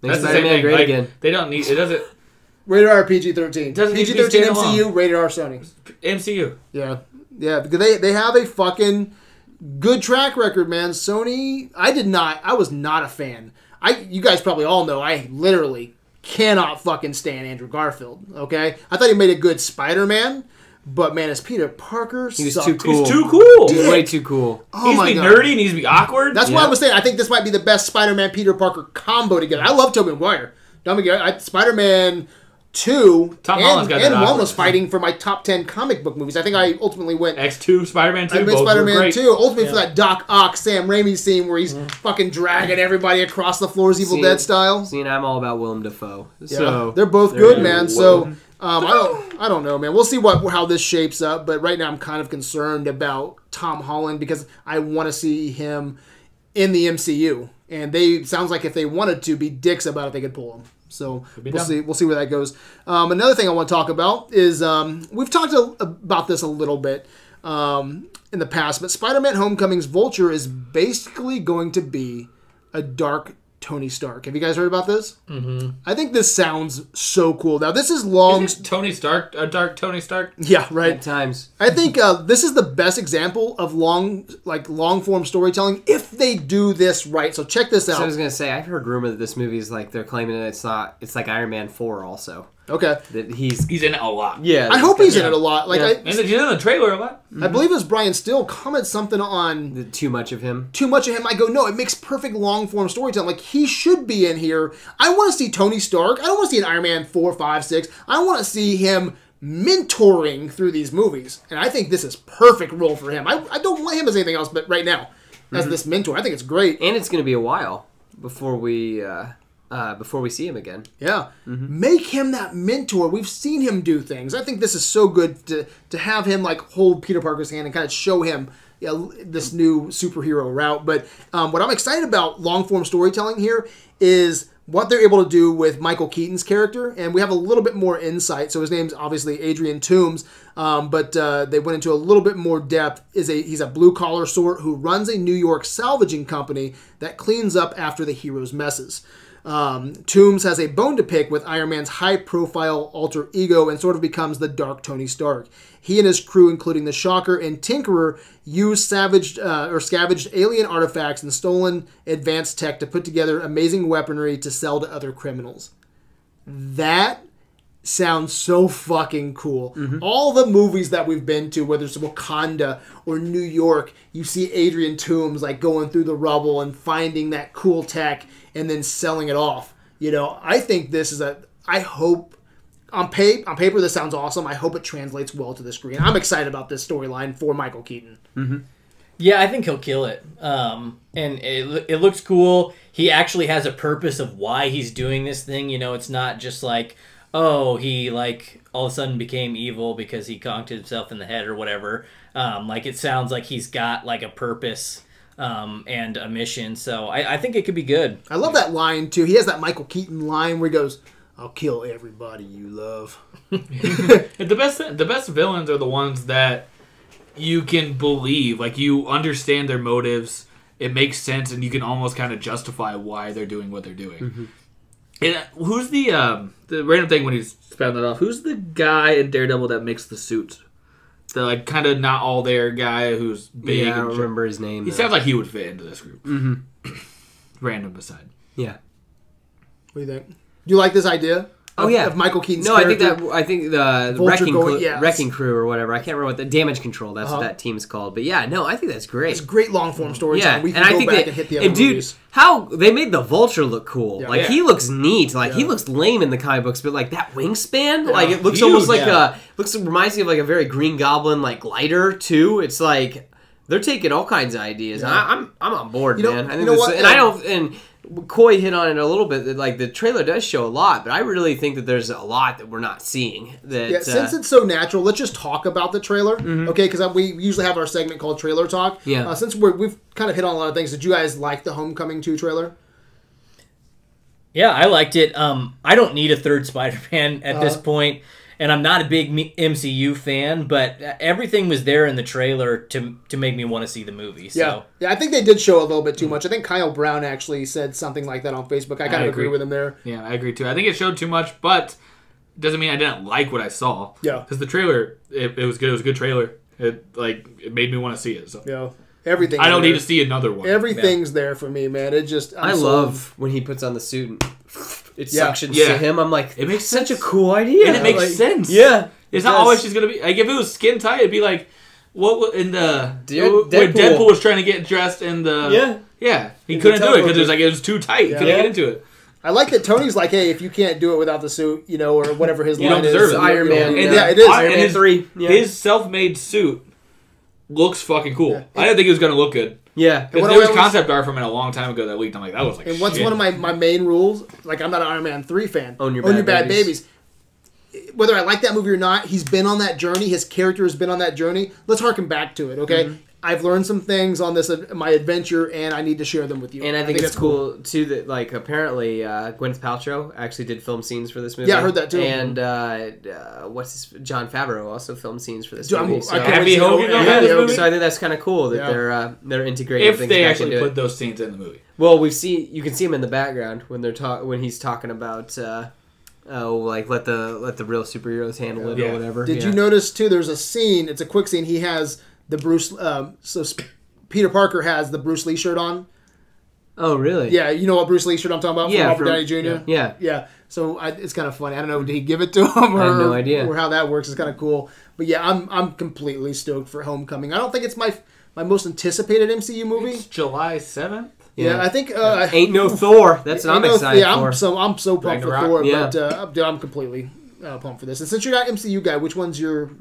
S3: Make
S2: That's the same
S3: Spider-Man
S2: thing.
S3: great
S2: like,
S3: again.
S2: They don't need. It doesn't.
S1: Rated R PG thirteen.
S2: Doesn't need to
S1: PG
S2: be
S1: thirteen
S2: standalone.
S1: MCU. Rated R Sony.
S2: MCU.
S1: Yeah, yeah. Because they they have a fucking good track record, man. Sony. I did not. I was not a fan. I. You guys probably all know. I literally cannot fucking stand Andrew Garfield. Okay. I thought he made a good Spider Man, but man, as Peter Parker,
S3: He was
S1: sucked.
S3: too cool.
S2: He's too cool.
S3: He's
S1: Dude.
S2: He
S3: way too cool.
S1: Oh
S2: needs to
S1: my
S2: be
S1: god.
S2: nerdy. He needs to be awkward.
S1: That's why I
S3: Yeah.
S1: was saying I think this might be the best Spider-Man Peter Parker combo together. I love Tobey Maguire. Tobey Maguire- I- Spider-Man Two
S2: Tom
S1: and,
S2: Holland's got
S1: and
S2: that
S1: one
S2: awkward.
S1: was fighting for my top ten comic book movies. I think I ultimately went.
S2: X two Spider Man two.
S1: I went
S2: both were
S1: Spider-Man
S2: great. Mm-hmm.
S1: Two ultimately for that Doc Ock Sam Raimi scene where he's fucking dragging everybody across the floors, Evil
S3: See,
S1: Dead style.
S3: See, and I'm all about Willem Dafoe.
S1: Yeah.
S2: Oh.
S3: So
S1: they're both
S3: they're
S1: good,
S3: really
S1: man.
S3: well.
S1: So um, I don't, I don't know, man. We'll see what how this shapes up. But right now, I'm kind of concerned about Tom Holland because I want to see him in the MCU. And they it sounds like if they wanted to be dicks about it, they could pull him. So we'll
S2: done.
S1: see. We'll see where that goes. Um, another thing I want to talk about is um, we've talked a, about this a little bit um, in the past, but Spider-Man: Homecoming's Vulture is basically going to be a dark Tony Stark. Have you guys heard about this? I think this sounds so cool. Now this is long.
S2: Isn't Tony Stark, a dark Tony Stark.
S1: Yeah, right.
S3: times.
S1: I think uh, this is the best example of long, like long form storytelling if they do this right. So check this
S3: So I was
S1: out.
S3: gonna say I've heard rumor that this movie is like they're claiming that it's not. It's like Iron Man four also
S1: Okay.
S3: that he's
S2: He's in it a lot.
S3: yeah.
S1: I
S3: this
S1: hope
S3: guy-
S1: he's in it a lot. Like
S2: And he's in the trailer a lot.
S1: I, I believe it was Brian Still comment something on
S3: the- too much of him.
S1: too much of him. I go, no, it makes perfect long form storytelling. Like he should be in here. I want to see Tony Stark. I don't want to see an Iron Man four, five, six. I want to see him mentoring through these movies, and I think this is perfect role for him. I, I don't want him as anything else, but right now as this mentor, I think it's great.
S3: And it's gonna be a while before we uh, uh, before we see him again.
S1: Yeah, make him that mentor. We've seen him do things. I think this is so good to to have him like hold Peter Parker's hand and kind of show him. Yeah, l- this new superhero route. But um, what I'm excited about long form storytelling here is what they're able to do with Michael Keaton's character, and we have a little bit more insight. So his name's obviously Adrian Toombs, um, but uh, they went into a little bit more depth. Is a he's a blue collar sort who runs a New York salvaging company that cleans up after the hero's messes. Um, Toombs has a bone to pick with Iron Man's high profile alter ego and sort of becomes the dark Tony Stark. He and his crew, including the Shocker and Tinkerer, used savaged uh, or scavenged alien artifacts and stolen advanced tech to put together amazing weaponry to sell to other criminals. That sounds so fucking cool.
S3: Mm-hmm.
S1: All the movies that we've been to, whether it's Wakanda or New York, you see Adrian Toomes like going through the rubble and finding that cool tech and then selling it off. You know, I think this is a. I hope on paper, on paper, this sounds awesome. I hope it translates well to the screen. I'm excited about this storyline for Michael Keaton.
S4: Yeah, I think he'll kill it. Um, and it, lo- it looks cool. He actually has a purpose of why he's doing this thing. You know, it's not just like, oh, he like all of a sudden became evil because he conked himself in the head or whatever. Um, like it sounds like he's got like a purpose um, and a mission. So I, I think it could be good.
S1: I love that line too. He has that Michael Keaton line where he goes, "I'll kill everybody you love."
S2: The best the best villains are the ones that you can believe, like you understand their motives. It makes sense, and you can almost kind of justify why they're doing what they're doing.
S3: Mm-hmm.
S2: And uh, who's the um, the random thing when he's spouting that off? Who's the guy in Daredevil that makes the suits? The like kind of not all there guy who's big.
S3: yeah, I
S2: and
S3: don't remember Mm-hmm. his name. uh,
S2: He
S3: though.
S2: sounds like he would fit into this group. Random aside.
S3: Yeah.
S1: What do you think? Do you like this idea? Of,
S3: Oh yeah,
S1: of Michael Keaton's
S3: No, I think
S1: character?
S3: that I think the
S1: Vulture
S3: wrecking
S1: going-
S3: Clu-
S1: yes.
S3: wrecking crew or whatever. I can't remember what the damage control. That's
S1: Uh-huh.
S3: what that team's called. But yeah, no, I think that's great.
S1: It's great long form storytelling.
S3: yeah,
S1: we can
S3: and I
S1: go
S3: think
S1: back
S3: that
S1: and hit the other
S3: and dude,
S1: movies.
S3: how they made the vulture look cool.
S1: Yeah.
S3: Like
S2: Yeah.
S3: he looks neat. Like he
S1: Yeah.
S3: looks lame in the comic books, but like that wingspan, like it looks
S4: Huge,
S3: almost like a
S4: yeah.
S3: looks reminds me of like a very Green Goblin like lighter too. It's like they're taking all kinds of ideas. And
S1: Yeah.
S3: I, I'm I'm on board,
S1: You know-
S3: man. I
S1: you
S3: think
S1: know
S3: this-
S1: what,
S3: and I
S1: um,
S3: don't and Coy hit on it a little bit. That like the trailer does show a lot, but I really think that there's a lot that we're not seeing. That
S1: Yeah,
S3: uh,
S1: since it's so natural, let's just talk about the trailer, okay? Because we usually have our segment called Trailer Talk.
S3: Yeah.
S1: Uh, since we're, we've kind of hit on a lot of things, did you guys like the Homecoming two trailer?
S4: Yeah, I liked it. Um, I don't need a third Spider-Man at this point, and I'm not a big me- MCU fan, but uh, everything was there in the trailer to to make me want to see the movie. So.
S1: Yeah, yeah. I think they did show a little bit too much. I think Kyle Brown actually said something like that on Facebook. I kind
S2: I
S1: of agree.
S2: agree.
S1: with him there.
S2: Yeah, I agree too. I think it showed too much, but doesn't mean I didn't like what I saw.
S1: Yeah.
S2: Because the trailer, it, it was good. It was a good trailer. It like it made me want to see it. So
S1: You know, everything.
S2: I don't need to see another one.
S1: Everything's there for me, man. It just I'm
S3: I
S1: sold.
S3: love when he puts on the suit and it
S1: Yeah.
S3: suctions
S2: Yeah.
S3: to him. I'm like,
S2: It makes
S3: such
S2: sense.
S3: a cool idea.
S2: and it makes
S3: Like,
S2: sense.
S3: Yeah, it
S2: It's not
S3: does.
S2: always just gonna be like if it was skin tight, it'd be like what wa- in the oh,
S3: Dude, Deadpool.
S2: when Deadpool was trying to get dressed in the
S3: Yeah.
S2: yeah he
S1: In the
S2: couldn't do it because it
S1: television.
S2: was like it was too tight. He couldn't
S1: Yeah.
S2: get into it.
S1: I like that Tony's like, hey, if you can't do it without the suit, you know, or whatever his
S2: You
S1: line
S2: don't deserve
S1: is,
S2: it.
S1: you-
S3: Iron
S1: you-
S3: Man,
S1: Yeah,
S3: yeah.
S1: it is.
S2: Iron
S3: Iron
S2: Man
S3: Man three. Yeah.
S2: His self-made suit looks fucking cool. I didn't think it was gonna look good.
S3: yeah.
S1: What
S2: Because
S1: I
S2: there was
S1: always-
S2: concept art from it a long time ago that leaked. I'm like, that was like.
S1: And what's
S2: shit.
S1: one of my, my main rules? Like, I'm not an Iron Man 3 fan.
S3: Own your bad
S1: babies.
S3: babies.
S1: Whether I like that movie or not, he's been on that journey. His character has been on that journey. Let's harken back to it, okay?
S3: Mm-hmm.
S1: I've learned some things on this uh, my adventure, and I need to share them with you.
S3: And I think, it's cool, too that like apparently uh, Gwyneth Paltrow actually did film scenes for this movie.
S1: Yeah, I heard that, too.
S3: And uh, uh, what's his, John Favreau also filmed scenes for this
S1: Dude, I'm-
S3: movie. So,
S1: I can't
S2: Happy
S1: wait to-
S2: Hogan on
S1: Yeah,
S2: this
S1: yeah,
S2: movie?
S3: so I think that's kind of cool that
S1: Yeah.
S3: they're uh, they're integrating
S2: if
S3: things
S2: they
S3: back
S2: actually
S3: into
S2: put
S3: it.
S2: those scenes in the movie.
S3: Well, we've seen you can see him in the background when they're ta- when he's talking about uh, oh like let the let the real superheroes handle it
S2: Yeah.
S3: or whatever.
S1: Did you
S3: Yeah.
S1: notice too? There's a scene. It's a quick scene. He has the Bruce. Um, so Sp- Peter Parker has the Bruce Lee shirt on.
S3: Oh really?
S1: Yeah, you know what Bruce Lee shirt I'm talking about?
S3: Yeah,
S1: from Robert
S3: from-
S1: Downey Jr.
S3: Yeah.
S1: Yeah, so I, it's kind of funny. I don't know, did he give it to him? Or,
S3: I have no idea.
S1: Or how that works It's kind of cool. But yeah, I'm I'm completely stoked for Homecoming. I don't think it's my my most anticipated MCU movie.
S2: July seventh.
S1: yeah.
S3: yeah.
S1: I think uh,
S3: Ain't no Thor. That's what
S1: I
S3: I'm
S1: know-
S3: excited
S1: yeah,
S3: for.
S1: I'm so I'm so pumped
S2: Ragnarok.
S1: for Thor.
S3: Yeah.
S1: But uh, dude, I'm completely uh, pumped for this. And since you're not MCU guy, which one's your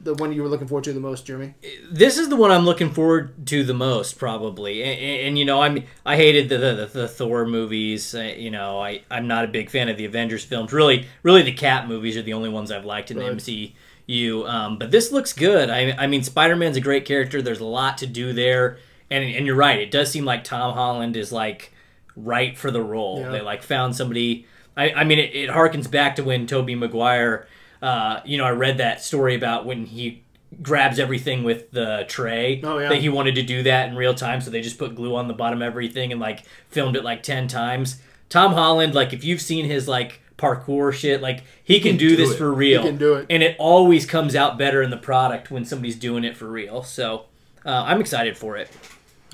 S1: the one you were looking forward to the most, Jeremy?
S4: this is the one I'm looking forward to the most, probably. And, and, you know, I'm I hated the the, the, the Thor movies. Uh, you know, I I'm not a big fan of the Avengers films. Really, really, the Cat movies are the only ones I've liked in
S1: Right.
S4: the MCU. Um, but this looks good. I I mean, Spider Man's a great character. There's a lot to do there, and and you're right. It does seem like Tom Holland is like right for the role.
S1: Yeah.
S4: They like found somebody. I, I mean, it, it harkens back to when Toby Maguire. Uh, you know, I read that story about when he grabs everything with the tray.
S1: Oh, yeah.
S4: That he wanted to do that in real time, so they just put glue on the bottom of everything and like filmed it like ten times. Tom Holland, like if you've seen his like parkour shit, like he can, do,
S2: do
S4: this
S2: it.
S4: for real.
S1: can do it.
S4: and it always comes out better in the product when somebody's doing it for real. So uh, I'm excited for it.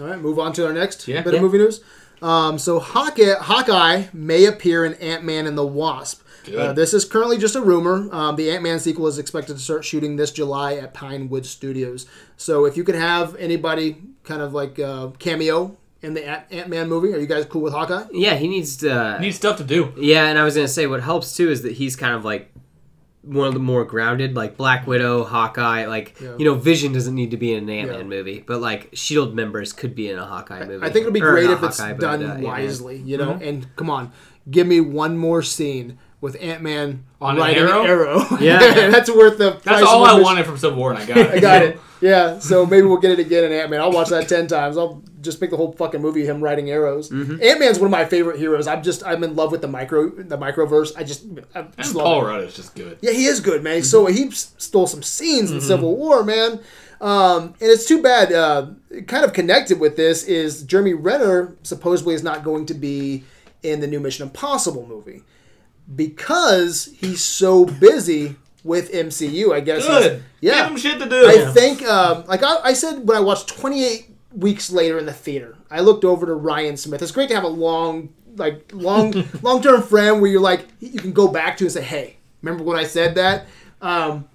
S1: All right, move on to our next
S2: Yeah.
S1: bit of movie news. Um, so Hawkeye, Hawkeye may appear in Ant Man and the Wasp. Uh, this is currently just a rumor. Um, the Ant Man sequel is expected to start shooting this July at Pinewood Studios. So if you could have anybody kind of like uh, cameo in the Ant Man movie, are you guys cool with Hawkeye?
S3: yeah, he needs to.
S2: Need stuff to do.
S3: Yeah, and I was gonna say what helps too is that he's kind of like one of the more grounded, like Black Widow, Hawkeye. Like you know, Vision doesn't need to be in an Ant Man
S1: Yeah.
S3: movie, but like Shield E members could be in a Hawkeye movie.
S1: I think it'll be
S3: Or
S1: great
S3: not
S1: if it's
S3: Hawkeye, but,
S1: done
S3: uh, Mm-hmm. Ant-Man.
S1: wisely, you know. And come on, give me one more scene with Ant Man
S2: On an
S1: riding an arrow.
S2: arrow?
S3: Yeah.
S1: that's worth the.
S2: That's
S1: price of
S2: all I
S1: admission.
S2: wanted from Civil War, and I got it.
S1: I got it. Yeah, so maybe we'll get it again in Ant Man. I'll watch that ten times. I'll just pick the whole fucking movie of him riding arrows.
S2: Mm-hmm.
S1: Ant Man's one of my favorite heroes. I'm just I'm in love with the micro the microverse. I just, I
S2: And
S1: just love it.
S2: Paul Rudd Mm-hmm. is just good.
S1: Yeah, he is good, man. So he s- stole some scenes
S2: Mm-hmm.
S1: in Civil War, man. Um, and it's too bad. Uh, kind of connected with this is Jeremy Renner supposedly is not going to be in the new Mission Impossible movie because he's so busy with MCU. I guess he's-
S2: Good.
S1: Yeah.
S2: Give him shit to do.
S1: I think, um, like I, I said, when I watched 28 weeks later in the theater. I looked over to Ryan Smith. It's great to have a long, like long, long term friend where you're like you can go back to and say, "Hey, remember when I said that?" Um,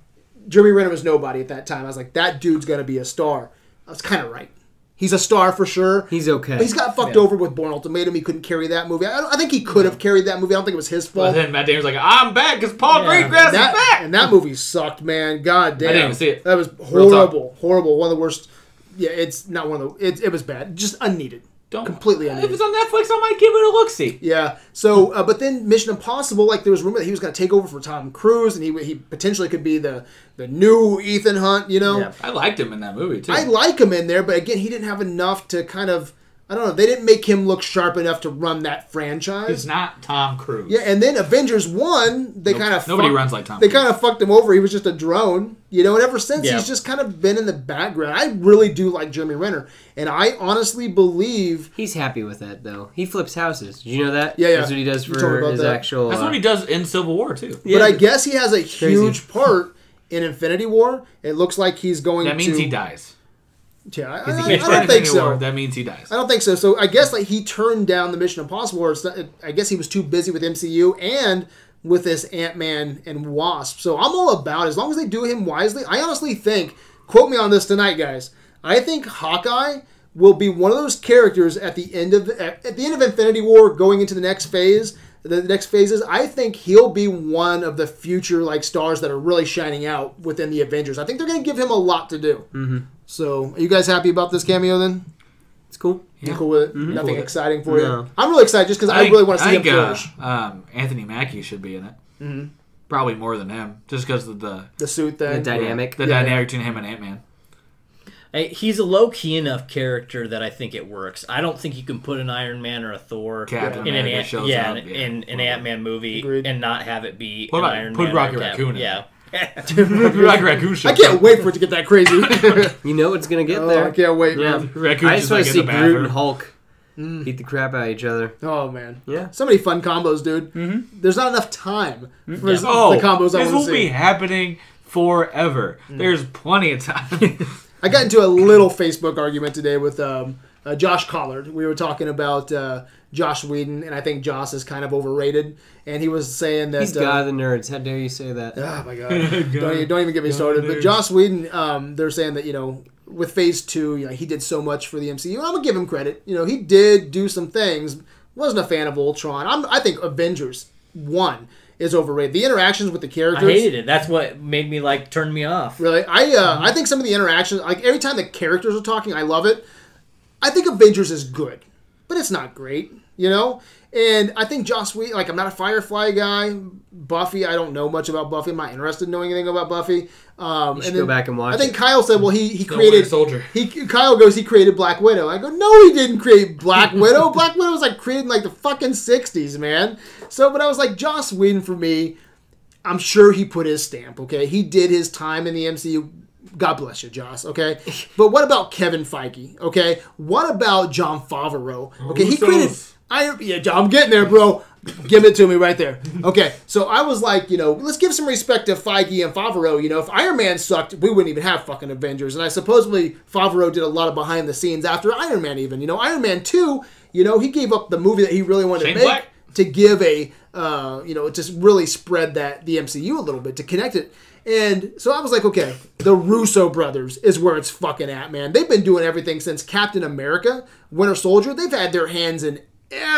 S1: Jeremy Renner was nobody at that time. I was like, "That dude's gonna be a star." I was kind of right. He's a star for sure.
S3: He's okay.
S1: But he's got fucked over with Born Ultimatum. He couldn't carry that movie. I, don't, I think he could have carried that movie. I don't think it was his
S2: But
S1: fault.
S2: then Matt Damon's like, I'm back because Paul
S4: Yeah.
S2: Greengrass
S1: that,
S2: is back.
S1: And that movie sucked, man. God damn.
S2: didn't even see it.
S1: That was
S2: Real talk.
S1: horrible. Horrible. One of the worst. Yeah, it's not one of the. It, it was bad. Just unneeded.
S2: Don't
S1: Completely
S2: If
S1: unneeded.
S2: it's on Netflix, I might give it a look. See,
S1: Yeah. So, uh, but then Mission Impossible, like there was rumor that he was going to take over for Tom Cruise, and he he potentially could be the the new Ethan Hunt. You know,
S4: Yeah.
S2: I liked him in that movie too.
S1: I like him in there, but again, he didn't have enough to kind of. I don't know. They didn't make him look sharp enough to run that franchise.
S2: He's not Tom Cruise.
S1: Yeah, and then Avengers one, they kind of
S2: nobody runs like Tom
S1: They
S2: Cruise.
S1: kind of fucked him over. He was just a drone, you know. And ever since,
S4: Yeah.
S1: he's just kind of been in the background. I really do like Jeremy Renner, and I honestly believe
S3: He's happy with that though. He flips houses. Did you know that?
S1: Yeah, yeah.
S3: That's what he does
S1: You told me
S3: for
S1: about
S3: his
S1: that.
S3: actual.
S2: That's
S3: uh,
S2: what he does in Civil War too.
S3: yeah,
S1: but I guess he has a
S3: crazy.
S1: huge part in Infinity War. It looks like he's going.
S2: That means
S1: to,
S2: he dies.
S1: Yeah, I, I-
S2: If
S1: I
S2: he gets
S1: don't
S2: into
S1: think
S2: Infinity
S1: so.
S2: War, That means he dies.
S1: I don't think so. So I guess like he turned down the Mission Impossible. Or it's not, I guess he was too busy with MCU and with this Ant Man and Wasp. So I'm all about as long as they do him wisely. I honestly think, quote me on this tonight, guys. I think Hawkeye will be one of those characters at the end of at at the end of Infinity War, going into the next phase. The next phases, I think he'll be one of the future like stars that are really shining out within the Avengers. I think they're going to give him a lot to do. Mm-hmm. So, are you guys happy about this cameo then?
S3: it's cool.
S1: You cool with it? Nothing
S2: Cool with it.
S1: exciting for
S3: No.
S1: you. I'm really excited just because I,
S2: think-
S1: really want to see
S2: I
S1: him
S2: think,
S1: flourish.
S2: uh, um, Anthony Mackie should be in it. Probably more than him, just because of the
S1: the suit
S3: The
S1: thing.
S3: dynamic.
S2: the
S1: Yeah.
S2: dynamic between him and Ant Man.
S4: I- He's a low key enough character that I think it works. I don't think you can put an Iron Man or a Thor
S2: Captain
S4: in an
S2: America
S4: Ant,
S2: shows
S4: yeah,
S2: up,
S4: in,
S2: yeah.
S4: in an
S2: Well,
S4: Ant Man movie
S1: Agreed.
S4: and not have it be
S2: What
S4: an
S2: about-
S4: Iron
S2: put
S4: Man.
S2: Rocket
S4: or Cap-
S2: Raccoon in
S4: Yeah.
S2: Rocket Raccoon shows
S1: I can't
S2: up.
S1: wait for it to get that crazy.
S3: You know it's gonna get
S1: oh,
S3: there.
S1: I can't wait.
S3: Yeah.
S1: Man.
S2: Raccoon
S3: I
S2: just
S3: just want
S2: like
S3: to
S2: in
S3: see
S2: the
S3: Groot and
S2: bathroom.
S3: Hulk
S1: Mm.
S3: beat the crap out of each other.
S1: Oh man.
S3: Yeah.
S1: So many fun combos, dude. Mm-hmm. There's not enough time for
S2: Oh,
S1: the combos I want
S2: this will
S1: to
S2: be
S1: see.
S2: happening forever. There's plenty of time.
S1: I got into a little Facebook argument today with um, uh, Josh Collard. We were talking about uh, Josh Whedon, and I think Josh is kind of overrated. And he was saying that
S3: He's
S1: uh,
S3: God of the Nerds. How dare you say that?
S1: Oh my god! don't, e- don't even get me started. But
S2: dude.
S1: Joss Whedon, um, they're saying that you know with Phase Two, you know he did so much for the MCU. And I'm gonna give him credit. You know he did do some things. Wasn't a fan of Ultron. I'm, I think Avengers One is overrated. The interactions with the
S4: I
S1: characters.
S4: hated it. That's what made me like turn me off.
S1: Really, I
S3: Mm-hmm.
S1: uh, I think some of the interactions, like every time the characters are talking, I love it. I think Avengers is good, but it's not great, you know. And I think Joss Whedon, like I'm not a Firefly guy. Buffy, I don't know much about Buffy. I'm not interested in knowing anything about Buffy. Um, and
S3: should go back and watch
S1: I think
S3: it.
S1: Kyle said, well, he he
S2: Winter
S1: created
S2: Soldier.
S1: He Kyle goes, he created Black Widow. I go, no, he didn't create Black Widow. Black Widow was like created in like the fucking '60s, man. So, but I was like, Joss Whedon for me. I'm sure he put his stamp, okay? He did his time in the MCU. God bless you, Joss, okay? But what about Kevin Feige, okay? What about John Favreau? Okay, he
S2: Russo's.
S1: created. I, yeah, John, I'm getting there, bro. Give it to me right there. Okay, so I was like, you know, let's give some respect to Feige and Favreau. You know, if Iron Man sucked, we wouldn't even have fucking Avengers. And I supposedly Favreau did a lot of behind the scenes after Iron Man, even. You know, Iron Man 2, you know, he gave up the movie that he really wanted
S2: Shane
S1: to make
S2: Black.
S1: to give a uh, you know just really spread that the MCU a little bit to connect it. And so I was like, okay, the Russo brothers is where it's fucking at, man. They've been doing everything since Captain America, Winter Soldier. They've had their hands in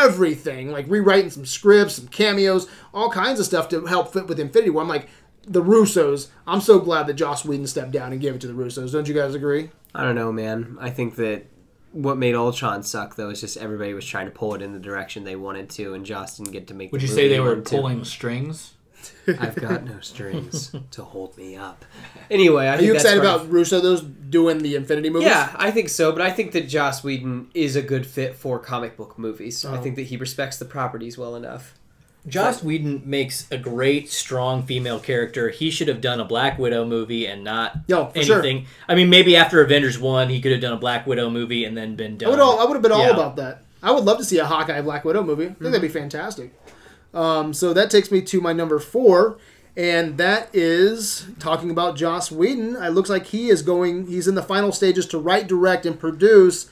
S1: everything, like rewriting some scripts, some cameos, all kinds of stuff to help fit with Infinity War. I'm like, the Russos. I'm so glad that Joss Whedon stepped down and gave it to the Russos. Don't you guys agree?
S3: I don't know, man. I think that what made Ultron suck though is just everybody was trying to pull it in the direction they wanted to, and Joss didn't get to make.
S2: Would
S3: the
S2: you
S3: movie
S2: say they
S3: he
S2: were
S3: wanted to.
S2: pulling strings?
S3: I've got no strings to hold me up. Anyway, I
S1: Are
S3: think
S1: you
S3: that's
S1: excited
S3: part
S1: about Russo those doing the Infinity movies?
S3: Yeah, I think so, but I think that Joss Whedon is a good fit for comic book movies.
S2: Oh.
S3: I think that he respects the properties well enough.
S4: Joss Whedon makes a great, strong female character. He should have done a Black Widow movie and not
S1: Yo, for sure.
S4: anything. I mean, maybe after Avengers One, he could have done a Black Widow movie and then been done.
S1: I would all Oh, I would have been all
S4: Yeah.
S1: about that. I would love to see a
S2: Mm-hmm.
S1: Hawkeye Black Widow movie. I think that'd be fantastic. Um, so that takes me to my number four, And that is talking about Joss Whedon. It looks like he is going, he's in the final stages to write, direct, and produce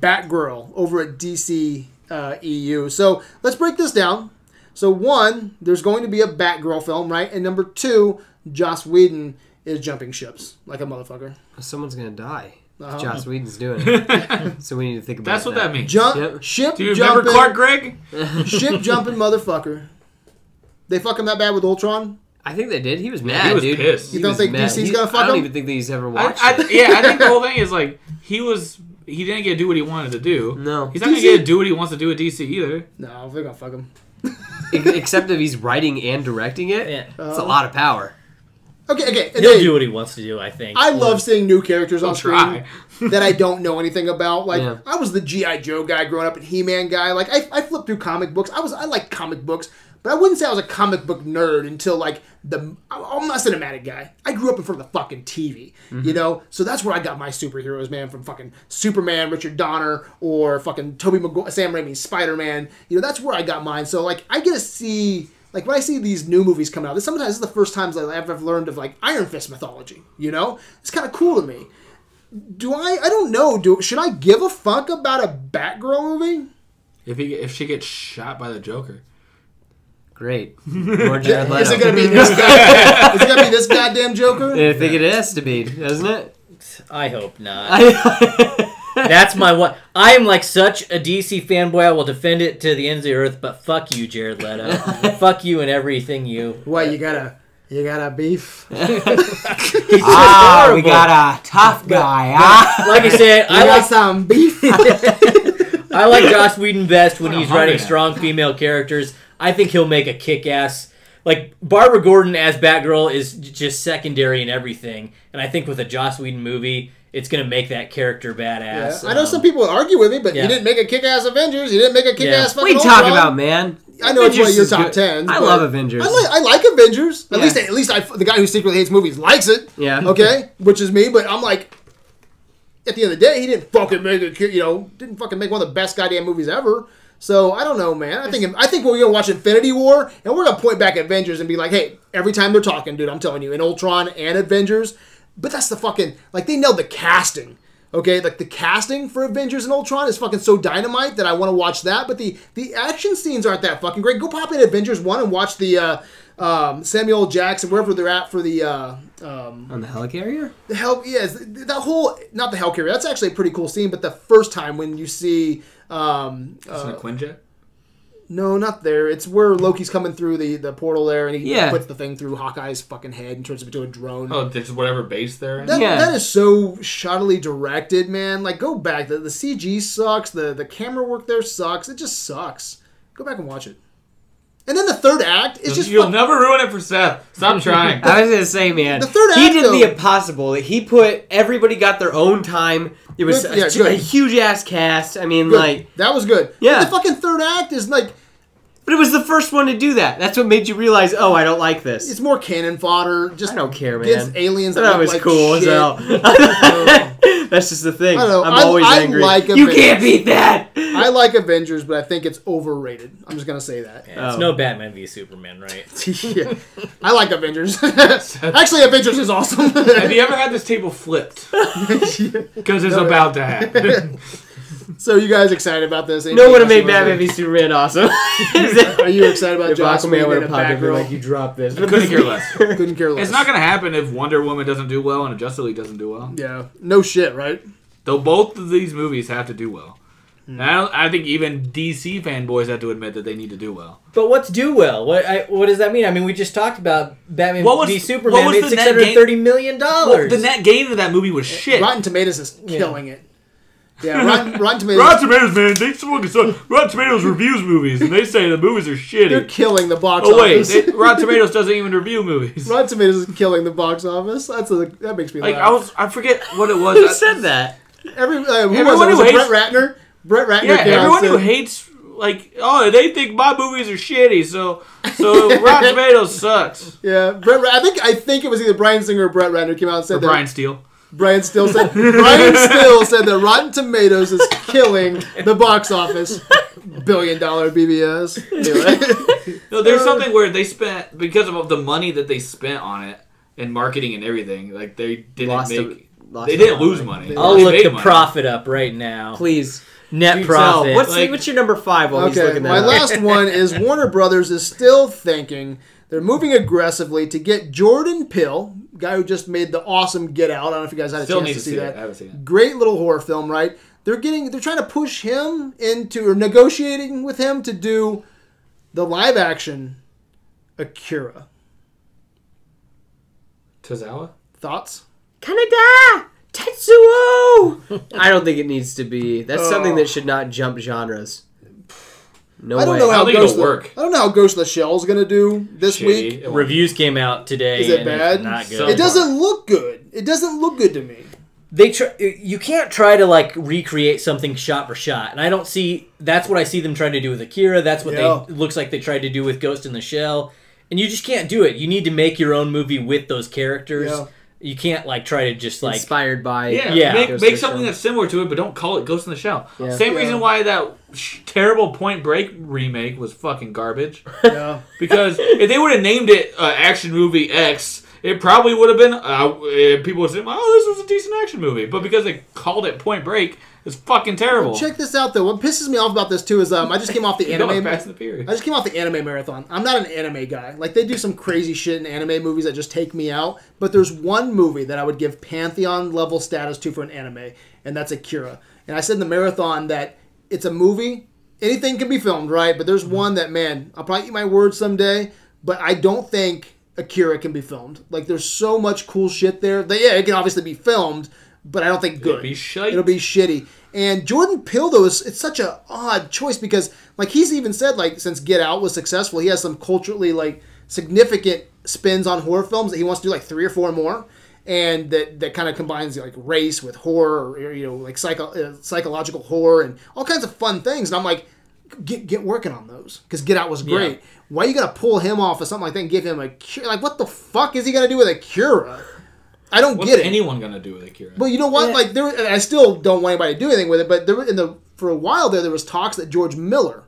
S1: Batgirl over at DC uh, EU. So let's break this down. So, one, there's going to be a Batgirl film, right? And number two, Joss Whedon is jumping ships like a motherfucker.
S3: Someone's gonna die. If Joss Whedon's doing it, so we need to think about.
S2: Uh-huh. That's what that means.
S1: Jump,
S3: Yep.
S1: ship,
S2: Do you
S1: jumping,
S2: remember Clark Gregg?
S1: ship jumping motherfucker. They fuck him that bad with Ultron?
S3: I think they did. He was mad,
S2: He was
S3: dude.
S2: pissed. You
S3: He
S1: don't
S3: was
S1: think
S3: mad.
S1: DC's
S3: He-
S1: gonna fuck
S3: I don't
S1: him?
S3: even think he's ever
S2: I,
S3: watched.
S2: I,
S3: it.
S2: yeah, I think the whole thing is like he was he didn't get to do what he wanted to do.
S3: No.
S2: he's not gonna
S1: DC
S2: get to do what he wants to do at DC either.
S1: No, they're gonna fuck him.
S3: Except if he's writing and directing it,
S4: Yeah.
S3: it's a
S1: Oh.
S3: lot of power.
S1: Okay, okay. and
S4: He'll
S1: they-
S4: do what he wants to do. I think.
S1: I
S4: Or-
S1: love seeing new characters on
S2: try.
S1: screen that I don't know anything about. Like
S3: Yeah.
S1: I was the GI Joe guy growing up, and He Man guy. Like I, I flipped through comic books. I was I like comic books, but I wouldn't say I was a comic book nerd until like the I- I'm not a cinematic guy. I grew up in front of the fucking TV, you know. So that's where I got my superheroes, man, from fucking Superman, Richard Donner, or fucking Toby Magu- Sam Raimi's Spider Man. You know, that's where I got mine. So like I get to see. Like when I see these new movies coming out, this sometimes this is the first times I've ever learned of like Iron Fist mythology. You know, it's kind of cool to me. Do I? I don't know. Do should I give a fuck about a Batgirl movie?
S2: If he if she gets shot by the Joker,
S3: Great. More Jared
S1: Is it
S3: Leto.
S1: gonna be this guy? is it gonna be this goddamn Joker?
S3: I think it has to be, doesn't it?
S4: I hope not. That's my one. I am like such a DC fanboy. I will defend it to the ends of the earth. But fuck you, Jared Leto. fuck you and everything you.
S1: What you gotta? You gotta beef.
S3: ah, we
S4: horrible.
S3: got a tough guy. ah.
S4: Like I said, I
S1: I got
S4: like
S1: some beef.
S4: I like Joss Whedon best when
S2: I'm
S4: he's
S2: hungry
S4: writing
S2: now.
S4: strong female characters. I think he'll make a kick ass. Like Barbara Gordon as Batgirl is j- just secondary in everything, and I think with a Joss Whedon movie, it's gonna make that character badass.
S1: I know
S4: Um,
S1: some people would argue with me, but you
S4: yeah.
S1: didn't make a kick-ass Avengers. You didn't make a kick-ass.
S3: What are
S1: fucking
S3: you talking
S1: Ultron.
S3: about, man?
S1: I know it's one of
S3: Avengers
S1: your
S3: is
S1: top
S3: good.
S1: tens.
S3: I
S1: but
S3: love Avengers.
S1: I like, I like Avengers. At
S3: Yeah.
S1: least, at least I, the guy who secretly hates movies likes it.
S3: Yeah.
S1: Okay, which is me. But I'm like, at the end of the day, he didn't fucking make a, ki- you know, didn't fucking make one of the best goddamn movies ever. So I don't know, man. I think I think we're gonna watch Infinity War and we're gonna point back at Avengers and be like, hey, every time they're talking, dude, I'm telling you, in Ultron and Avengers. But that's the fucking like they nailed the casting. Okay, like the casting for Avengers and Ultron is fucking so dynamite that I want to watch that. But the the action scenes aren't that fucking great. Go pop in Avengers one and watch the uh, um, Samuel Jackson wherever they're at for the uh, um,
S3: On the helicarrier?
S1: the hell. Yes, that whole not the Hellcarrier. That's actually a pretty cool scene. But the first time when you see um, uh,
S2: isn't it Quinjet?
S1: no, not there. It's where Loki's coming through the, the portal there, and he
S3: Yeah.
S1: puts the thing through Hawkeye's fucking head and turns him into a drone.
S2: Oh, there's whatever base there.
S1: That,
S3: Yeah.
S1: that is so shoddily directed, man. Like, go back. The, the CG sucks. The, the camera work there sucks. It just sucks. Go back and watch it. And then the third act is just.
S2: You'll
S1: fuck-
S2: never ruin it for Seth. Stop trying.
S3: I was gonna say, man,
S1: The third
S3: he
S1: act,
S3: did
S1: though-
S3: the impossible. He put everybody got their own time. It was
S1: Good-
S3: a,
S1: yeah, good.
S3: huge ass cast. I mean,
S1: Good.
S3: like,
S1: that was good.
S3: Yeah.
S1: But the fucking third act is like.
S3: but it was the first one to do that. That's what made you realize, oh, I don't like this.
S1: It's more cannon fodder. Just
S3: I don't care,
S1: gives
S3: man.
S1: aliens
S3: I
S1: that
S3: thought it
S1: look
S3: was
S1: like
S3: cool.
S1: shit.
S3: So that's just the thing.
S1: don't know.
S3: I'm
S1: I-
S3: always
S1: I
S3: angry. Oh.
S1: like
S3: you
S1: Avengers.
S3: can't beat that.
S1: I like Avengers, but I think it's overrated. I'm just gonna say that.
S4: yeah, it's
S3: Oh.
S4: no Batman v Superman, right?
S1: Yeah. I like Avengers. Actually, Avengers is awesome.
S2: Have you ever had this table flipped? Because it's about to happen.
S1: so you guys excited about this?
S3: No
S1: Anything
S3: one
S1: else you
S3: made
S1: wanna
S3: Batman v Superman awesome.
S1: do? Are you excited about
S3: if
S1: Joss
S3: Aquaman
S1: Whedon
S3: would
S1: and a
S3: have popped up,
S1: Batgirl?
S3: and like you dropped this.
S2: Couldn't care less.
S1: Couldn't care less.
S2: It's not going to happen if Wonder Woman doesn't do well and if Justice League doesn't do well.
S1: Yeah. No shit, right?
S2: Though both of these movies have to do well.
S1: Hmm.
S2: And I, don't, I think even DC fanboys have to admit that they need to do well.
S4: but what's do well? What I, what does that mean? I mean, we just talked about Batman
S2: What was-
S4: v
S2: what
S4: Superman
S2: was
S4: made
S2: the
S4: six
S2: net gain-
S4: hundred thirty million dollars.
S2: the net gain of that movie was shit.
S1: Eh, Rotten Tomatoes is killing it. Yeah, Rotten, Rotten Tomatoes.
S2: Rotten Tomatoes, man, they fucking suck. Rotten Tomatoes reviews movies, and they say the movies are
S1: They're
S2: shitty.
S1: killing the box
S2: Oh wait,
S1: office.
S2: they, Rotten Tomatoes doesn't even review movies.
S1: Rotten Tomatoes is killing the box office. That's a, that makes me
S2: Like I
S1: laugh.
S2: was, I forget what it
S1: Uh,
S3: Who
S2: was. I-
S3: said that?
S1: Every, uh, who
S2: Everyone
S1: was
S2: who
S1: it? Was
S2: hates-
S1: it Brett Ratner? Brett Ratner.
S2: yeah,
S1: came out and
S2: everyone who
S1: said-
S2: hates like, oh, they think my movies are shitty, so so Rotten Tomatoes sucks.
S1: Yeah, Brett. Ra- I think I think it was either Brian Singer or Brett Ratner came out and said
S2: Or
S1: that
S2: Brian Steele.
S1: Brian Still said Brian Still said that Rotten Tomatoes is killing the box office. Billion dollar BBS. Anyway.
S2: No, there's something where they spent because of the money that they spent on it and marketing and everything. Like they didn't
S3: Lost a-
S2: make,
S3: lost
S2: they
S3: a
S2: didn't
S3: lot of
S2: lose
S1: money.
S2: money.
S1: They
S4: I'll
S2: They
S4: look
S2: made
S4: the
S2: money.
S4: profit up right now.
S3: Please.
S4: Net
S3: do tell.
S4: profit.
S3: What's,
S2: like-
S3: what's your number five while he's
S1: Okay,
S3: looking that
S1: my
S3: up?
S1: last one is Warner Brothers is still thinking they're moving aggressively to get Jordan Pill, guy who just made the awesome Get Out. I don't know if you guys had a
S2: Still
S1: chance
S2: need
S1: to
S2: to
S1: see,
S2: see it.
S1: that.
S2: I haven't seen it.
S1: Great little horror film, right? They're getting they're trying to push him into or negotiating with him to do the live action Akira.
S2: Tozawa.
S1: Thoughts?
S3: Kanada! Tetsuo! I don't think it needs to be. That's something that should not jump genres. No
S1: Oh. I don't
S3: way.
S1: know
S2: I
S1: how
S2: don't think
S1: Ghost
S2: it'll work.
S1: I don't know how Ghost of the Shell's gonna do this
S2: Shitty.
S1: week.
S2: It won't-
S4: Reviews came out today.
S1: Is it
S4: and it's
S1: bad?
S4: Not
S2: So
S4: good.
S1: It doesn't look good. It doesn't look good to me.
S4: they try, you can't try to like recreate something shot for shot and i don't see that's what i see them trying to do with akira that's what
S1: Yeah.
S4: they it looks like they tried to do with ghost in the shell and you just can't do it you need to make your own movie with those characters
S1: Yeah.
S4: you can't like try to just like
S3: Inspired by.
S2: Yeah,
S4: Yeah.
S2: make,
S3: Ghost
S2: make
S3: in the
S2: something
S3: Shell.
S2: that's similar to it, but don't call it Ghost in the Shell.
S3: Yeah.
S2: Same
S1: Yeah.
S2: reason why that sh- terrible Point Break remake was fucking garbage.
S1: Yeah.
S2: Because if they would have named it uh, Action Movie X, it probably would have been. Uh, uh, people would say, "Oh, this was a decent action movie," but because they called it Point Break, it's fucking terrible.
S1: Check this out though. What pisses me off about this too is um, I just came off the
S2: You know,
S1: anime.
S2: Fast and the Furious.
S1: I just came off the anime marathon. I'm not an anime guy. Like they do some crazy shit in anime movies that just take me out. But there's one movie that I would give pantheon level status to for an anime, and that's Akira. And I said in the marathon that it's a movie. Anything can be filmed, right? But there's one that man, I'll probably eat my words someday. But I don't think Akira can be filmed. Like there's so much cool shit there. They, yeah, it can obviously be filmed, but I don't think good.
S2: be shite.
S1: It'll be shitty. And Jordan Peele though is it's such a odd choice because like he's even said like since Get Out was successful, he has some culturally like significant spins on horror films that he wants to do like three or four more. And that, that kind of combines like race with horror, or, you know, like psycho, uh, psychological horror and all kinds of fun things. And I'm like, get get working on those because Get Out was great. Why you gotta pull him off of something like that and give him a cure? Like, what the fuck is he gonna do with a cure? I don't
S2: What's
S1: get it.
S2: anyone gonna do with Akira?
S1: But you know what? Like there, and I still don't want anybody to do anything with it. But there, were- in the for a while there, there was talks that George Miller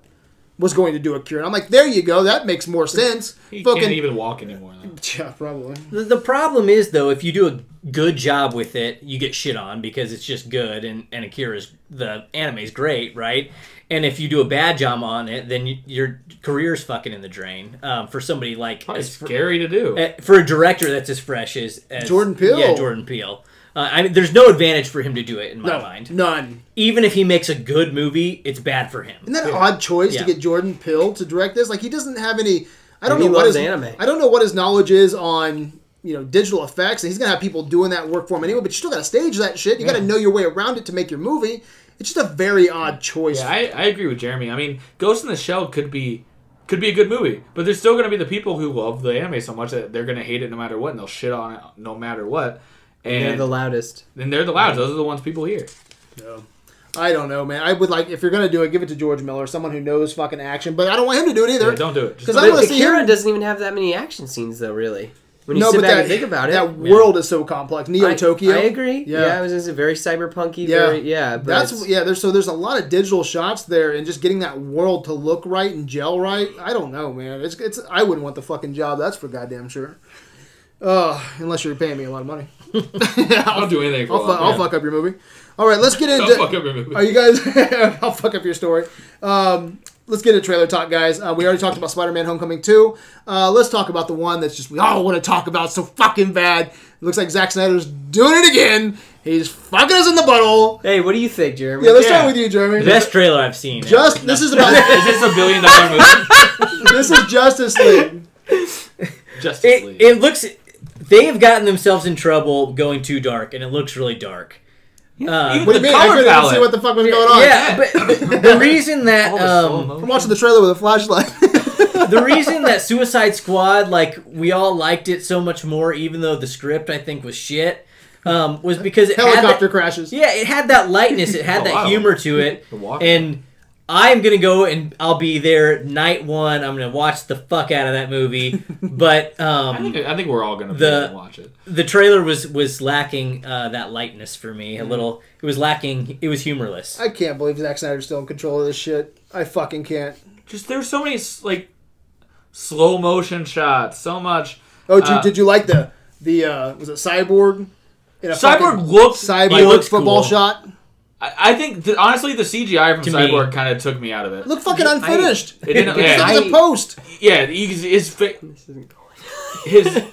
S1: was going to do a cure, and I'm like, there you go, that makes more sense.
S2: he
S1: Fucking
S2: can't even walk anymore. Though.
S1: yeah, probably.
S4: The- the problem is though if you do a good job with it you get shit on because it's just good and, and akira's the anime's great right and if you do a bad job on it then you, your career's fucking in the drain um, for somebody like
S2: Probably
S4: as fr-
S2: scary
S1: Eh,
S2: to do.
S4: Uh, for a director that's as fresh as, as
S1: Jordan Peele.
S4: Yeah, Jordan Peele. Uh, I mean, there's no advantage for him to do it in my
S1: No,
S4: mind.
S1: none.
S4: Even if he makes a good movie, it's bad for him.
S1: Isn't that an odd choice
S4: Yeah.
S1: to get Jordan Pill to direct this? Like he doesn't have any. I don't
S3: Maybe he
S1: know what
S3: loves
S1: his
S3: anime.
S1: I don't know what his knowledge is on you know digital effects, and he's gonna have people doing that work for him anyway. But you still gotta stage that shit. You gotta know your way around it to make your movie. It's just a very odd choice.
S2: Yeah, I, I agree with Jeremy. I mean, Ghost in the Shell could be could be a good movie, but there's still going to be the people who love the anime so much that they're going to hate it no matter what, and they'll shit on it no matter what.
S3: They're
S2: And
S3: the loudest.
S2: and they're the loud. Those are the ones people hear.
S1: I don't know, man. I would like if you're gonna do it, give it to George Miller, someone who knows fucking action. But I don't want him to do it either.
S2: Yeah, don't do it. Just-
S1: 'Cause I
S3: But
S1: wanna see
S3: Akira
S1: him-
S3: doesn't even have that many action scenes, though, really. When you
S1: no,
S3: sit
S1: but
S3: back
S1: that,
S3: and think about it.
S1: that world is so complex. Neo
S3: I-
S1: Tokyo.
S3: I, agree.
S1: Yeah.
S3: Yeah. it was just a very cyberpunky.
S1: Yeah.
S3: Yeah, very, yeah. But
S1: That's
S3: it's-
S1: yeah. There's so there's a lot of digital shots there, and just getting that world to look right and gel right. I don't know, man. It's it's. I wouldn't want the fucking job. That's for goddamn sure. Uh, unless you're paying me a lot of money,
S2: I'll do anything for
S1: I'll, fu-
S2: love,
S1: I'll
S2: man.
S1: fuck up your movie. All right, let's get
S2: I'll
S1: into.
S2: fuck up your movie.
S1: Are you guys? I'll fuck up your story. Um, let's get into trailer talk, guys. Uh, we already talked about Spider-Man: Homecoming two. Uh, let's talk about the one that's just we all want to talk about so fucking bad. It looks like Zack Snyder's doing it again. He's fucking us in the butthole.
S3: Hey, what do you think, Jeremy?
S1: Yeah, let's
S2: Yeah.
S1: start with you, Jeremy.
S4: Best trailer I've seen.
S1: Just this is about
S2: Is this a billion dollar movie?
S1: this is Justice League.
S2: Justice
S4: it,
S2: League.
S4: it looks. They have gotten themselves in trouble going too dark, and it looks really dark. Uh,
S1: What do
S2: Even
S1: you
S2: the
S1: mean? I
S2: color
S1: couldn't even
S2: palette.
S1: see what the fuck was going on.
S4: yeah, but the- the reason that
S2: All the slow
S4: um,
S1: I'm
S2: motion.
S1: watching the trailer with a flashlight.
S4: the reason that Suicide Squad, like we all liked it so much more, even though the script I think was shit, um, was because it had
S1: Helicopter
S4: that,
S1: crashes.
S4: yeah, it had that lightness, it had
S2: Oh, wow.
S4: that humor to it,
S2: The Walker.
S4: and I'm gonna go and I'll be there night one. I'm gonna watch the fuck out of that movie. But
S2: I
S4: um,
S2: think, I think we're all gonna be
S4: The-
S2: able to watch it.
S4: the trailer was was lacking uh, that lightness for me. A
S2: Mm-hmm.
S4: little. It was lacking. It was humorless.
S1: I can't believe Zack Snyder's still in control of this shit. I fucking can't.
S2: Just there's so many s- like slow motion shots, so much.
S1: Oh, did,
S2: Uh,
S1: you, did you like the the uh, was it Cyborg? In a
S2: Cyborg
S1: fucking
S2: looks
S1: Cyborg
S2: like, looks
S1: football
S4: cool.
S1: shot.
S2: I, I think th- honestly the CGI from
S4: To me-
S2: Cyborg kind of took me out of it.
S1: Look fucking unfinished.
S2: It didn't-
S1: It's
S2: yeah.
S1: like
S3: I-
S1: a post.
S2: Yeah, you can see his fa-
S3: This isn't going.
S2: his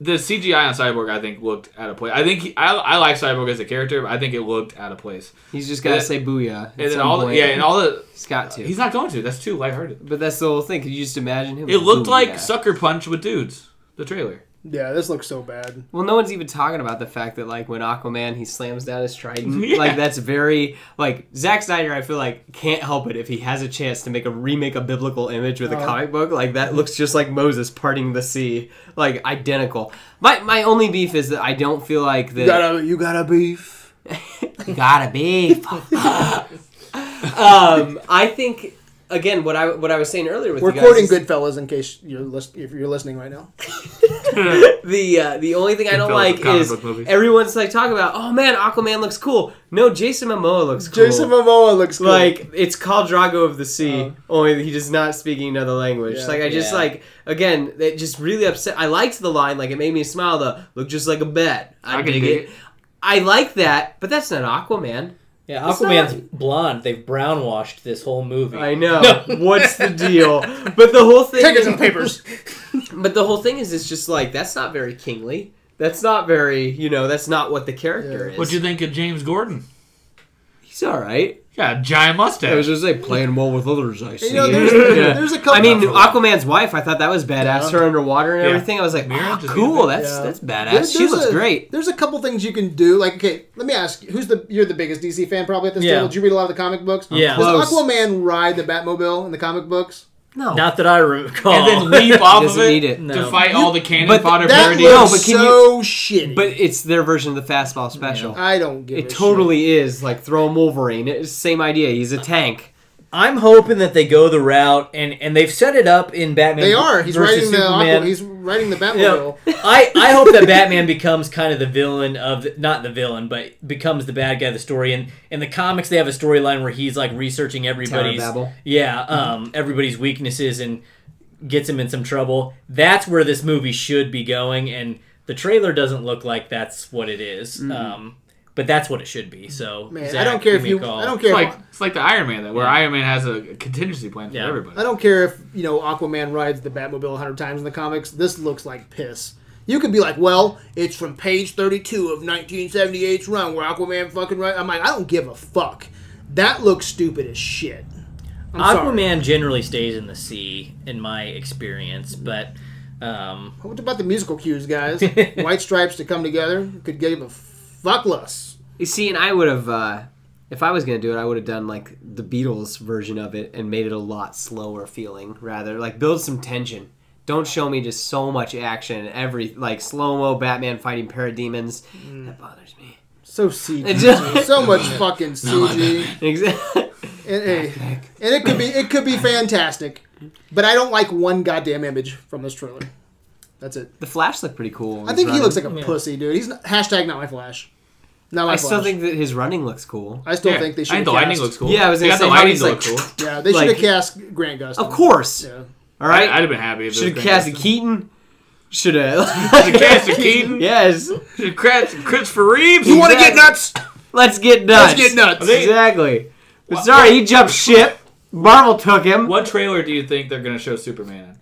S2: the CGI on Cyborg I think looked out of place. I think he, I, I like Cyborg as a character, but I think it looked out of place.
S3: He's just gotta
S2: Yeah.
S3: say booyah. at
S2: And then
S3: some
S2: all the,
S3: point.
S2: yeah, and all the
S3: he's got to.
S2: he's not going to. That's too lighthearted.
S3: but that's the whole thing. Could you just imagine him?
S2: It looked like
S3: Booyah.
S2: Sucker Punch with dudes. The trailer.
S1: Yeah, this looks so bad.
S3: Well, no one's even talking about the fact that like when Aquaman he slams down his trident,
S2: Yeah.
S3: like that's very like Zack Snyder. I feel like can't help it if he has a chance to make a remake a biblical image with a
S1: Uh-huh.
S3: comic book like that looks just like Moses parting the sea, like identical. My my only beef is that I don't feel like
S1: You
S3: that
S1: gotta you gotta beef.
S3: gotta be. um, I think again what I what I was saying earlier with
S1: We're
S3: you guys
S1: quoting
S3: is-
S1: Goodfellas in case you're lis- if you're listening right now.
S3: the uh, the only thing I don't
S2: Goodfellas
S3: like
S2: of comic
S3: is
S2: book movies.
S3: everyone's like talking about. Oh man, Aquaman looks cool. No, Jason Momoa looks cool.
S1: Jason Momoa looks cool.
S3: like it's called Drago of the Sea,
S1: Oh.
S3: only he does not speak another language.
S1: Yeah.
S3: like I just
S4: Yeah.
S3: like again, it just really upset. I liked the line, like it made me smile. The look just like a bat. I,
S2: I can
S3: dig
S2: dig
S3: it. I like that, but that's not Aquaman.
S4: Yeah,
S3: It's
S4: Aquaman's
S3: not-
S4: blonde. They've brown washed this whole movie.
S3: I know. What's the deal? But the whole thing.
S1: tickets and papers.
S3: But the whole thing is, it's just like that's not very kingly. That's not very, you know, that's not what the character
S1: Yeah.
S3: is.
S2: What'd you think of James Gordon?
S3: He's all right.
S2: Yeah, giant mustache.
S3: I was just like playing well with others. I see.
S1: You know, there's, there's a couple.
S3: I mean, uh,
S2: Not for long.
S3: Aquaman's wife. I thought that was badass.
S1: Yeah.
S3: Her underwater and
S2: Yeah.
S3: everything. I was like,
S2: Mira,
S3: "Ah,
S2: just
S3: cool.
S2: leave
S3: That's
S1: Yeah.
S3: that's badass.
S1: There-
S3: she
S1: there's
S3: looks
S1: a-
S3: great.
S1: There's a couple things you can do. Like, okay, let me ask you: Who's the you're the biggest DC fan probably at this
S4: Yeah.
S1: table? Did you read a lot of the comic books?
S4: Yeah.
S1: Does
S3: Close.
S1: Aquaman ride the Batmobile in the comic books?
S3: No,
S4: Not that I recall.
S2: and then leap off of
S3: doesn't
S2: it,
S3: need it.
S2: to
S4: No.
S2: fight all the cannon
S3: But
S2: fodder
S1: That
S2: parodies.
S3: No,
S1: looks
S3: but can
S1: so shitty.
S3: but it's their version of the fastball special.
S1: I don't give
S3: It
S1: a
S3: totally is like throw him Wolverine. It's the same idea. He's a tank.
S4: I'm hoping that they go the route and and they've set it up in Batman.
S1: shit. They are. He's
S4: versus
S1: riding the
S4: Superman.
S1: Aqua, he's riding the Batmobile.
S4: I, I hope that Batman becomes kind of the villain of the, not the villain, but becomes the bad guy of the story. And in the comics, they have a storyline where he's like researching everybody's
S3: Babel.
S4: yeah,
S1: Mm-hmm.
S4: um, everybody's weaknesses and gets him in some trouble. That's where this movie should be going, and the trailer doesn't look like that's what it is. Um, but that's what it should be. So
S1: Mm-hmm. Man,
S4: Zach,
S1: I don't care if
S4: give me a
S1: you.
S4: call.
S1: I don't
S2: It's
S1: care.
S2: like
S1: if,
S2: it's like the Iron Man that where Iron Man has a contingency plan for
S4: Yeah.
S2: everybody.
S1: I don't care if you know Aquaman rides the Batmobile hundred times in the comics. This looks like piss. You could be like, well, it's from page 32 of 1978's run where Aquaman fucking right. I'm like, I don't give a fuck. That looks stupid as shit. I'm sorry.
S4: Aquaman generally stays in the sea, in my experience, but. Um,
S1: What about the musical cues, guys? White stripes to come together could give a fuck less.
S3: You see, and I would have. Uh, if I was gonna do it, I would have done like the Beatles version of it and made it a lot slower feeling. Rather, like build some tension. Don't show me just so much action. Every like slow mo Batman fighting parademons.
S2: Mm.
S3: That bothers me.
S1: So CG,
S3: It just-
S1: so much fucking CG,
S3: Exactly.
S1: and, eh, and it could be it could be fantastic, but I don't like one goddamn image from this trailer. That's it.
S3: the Flash looked pretty cool.
S1: I think he looks like a
S4: Yeah.
S1: pussy, dude. He's not, hashtag not my Flash. Not my
S3: I
S1: Flash.
S3: still think that his running looks cool.
S1: I still
S2: Yeah.
S1: think they should.
S2: I think the lightning looks cool.
S3: Yeah, I was
S2: They
S3: gonna
S2: got the
S3: say, how
S2: lightning
S3: he's
S2: to look
S3: like-
S2: cool.
S1: Yeah, they should have
S3: like-
S1: cast Grant Gustin.
S3: Of course.
S1: Yeah.
S3: All
S2: I,
S3: right.
S2: I'd have been happy if
S3: should
S2: it
S3: have
S2: was
S3: cast
S2: Grant
S3: Keaton. Should
S2: Gustin. Should've
S3: have.
S2: cast a Keaton.
S3: yes.
S2: Should have cast Christopher Reeves.
S1: You want to
S3: Exactly.
S1: get nuts?
S3: Let's get nuts.
S1: Let's get nuts.
S2: Are they-
S3: Exactly. But sorry, he jumped ship. Marvel took him.
S2: What trailer do you think they're going to show Superman? in?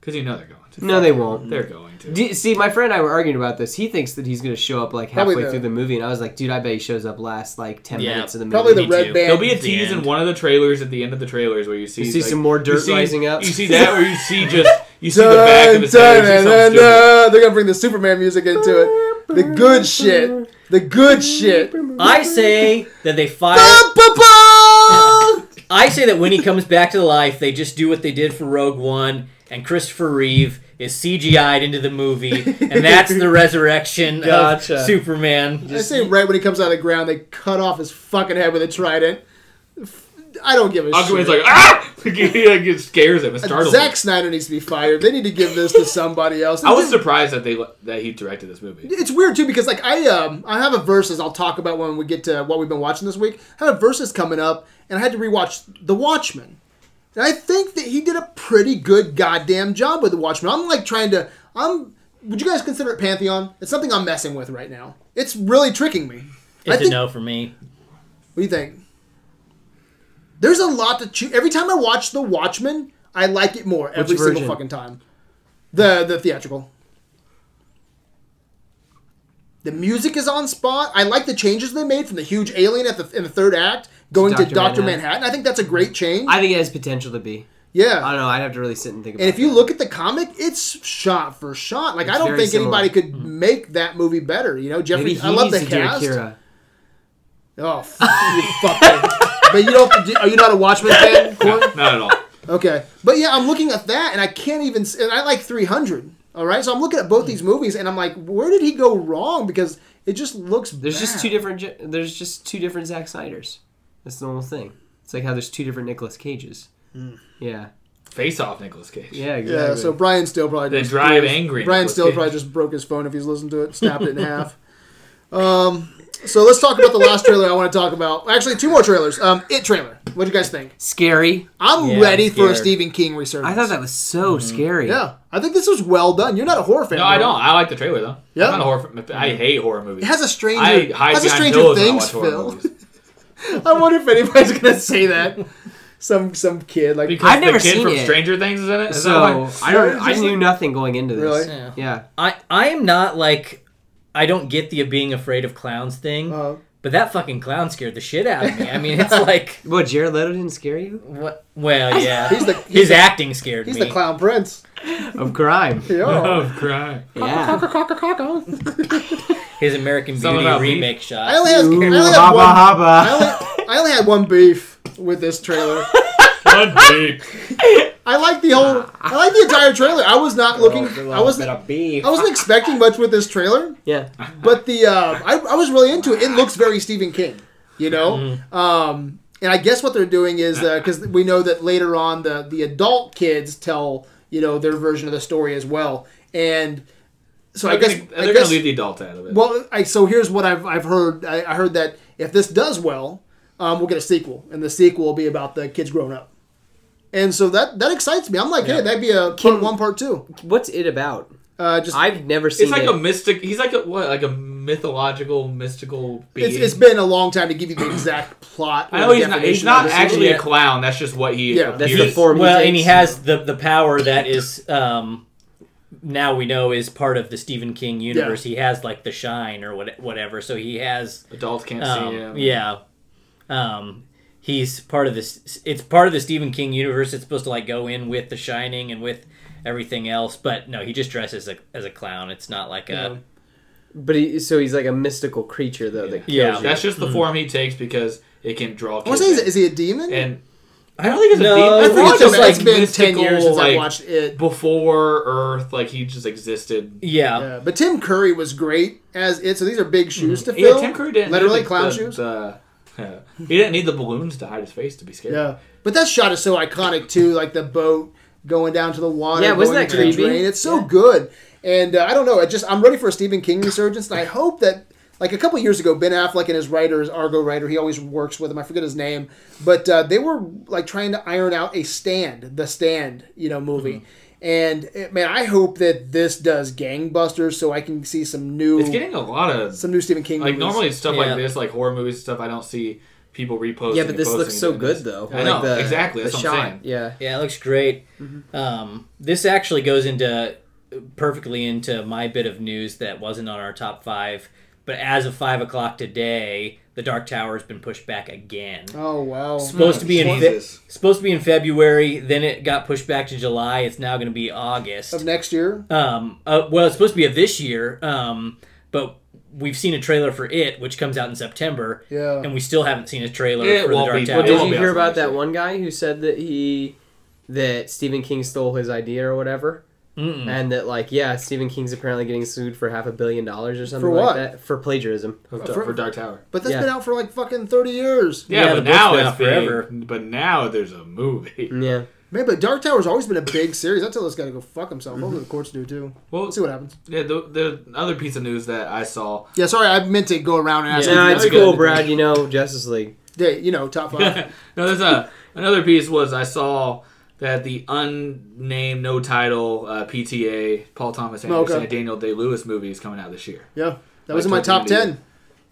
S2: Because you know they're going to.
S3: No, they won't.
S2: They're going to.
S3: Do you- see, my friend and I were arguing about this. He thinks that he's going to show up like halfway
S1: Probably the-
S3: through the movie, and I was like, "Dude, I bet he shows up last like ten
S4: Yeah,
S3: minutes of the movie."
S1: Probably the
S4: Me
S1: red
S4: too.
S1: band.
S2: There'll be a
S4: The
S2: tease in
S4: end.
S2: one of the trailers at the end of the trailers where you see
S3: You see
S2: like-
S3: some more dirt
S2: you see-
S3: rising up.
S2: You see that where you see just you see the back of his head. or something stupid.
S1: They're gonna bring the Superman music into it. The good shit. The good shit.
S4: I say that they fire. I say that when he comes back to life, they just do what they did for Rogue One, and Christopher Reeve is CGI'd into the movie, and that's the resurrection
S3: Gotcha.
S4: of Superman.
S1: I say right when he comes out of the ground, they cut off his fucking head with a trident. I don't give a shit.
S2: Aquaman's like ah, he like, it scares him. It startles him.
S1: Zack Snyder needs to be fired. They need to give this to somebody else.
S2: I was surprised that they that he directed this movie.
S1: it's weird too because like I um I have a versus I'll talk about when we get to what we've been watching this week. I had a versus coming up and I had to rewatch The Watchmen. And I think that he did a pretty good goddamn job with The Watchmen. I'm like trying to I'm would you guys consider it Pantheon? It's something I'm messing with right now. It's really tricking me. I
S4: It's
S1: think
S4: a no for me.
S1: what do you think? There's a lot to choose. Every time I watch The Watchmen, I like it more every single
S3: version?
S1: fucking time. The the theatrical. The music is on spot. I like the changes they made from the huge alien at the in the third act going to
S3: Dr.
S1: Doctor Manhattan.
S3: Manhattan.
S1: I think that's a great change.
S3: I think it has potential to be.
S1: yeah.
S3: I don't know. I'd have to really sit and think about.
S1: and if
S3: it.
S1: you look at the comic, it's shot for shot. Like I don't
S3: very
S1: think
S3: similar. Mm.
S1: anybody could make that movie better. You know, Jeffrey.
S3: maybe
S1: I
S3: he
S1: love
S3: needs
S1: the
S3: to do
S1: cast.
S3: Akira.
S1: Oh, f- you fucker. But you don't. Are you not a Watchmen fan, Corey?
S2: Not at all.
S1: Okay, but yeah, I'm looking at that, and I can't even. s- And I like 300. All right, so I'm looking at both these movies, and I'm like, where did he go wrong? Because it just looks.
S3: There's just two
S1: bad.
S3: different. J- There's just two different Zack Snyders. That's the normal thing. It's like how there's two different Nicolas Cages. Yeah.
S2: Face off, Nicolas Cage.
S3: Yeah. Exactly.
S1: Hmm. Yeah, so Brian still probably.
S2: The
S1: just-
S2: drive angry.
S1: Brian
S2: Nicolas
S1: still
S2: Cage.
S1: probably just broke his phone if he's listened to it, snapped it in half. Um, so let's talk about the last trailer I want to talk about. Actually, two more trailers. Um, it trailer. What do you guys think?
S3: scary.
S1: I'm
S4: Yeah, I'm
S1: ready for a
S4: scared.
S1: Stephen King resurgence.
S3: I thought that was so scary.
S1: Mm-hmm. Yeah, I think this was well done. You're not a horror fan.
S2: No, I
S1: bro.
S2: don't. I like the trailer though.
S1: Yeah.
S2: I'm not a horror. Fan. I hate horror movies.
S1: It has a stranger.
S2: I hide
S1: has a
S2: behind
S1: Stranger
S2: pillows when I
S1: Things
S2: watch horror
S1: feel.
S2: movies.
S1: I wonder if anybody's gonna say that. Some some kid like
S2: Because
S3: I've
S2: the
S3: never
S2: kid
S3: seen
S2: from
S3: it.
S2: Stranger Things is in it. Is that
S3: So
S2: why?
S3: I don't. I
S1: Just
S3: knew
S1: like-
S3: nothing going into this.
S1: Really?
S4: Yeah.
S3: Yeah.
S4: I I am not like I don't get the being afraid of clowns thing,
S1: Uh,
S4: but that fucking clown scared the shit out of me. I mean, it's like
S3: What? Jared Leto didn't scare you?
S4: what? Well, yeah,
S1: he's the he's,
S4: his acting scared
S1: he's
S4: me.
S1: the clown prince.
S3: Of crime.
S1: Yeah.
S2: Oh, cry.
S3: Yeah.
S4: his American
S2: Something
S4: Beauty
S2: about me.
S4: remake shot.
S1: I only had, I
S3: Ooh,
S1: only had one. I
S3: haba haba.
S1: only, I only had one beef with this trailer.
S2: Blood deep.
S1: I like the whole. I like the entire trailer. I was not looking. I wasn't. I
S3: beef.
S1: wasn't expecting much with this trailer,
S3: Yeah.
S1: but the uh, I, I was really into it. It looks very Stephen King, you know. Um, and I guess what they're doing is because we know that later on the the adult kids tell you know their version of the story as well, and so I
S2: They're
S1: guess
S2: gonna,
S1: I
S2: they're
S1: guess,
S2: gonna leave the adult out of it.
S1: well, I, so here's what I've, I've heard. I, I heard that if this does well, um, we'll get a sequel, and the sequel will be about the kids grown up. And so that that excites me. I'm like, hey, that'd be a part one, part two.
S3: What's it about?
S1: Uh, just
S3: I've never seen
S2: it's like
S3: it.
S2: a mystic. He's like a what? Like a mythological, mystical being.
S1: it's, it's been a long time to give you the exact plot.
S2: I
S1: or
S2: know he's not. He's
S1: definition
S2: not
S1: of this.
S2: actually
S4: Yeah.
S2: a clown. That's just what he.
S1: Yeah,
S3: That's the
S2: appears.
S3: form.
S4: well,
S3: he
S4: and he
S3: takes.
S4: has the the power that is um now we know is part of the Stephen King universe. He has like the shine or what whatever. So he has
S2: Adults can't
S1: Oh,
S2: see
S4: um,
S2: him.
S4: yeah. Um he's part of this it's part of the Stephen King universe. It's supposed to like go in with the shining and with everything else, but no, he just dresses as a, as a clown. It's not like a
S3: But he, so he's like a mystical creature though. That
S4: Yeah.
S3: kills you.
S2: That's just the form he takes because it can draw.
S1: Hmm. I want
S2: Kids
S1: to say, is,
S2: in.
S1: is he a demon?
S2: and I don't think it's
S4: No,
S2: a demon.
S4: I
S1: I
S4: think
S1: think it's,
S4: it's just,
S1: just,
S4: like,
S1: it's been ten
S2: mystical,
S1: years since I
S2: like,
S1: watched it.
S2: before Earth. Like he just existed.
S4: yeah.
S1: Yeah, but Tim Curry was great as it. So these are big shoes to
S2: Mm-hmm. Yeah,
S1: fill.
S2: Tim Curry didn't
S1: literally
S2: need the,
S1: clown
S2: the-
S1: shoes.
S2: the- he didn't need the balloons to hide his face to be scared.
S1: Yeah, but that shot is so iconic too, like the boat going down to the water.
S3: Yeah, wasn't
S1: going
S3: that
S1: into the
S3: creepy?
S1: drain. It's so good, and uh, I don't know. I just I'm ready for a Stephen King resurgence, and I hope that like a couple years ago, Ben Affleck and his writer, his Argo writer, he always works with him. I forget his name, but uh, they were like trying to iron out a stand, the stand, you know, movie.
S3: Mm-hmm.
S1: And eh, man, I hope that this does gangbusters, so I can see some new,
S2: It's getting a lot of
S1: some new Stephen King.
S2: like
S1: movies.
S2: normally stuff
S4: Yeah.
S2: like this, like horror movies and stuff. I don't see people reposting.
S3: Yeah, but
S2: and
S3: this
S2: posting
S3: looks
S2: and
S3: so
S2: doing
S3: good
S2: this.
S3: though.
S2: I know exactly. That's what I'm saying.
S3: Yeah.
S4: Yeah, it looks great.
S1: Mm-hmm.
S4: Um, this actually goes into perfectly into my bit of news that wasn't on our top five, but as of five o'clock today, the Dark Tower has been pushed back again.
S1: Oh wow!
S4: supposed to be in Fe-
S2: Jesus.
S4: supposed to be in February, then it got pushed back to July. It's now going to be August.
S1: Of next year,
S4: Um, uh, well, it's supposed to be of this year, um, but we've seen a trailer for it, which comes out in September,
S1: Yeah.
S4: and we still haven't seen a trailer
S2: It
S4: for the
S2: won't
S4: Dark
S2: be-
S4: Tower.
S2: but
S3: Did
S2: won't
S3: you
S2: be
S3: hear
S2: outside
S3: about
S2: this
S3: that
S2: year.
S3: one guy who said that he that Stephen King stole his idea or whatever? and that like yeah, Stephen King's apparently getting sued for half a billion dollars or something
S1: For
S3: like
S1: what?
S3: that for plagiarism.
S2: Oh, for, for Dark Tower.
S1: But that's
S3: Yeah.
S1: been out for like fucking 30 years.
S2: Yeah,
S4: Yeah, the
S2: but
S4: book's
S2: now
S4: been
S2: it's
S4: out forever.
S2: forever. but now there's a movie.
S3: Yeah,
S1: Man, but Dark Tower's always been a big series. That has got to go fuck himself. Hopefully
S2: Mm-hmm.
S1: the courts do too.
S2: Well,
S1: Let's see what happens.
S2: yeah, the, the other piece of news that I saw.
S1: Yeah, sorry, I meant to go around and ask
S2: Yeah,
S3: no,
S1: you,
S3: it's
S2: you
S3: cool,
S2: good.
S3: Brad. You know Justice League.
S1: yeah, you know, top five.
S2: no, there's a another piece was I saw that the unnamed, no title uh, PTA Paul Thomas Anderson
S1: Oh, Okay.
S2: and Daniel Day Lewis movie is coming out this year.
S1: yeah, that was in my
S2: Like
S1: top
S2: Tokyo
S1: 10.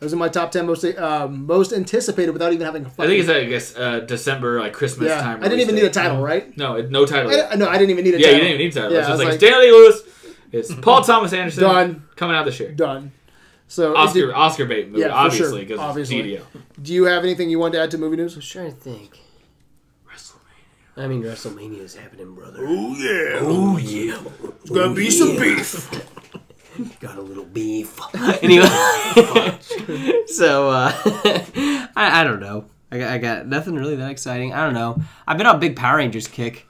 S1: That was in my top 10 most, uh, most anticipated without even having a fucking.
S2: I think it's I guess uh, December like Christmas
S1: yeah.
S2: time.
S1: I didn't
S2: release
S1: even need
S2: date.
S1: a title, right?
S2: No, it, no title.
S1: I
S2: yet.
S1: di- no, I didn't even need a
S2: yeah,
S1: title.
S2: you didn't even need a title.
S1: Yeah,
S2: it's
S1: I
S2: just
S1: was
S2: like,
S1: like-
S2: Daniel Day Lewis. It's Paul Thomas Anderson.
S1: Done.
S2: Coming out this year.
S1: Done. So,
S2: Oscar
S1: did-
S2: Oscar bait movie,
S1: Yeah, for
S2: obviously,
S1: sure.
S2: because
S1: Obviously.
S2: studio.
S1: do you have anything you want to add to movie news?
S3: I'm trying to think.
S2: WrestleMania.
S3: I mean, WrestleMania is happening, brother.
S2: Oh yeah.
S1: Gonna be some beef.
S3: got a little beef. anyway, so uh, I, I don't know. I got, I got nothing really that exciting. I don't know. I've been on a big Power Rangers kick.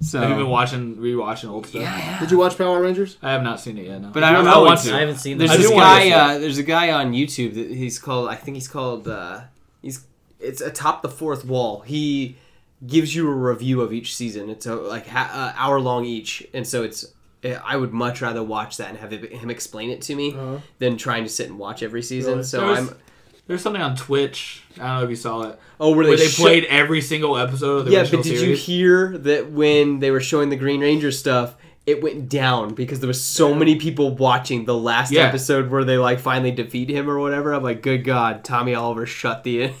S3: So,
S2: Have you been watching rewatching old stuff?
S1: Did you watch Power Rangers?
S2: I have not seen it yet. No.
S3: but I don't
S4: I'm
S3: know.
S4: going
S3: what's-
S4: to. I haven't seen
S3: There's
S4: that. I
S3: this
S4: do
S2: wanna
S3: guy.
S2: see it.
S3: Uh, there's a guy on YouTube that he's called. I think he's called. Uh, he's it's atop the fourth wall. He gives you a review of each season. It's a, like ha- uh, hour long each, and so it's. eh, I would much rather watch that and have it- him explain it to me than trying to sit and watch every season.
S1: Really?
S3: So
S2: There was-
S3: I'm.
S2: Uh-huh. There's something on Twitch. I don't know if you saw it.
S3: Oh, where
S2: Where they
S3: sho-
S2: played every single episode of the
S3: Yeah,
S2: original
S3: but did you
S2: series.
S3: hear that when they were showing the Green Ranger stuff, it went down because there was so many people watching the last
S2: Yeah.
S3: episode where they like finally defeat him or whatever. I'm like, good God, Tommy Oliver shut the it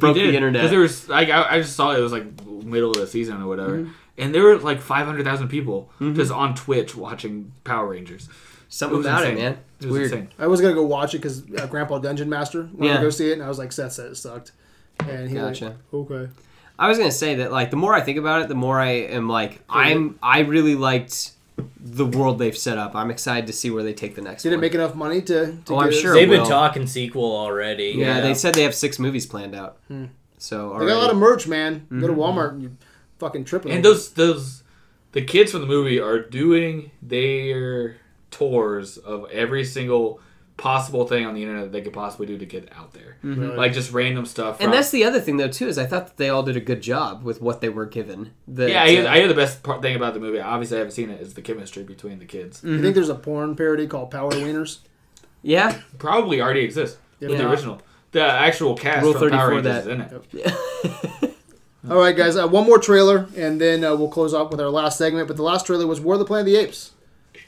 S3: broke the
S2: Because
S3: internet.
S2: there was like I, I just saw it, was like middle of the season or whatever,
S3: Mm-hmm.
S2: and there were like 500,000 people just on Twitch watching Power Rangers.
S3: Something
S2: was
S3: about it,
S2: insane.
S3: man. It's
S2: It was
S3: weird.
S2: insane.
S1: I was gonna go watch it because uh, Grandpa Dungeon Master wanted
S3: Yeah.
S1: to go see it, and I was like, Seth said it sucked, and he was like,
S3: Gotcha.
S1: okay,
S3: I was gonna say that like the more I think about it, the more I am like I'm I really liked the world they've set up. I'm excited to see where they take the next.
S1: did it
S3: one.
S1: make enough money to? to
S3: Oh, I'm
S1: get it-
S3: sure.
S4: They've
S3: Will.
S4: been talking sequel already.
S3: Yeah, they said they have six movies planned out. So
S1: Hmm. They got a lot
S3: already-
S1: of merch, man. Go
S3: Mm-hmm.
S1: to Walmart and you fucking tripping.
S2: And those those the kids from the movie are doing their tours of every single possible thing on the internet that they could possibly do to get out there,
S3: Mm-hmm.
S2: like just random stuff.
S3: And
S2: from-
S3: that's the other thing, though, too, is I thought that they all did a good job with what they were given. That,
S2: yeah. I hear,
S3: uh,
S2: I hear the best part, thing about the movie. Obviously, I haven't seen it. Is the chemistry between the kids
S3: Mm.
S1: you
S3: mm-hmm.
S1: think there's a porn parody called Power Wieners?
S3: yeah.
S2: probably already exists with
S3: Yeah.
S2: the original. The actual cast
S3: Rule
S2: from Power
S3: 34
S2: Rangers
S3: that-
S2: is in it.
S1: All right, guys, uh, one more trailer, and then uh, we'll close off with our last segment. But the last trailer was War of the Planet of the Apes.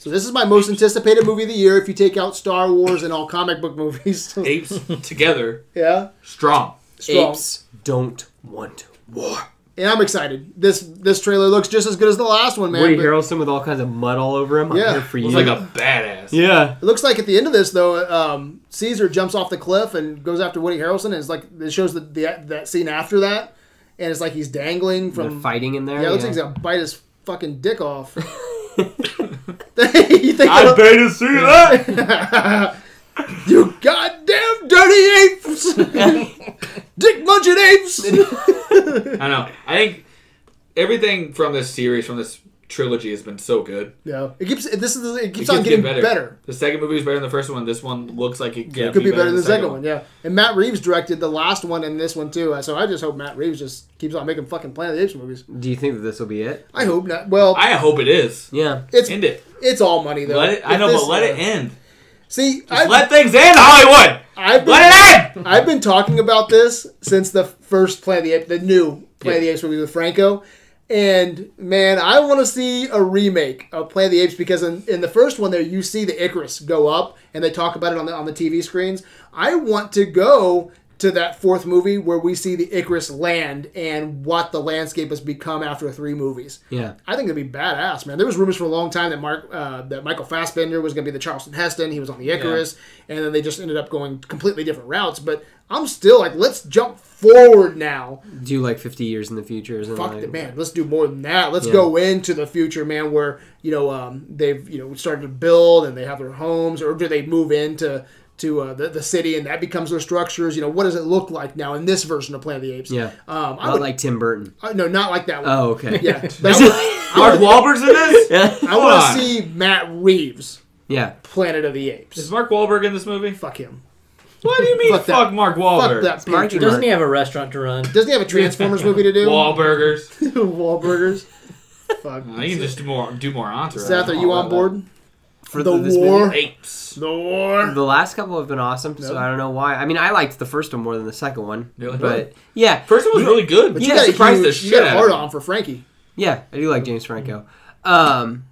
S1: So this is my most anticipated movie of the year if you take out Star Wars and all comic book movies.
S2: Apes together,
S1: yeah,
S2: strong.
S1: strong.
S3: Apes don't want war.
S1: And I'm excited. This this trailer looks just as good as the last one, man.
S3: Woody
S1: but-
S3: Harrelson with all kinds of mud all over him. I'm
S1: Yeah.
S3: here for
S2: It
S3: you.
S2: was like a badass.
S3: yeah.
S1: It looks like at the end of this though, um, Caesar jumps off the cliff and goes after Woody Harrelson. And it's like it shows the, the that scene after that, and it's like he's dangling
S3: They're
S1: from.
S3: fighting in there.
S1: Yeah, it looks like he's gonna bite his fucking dick off. you think it'll-
S2: paid to see that.
S1: you goddamn dirty apes, dick munching apes.
S2: I know. I think everything from this series, from this trilogy, has been so good.
S1: yeah, it keeps. This is it keeps
S2: It
S1: on
S2: keeps getting
S1: getting better.
S2: The second movie is better than the first one. This one looks like it could,
S4: Yeah.
S1: Could be better than the second one, yeah. And Matt Reeves directed the last one and this one too. So I just hope Matt Reeves just keeps on making fucking Planet of the Apes movies.
S3: Do you think that this will be it?
S1: I hope not. Well,
S2: I hope it is.
S3: Yeah.
S1: it's
S2: End it.
S1: It's all money though.
S2: Let it. I
S1: If
S2: know,
S1: this- uh,
S2: but let it end.
S1: See,
S2: Just
S1: I've,
S2: let things end, Hollywood.
S1: I've been,
S2: Let it end.
S1: I've been talking about this since the first Planet of the Apes, the new Planet of the Apes movie with Franco. And man, I want to see a remake of Planet of the Apes because in, in the first one there you see the Icarus go up and they talk about it on the on the TV screens. I want to go to that fourth movie where we see the Icarus land and what the landscape has become after three movies.
S3: Yeah.
S1: I think it'd be badass, man. There was rumors for a long time that Mark, uh, that Michael Fassbender was going to be the Charleston Heston. He was on the Icarus, and then they just ended up going completely different routes. But I'm still like, let's jump forward now.
S3: Do like 50 years in the future or something.
S1: Fuck
S3: like-
S1: it, man. Let's do more than that. Let's go into the future, man, where you know um, they've you know started to build and they have their homes, or do they move into to uh, the, the city, and that becomes their structures. You know, what does it look like now in this version of Planet of the Apes?
S3: Yeah.
S1: um, I
S3: Not
S1: would
S3: like Tim Burton.
S1: uh, no, not like that one.
S3: Oh, okay.
S1: yeah, That one-
S2: Mark Wahlberg's in this?
S1: I
S2: Hold
S1: want
S2: on.
S1: to see Matt Reeves
S3: yeah.
S1: Planet of the Apes.
S2: Is Mark Wahlberg in this movie?
S1: Fuck him.
S2: What do you mean, fuck,
S1: Fuck that.
S2: Mark
S1: Fuck
S2: Wahlberg?
S1: that.
S3: Mark-
S1: picture.
S4: Doesn't he have a restaurant to run?
S1: Doesn't he have a Transformers movie to do?
S2: Wahlburgers.
S1: Wahlburgers. Fuck.
S2: I can just do more, do more entourage.
S1: Seth, are you on board?
S3: For
S1: The
S3: this
S1: war.
S3: movie.
S2: Apes.
S1: The war.
S3: The last couple have been awesome, so
S1: No.
S3: I don't know why. I mean, I liked the first one more than the second one.
S2: Really?
S3: But yeah,
S2: First one was really good.
S1: But
S2: But
S1: you
S2: yeah,
S1: got a
S2: surprised the
S1: huge- you
S2: shit
S1: got a
S2: out
S1: hard
S2: of
S1: on for Frankie.
S3: yeah, I do like James Franco. Um,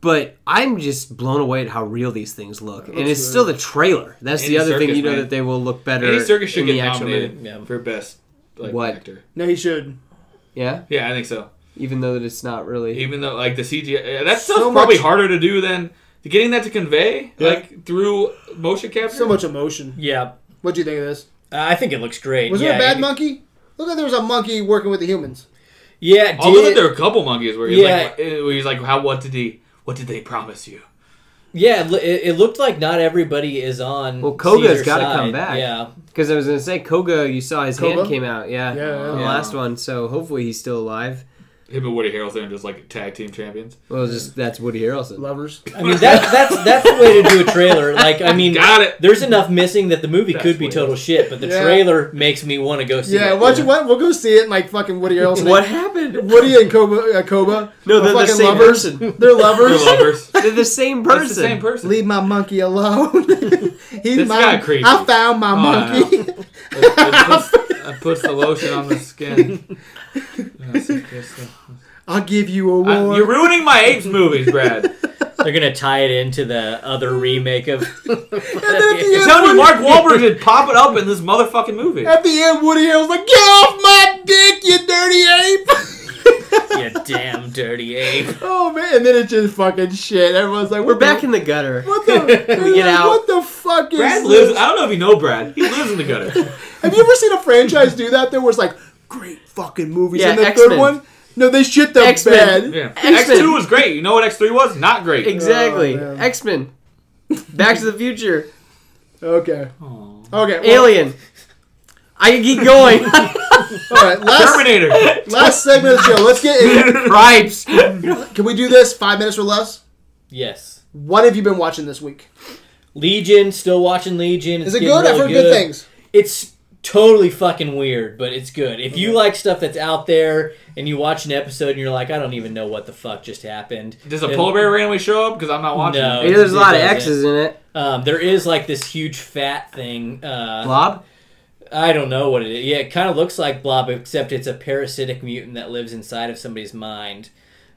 S3: but I'm just blown away at how real these things look, and
S1: looks
S3: it's
S1: good.
S3: still the trailer. That's
S2: Andy
S3: the other thing
S2: Serkis,
S3: you know
S2: man.
S3: that they will look better.
S2: me. Andy Serkis should
S3: in
S2: get
S3: the actual
S2: nominated
S3: movie.
S4: movie. Yeah.
S2: for best like,
S3: What?
S2: actor.
S1: No, he should.
S3: Yeah,
S2: Yeah, I think so.
S3: even though that it's not really.
S2: Even though like the CGI, uh, that
S1: So
S2: stuff's probably
S1: much-
S2: harder to do than getting that to convey
S1: Yeah.
S2: like through motion capture.
S1: So much emotion.
S4: Yeah,
S1: What do you think of this?
S4: Uh, I think it looks great.
S1: Was
S4: yeah,
S1: there a bad
S4: it-
S1: monkey? Look like there was a monkey working with the humans.
S4: Yeah, it
S2: Although
S4: did.
S2: there were a couple monkeys where he's
S4: Yeah.
S2: like, where he's like, how? What did he? What did they promise you?
S4: Yeah, it, loo- it, it looked like not everybody is on.
S3: Well, Koga's
S4: got
S3: gotta
S4: to
S3: come back.
S4: Yeah,
S3: Because I was gonna say Koga, you saw his hand
S1: Koga?
S3: came out. Yeah,
S1: Yeah, yeah.
S3: on the
S2: Yeah.
S3: last one. So hopefully he's still alive.
S2: Him and Woody Harrelson are just like tag team champions.
S3: Well, just that's Woody Harrelson.
S1: Lovers.
S4: I mean that, that's that's the way to do a trailer. Like, I mean,
S2: Got it.
S4: there's enough missing that the movie
S2: That's
S4: could be
S2: weird.
S4: total shit, but the
S1: Yeah.
S4: trailer makes me want to go see
S1: Yeah,
S4: it.
S1: watch it. What? We'll go see it. and, Like fucking Woody Harrelson.
S3: What happened?
S1: Woody and Koba. Uh, Koba.
S3: No, they're the
S1: fucking
S3: same
S1: lovers.
S3: person.
S1: They're
S2: They're
S1: lovers.
S2: lovers.
S3: They're the same person.
S2: That's the same person.
S1: Leave my monkey alone. He's
S2: That's
S1: my.
S2: kinda creepy.
S1: I found my
S2: I
S1: monkey.
S2: It, it puts, it puts the lotion on the skin. That's- that's the-
S1: I'll give you a
S2: I-
S1: war.
S2: you're ruining my apes movies, Brad.
S4: They're gonna tie it into the other remake of.
S1: the
S2: I'm telling you, Mark Wahlberg is popping up in this motherfucking movie.
S1: At the end, Woody Harrelson's like, "Get off my dick, you dirty ape!"
S4: you damn dirty ape.
S1: oh man, and then it's just fucking shit. Everyone's like,
S3: We're back in the gutter.
S2: Oh,
S1: What the?
S3: We get out.
S1: What the fuck is
S2: Brad
S1: this?
S2: lives. I don't know if you know Brad. He lives in the gutter.
S1: Have you ever seen a franchise do that? There was like great fucking movies,
S3: Yeah,
S1: and the
S3: X-Men.
S1: third one, no, they shit the
S3: X-Men.
S1: bed.
S2: Yeah. X
S3: X-Men.
S2: two was great. You know what X three was? Not great.
S3: Exactly.
S1: Oh, man.
S3: X Men. Back to the Future.
S1: Okay,
S2: Aw.
S1: okay, well,
S3: Alien. I can keep
S1: All
S3: going.
S1: right, last
S2: Terminator.
S1: last segment of the show. Let's get. In.
S3: Bribes.
S1: Can we do this five minutes or less?
S4: Yes.
S1: What have you been watching this week?
S4: Legion, still watching Legion. It's
S1: Is it
S4: getting
S1: good? I've
S4: really
S1: heard good things.
S4: It's totally fucking weird, but it's good. If you like stuff that's out there and you watch an episode and you're like, I don't even know what the fuck just happened.
S2: Does a
S4: then-
S2: polar bear randomly show up? Because I'm not watching.
S4: No.
S2: it.
S3: Hey, there's a lot of
S4: It doesn't.
S3: X's in it.
S4: Um, there is like this huge fat thing. Uh,
S3: Blob.
S4: I don't know what it is. Yeah, it kind of looks like blob, except it's a parasitic mutant that lives inside of somebody's mind.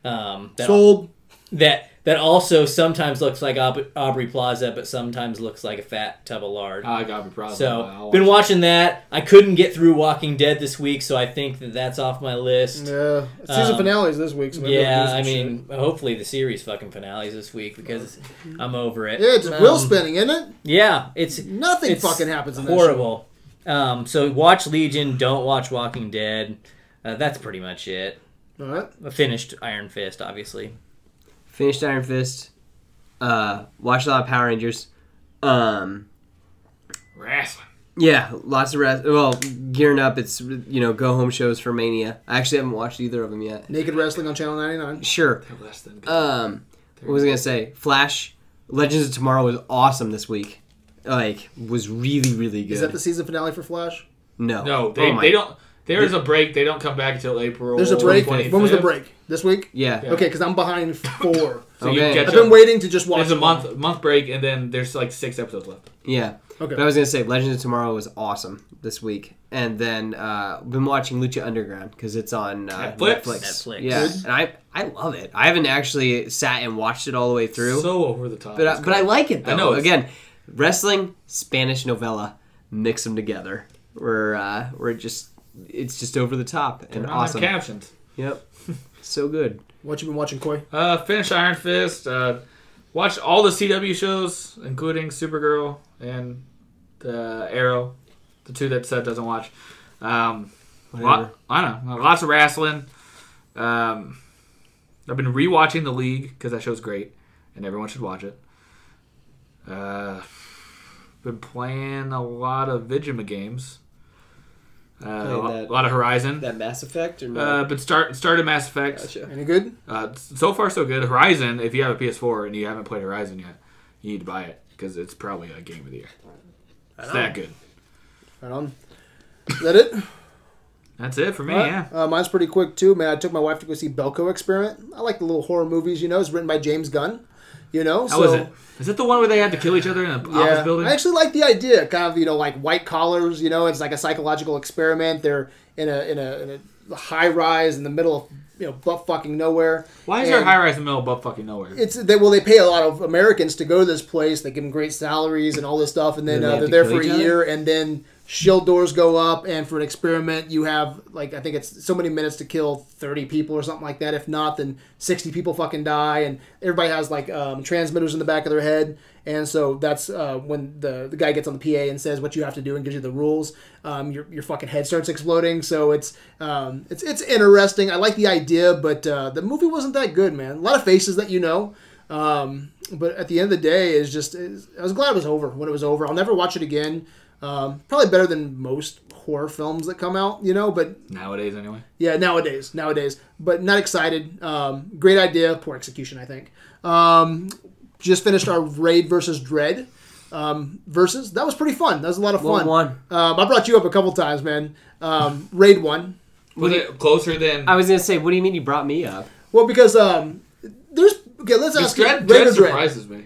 S4: Um, that,
S1: Sold.
S4: that that also sometimes looks like Aub- Aubrey Plaza, but sometimes looks like a fat tub of lard.
S2: I got a problem. I'll
S4: So
S2: watch
S4: been
S2: it.
S4: watching that. I couldn't get through Walking Dead this week, so I think that that's off my list. Yeah,
S1: Yeah, season
S4: Um,
S1: finales this week. So maybe we'll do some
S4: I
S1: shit.
S4: mean, hopefully the series fucking finales this week because I'm over it.
S1: Yeah, it's
S4: Um,
S1: wheel spinning, isn't it?
S4: Yeah, it's
S1: Nothing
S4: it's
S1: fucking happens in
S4: horrible. Um, so watch Legion. Don't watch Walking Dead. Uh, that's pretty much it.
S1: that show. All right.
S4: I finished Iron Fist, obviously.
S3: Finished Iron Fist. Uh, watched a lot of Power Rangers. Um,
S2: wrestling.
S3: yeah, lots of rest. Well, gearing up. It's you know go home shows for Mania. I actually haven't watched either of them yet.
S1: Naked Wrestling on Channel 99.
S3: Sure.
S2: Less
S1: Uh,
S2: than good.
S3: Um, what was I gonna say? Flash. Legends of Tomorrow was awesome this week. Like, was really really good.
S1: Is that the season finale for Flash?
S3: no?
S2: no, they,
S3: Oh my-
S2: they don't. There is a break. They don't come back until April.
S1: There's a break.
S2: 25th.
S1: When was the break? This week?
S3: Yeah.
S1: Okay, because I'm behind four.
S2: So you
S3: Okay.
S2: catch
S1: I've been
S2: up.
S1: waiting to just watch.
S2: There's a
S1: them.
S2: month month break, and then there's like six episodes left.
S3: Yeah.
S1: Okay.
S3: But I was gonna say Legends of Tomorrow was awesome this week, and then uh, been watching Lucha Underground because it's on uh,
S2: Netflix?
S3: Netflix.
S4: Netflix.
S3: Yeah, and I I love it. I haven't actually sat and watched it all the way through,
S2: So over the top.
S3: but
S2: It's
S3: I, but I
S2: great.
S3: like it though.
S2: I know, it's-
S3: Again, wrestling, Spanish novella, mix them together. We're uh, we're just it's just over the top and
S2: Not
S3: awesome.
S2: captions.
S3: Yep, so good.
S1: What you been watching, Koi?
S2: Uh, finish Iron Fist. Uh, watch all the CW shows, including Supergirl and uh, Arrow, the two that Seth doesn't watch. Um,
S3: Whatever.
S2: lot- I don't know. Lots of wrestling. Um, I've been rewatching The League because that show's great, and everyone should watch it. Uh, Been playing a lot of Vigima games. Uh, a,
S3: Playing
S2: lot,
S3: that-
S2: lot of Horizon.
S3: That Mass Effect or no?
S2: uh, but start started Mass Effect.
S3: Gotcha.
S1: Any good?
S2: Uh, so far, so good. Horizon. If you have a PS4 and you haven't played Horizon yet, you need to buy it because it's probably a game of the year. It's that good.
S1: Right on. Is that it?
S2: That's it for me. Yeah.
S1: Uh, mine's pretty quick too, man. I took my wife to go see Belko Experiment. I like the little horror movies, you know. It's written by James Gunn. You know,
S2: How
S1: so
S2: was it? Is it the one where they had to kill each other in an office building?
S1: I actually like the idea, kind of you know, like white collars. You know, it's like a psychological experiment. They're in a in a, in a high rise in the middle of you know butt fucking nowhere.
S2: Why is there
S1: And
S2: high rise in the middle of butt fucking nowhere?
S1: It's they well they pay a lot of Americans to go to this place. They give them great salaries and all this stuff, and then
S3: Then they
S1: uh,
S3: have
S1: they're
S3: to
S1: there for
S3: kill
S1: a
S3: each other?
S1: year, and then shield doors go up, and for an experiment you have like I think it's so many minutes to kill thirty people or something like that. If not, then sixty people fucking die, and everybody has like um, transmitters in the back of their head. And so that's uh, when the, the guy gets on the PA and says what you have to do and gives you the rules. Um, your, your fucking head starts exploding. So it's um, it's it's interesting. I like the idea, but uh, the movie wasn't that good, man. A lot of faces that you know. Um, but at the end of the day, is just is, I was glad it was over when it was over. I'll never watch it again. Um, probably better than most horror films that come out, you know. But
S2: Nowadays, anyway.
S1: yeah, nowadays, nowadays. But not excited. Um, great idea, poor execution, I think. Um, just finished our raid versus dread. Um, versus that was pretty fun. That was a lot of
S3: What
S1: fun.
S3: one?
S1: Um, I brought you up a couple times, man. Um, raid one.
S2: Was it closer than?
S3: I was gonna say, what do you mean you brought me up?
S1: Well, because um, there's okay. Let's ask you,
S2: Dread,
S1: raid
S2: Dread
S1: or dread.
S2: surprises me.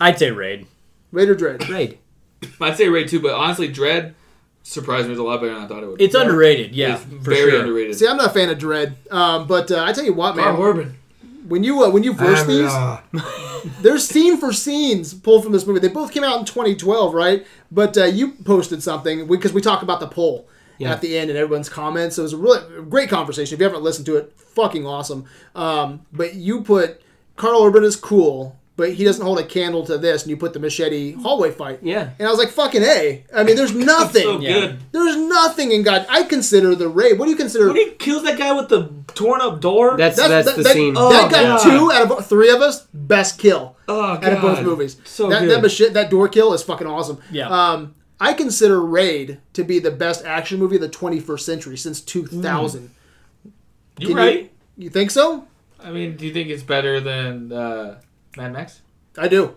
S4: I'd say raid.
S1: Raid or dread.
S3: Raid.
S2: I'd say Raid 2, but honestly, Dread surprised me a lot better than I thought it would.
S4: It's underrated. Yeah,
S2: It's
S4: for
S2: very
S4: sure.
S2: underrated.
S1: See, I'm not a fan of dread. Um, but uh, I tell you what, man.
S2: Corbin.
S1: when you uh, when you verse these, there's scene for scenes pulled from this movie. They both came out in 2012, right? But uh, you posted something because we, talk about the poll at the end and everyone's comments. So it was a really great conversation. If you haven't listened to it, fucking awesome. Um, but you put Carl Urban is cool, but he doesn't hold a candle to this, and you put the machete hallway fight.
S3: Yeah.
S1: and I was like, fucking a. I mean, there's nothing.
S2: So good.
S1: There's nothing in God. I consider the raid. What do you consider?
S2: When he kills that guy with the torn up door.
S3: That's oh, that's,
S1: That's,
S3: the
S1: that,
S3: scene.
S1: That, that got
S2: God.
S1: two out of three of us. Best kill
S2: Oh,
S1: out of both
S2: God.
S1: movies.
S2: So
S1: that,
S2: good.
S1: that machi- that door kill is fucking awesome.
S4: Yeah.
S1: Um, I consider Raid to be the best action movie of the 21st century since 2000.
S2: you
S1: Can
S2: right.
S1: You, you think so?
S2: I mean, do you think it's better than uh, Mad Max?
S1: I do.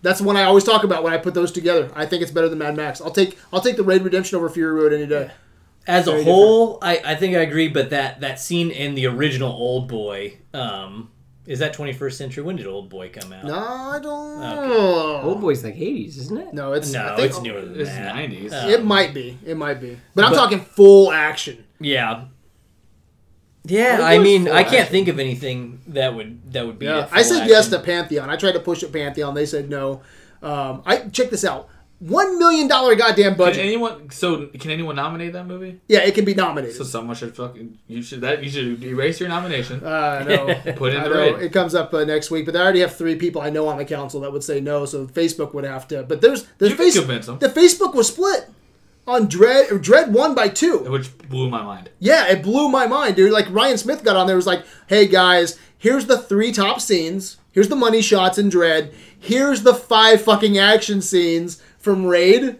S1: That's the one I always talk about when I put those together. I think it's better than Mad Max. I'll take I'll take the Raid Redemption over Fury Road any day.
S4: as a
S1: Very
S4: whole, I, I think I agree. But that that scene in the original Old Boy, um, is that 21st century? When did Old Boy come out?
S1: No, I don't.
S3: Old boy's like eighties, isn't it?
S1: No, it's I
S4: No,
S1: think-
S4: it's newer than
S2: This is
S4: that.
S2: 90s.
S1: It might be. It might be. But I'm talking full action.
S4: Yeah. Yeah, I mean, I can't think of anything that would that would be.
S1: Yeah, I said yes to Pantheon. I tried to push it Pantheon. They said no. Um, I check this out. One million dollar goddamn
S2: Can
S1: budget.
S2: anyone? So can anyone nominate that movie?
S1: Yeah, it can be nominated.
S2: So someone should fucking you should that you should erase your nomination.
S1: uh, no.
S2: Put in
S1: I
S2: the
S1: know
S2: raid.
S1: it comes up uh, next week, but I already have three people I know on the council that would say no, so Facebook would have to. But there's there's
S2: You can
S1: face-
S2: convince 'em.
S1: The Facebook was split on Dread. Dread won by two.
S2: Which blew my mind.
S1: Yeah, it blew my mind, dude. Like Ryan Smith got on there was like, "Hey guys, here's the three top scenes. Here's the money shots in Dread. Here's the five fucking action scenes from Raid."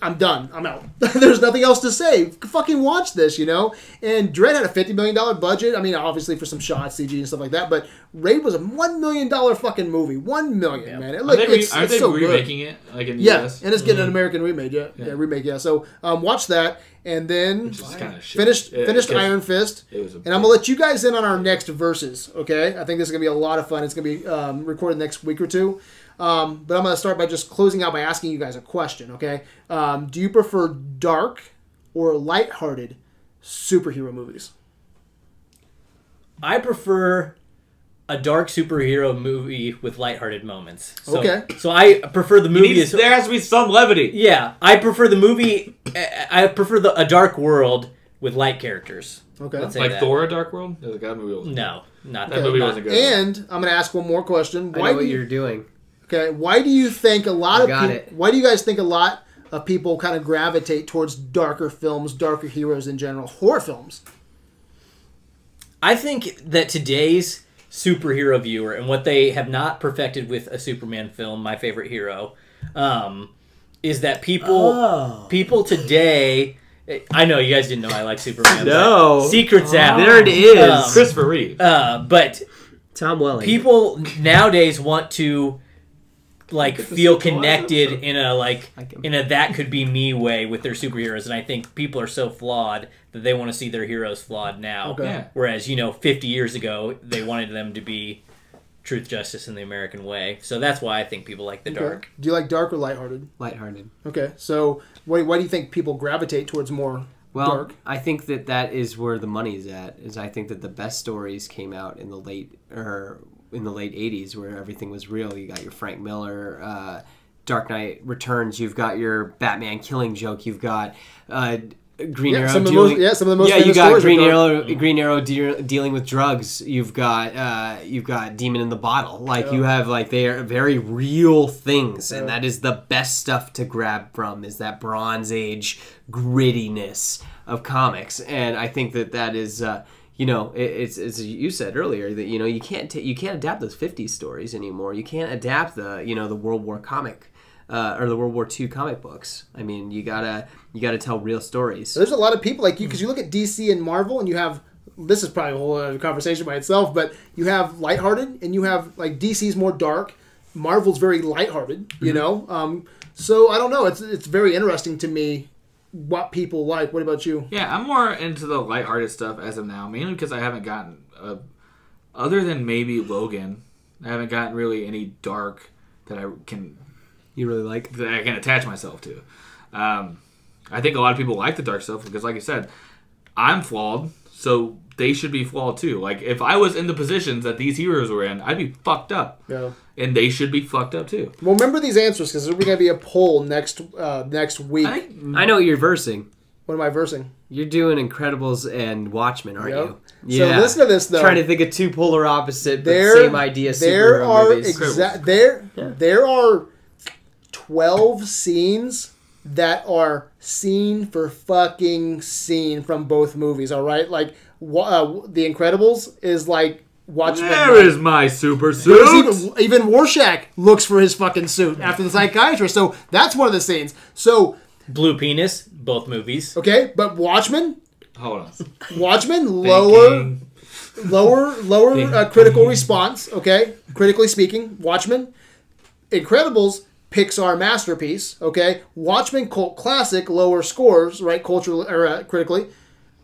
S1: I'm done. I'm out. There's nothing else to say. Fucking watch this, you know. And Dread had a fifty million dollar budget. I mean, obviously for some shots, CG and stuff like that. But Raid was a one million dollar fucking movie. One million, man. It
S2: Are
S1: looked,
S2: they, re-
S1: it's,
S2: are
S1: it's
S2: they
S1: so good.
S2: remaking it like in the
S1: Yeah,
S2: US?
S1: and it's getting an American remake. Yeah, yeah, remake. Yeah. So um, watch that, and then
S2: is kinda shit.
S1: finished
S2: Yeah,
S1: finished
S2: because
S1: Iron Fist.
S2: it was a
S1: and I'm gonna let you guys in on our next verses. Okay, I think this is gonna be a lot of fun. It's gonna be um, recorded next week or two. Um, but I'm gonna start by just closing out by asking you guys a question. Okay, um, do you prefer dark or lighthearted superhero movies?
S4: I prefer a dark superhero movie with lighthearted moments. So,
S1: Okay.
S4: So I prefer the movie.
S2: Needs-
S4: as-
S2: there has to be some levity.
S4: yeah, I prefer the movie. I I prefer the a dark world with light characters.
S1: Okay.
S4: Let's say
S2: Like
S4: that.
S2: Thor: A Dark World. That movie was
S4: No, not
S2: that
S4: that.
S2: movie
S4: not-
S2: wasn't good.
S1: And I'm gonna ask one more question.
S3: I
S1: Why
S3: know
S1: do
S3: what
S1: you,
S3: you're doing.
S1: Okay, why do you think a lot of
S3: got
S1: peop-
S3: it.
S1: why do you guys think a lot of people kind of gravitate towards darker films, darker heroes in general, horror films?
S4: I think that today's superhero viewer and what they have not perfected with a Superman film, my favorite hero, um, is that people
S3: Oh.
S4: people today. I know you guys didn't know I like Superman. but
S3: No.
S4: secrets out.
S3: There it is.
S4: Um,
S2: Christopher Reeve.
S4: Uh, but
S3: Tom Welling.
S4: people nowadays want to like
S2: Look at the
S4: feel
S2: superhero
S4: connected
S2: episode.
S4: in a like
S2: Like him.
S4: in a that could be me way with their superheroes and i think people are so flawed that they want to see their heroes flawed now
S1: Okay.
S2: Yeah.
S4: whereas you know 50 years ago they wanted them to be truth justice and the american way so that's why i think people like the dark
S1: Do you like dark or lighthearted?
S3: Lighthearted.
S1: Okay, so why, why do you think people gravitate towards more
S3: Well,
S1: dark?
S3: I think that that is where the money's at. Is I think that the best stories came out in the late or in the late '80s, where everything was real. You got your Frank Miller, uh, Dark Knight Returns. You've got your Batman Killing Joke. You've got uh, Green
S1: Yeah,
S3: Arrow.
S1: some of the
S3: doing-
S1: most- yeah, some of the most
S3: Yeah, you
S1: famous
S3: got
S1: stories are
S3: Green
S1: dark.
S3: Arrow. Green Arrow de- dealing with drugs. You've got uh, you've got Demon in the Bottle. Like you have like they are very real things, and that is the best stuff to grab from is that Bronze Age grittiness of comics, and I think that that is. Uh, you know, it, it's as you said earlier that you know you can't ta you can't adapt those '50s stories anymore. You can't adapt the you know the World War comic uh, or the World War II comic books. I mean, you gotta you gotta tell real stories.
S1: There's a lot of people like you because you look at DC and Marvel, and you have this is probably a whole other conversation by itself, but you have lighthearted, and you have like DC's more dark, Marvel's very lighthearted, you
S3: Mm-hmm.
S1: know. Um, so I don't know. It's it's very interesting to me what people like. What about you?
S2: Yeah, I'm more into the lighthearted stuff as of now, mainly because I haven't gotten, uh, other than maybe Logan, I haven't gotten really any dark that I can
S3: You really like
S2: that I can attach myself to. Um, I think a lot of people like the dark stuff because, like I said, I'm flawed, so they should be flawed too. Like if I was in the positions that these heroes were in, I'd be fucked up,
S1: Yeah.
S2: and they should be fucked up too.
S1: Well, remember these answers because there's gonna be a poll next uh, next week.
S2: I think
S3: I know what you're versing.
S1: What am I versing?
S3: You're doing Incredibles and Watchmen, aren't
S1: Yep.
S3: you?
S1: So listen to this, though.
S3: Trying to think of two polar opposite but
S1: There,
S3: same idea
S1: There
S3: superhero
S1: are
S3: movies.
S1: exact there there are twelve scenes that are scene for fucking scene from both movies. All right, like wa- uh, the Incredibles is like Watchmen.
S2: there is my super
S1: There's
S2: suit.
S1: even, even Rorschach looks for his fucking suit after the psychiatrist. So that's one of the scenes. So
S4: blue penis both movies
S1: okay, but Watchmen,
S2: Hold on,
S1: Watchmen lower
S2: Thinking.
S1: lower lower uh, critical response okay critically speaking watchmen incredibles pixar masterpiece okay watchmen cult classic lower scores right culturally or uh, critically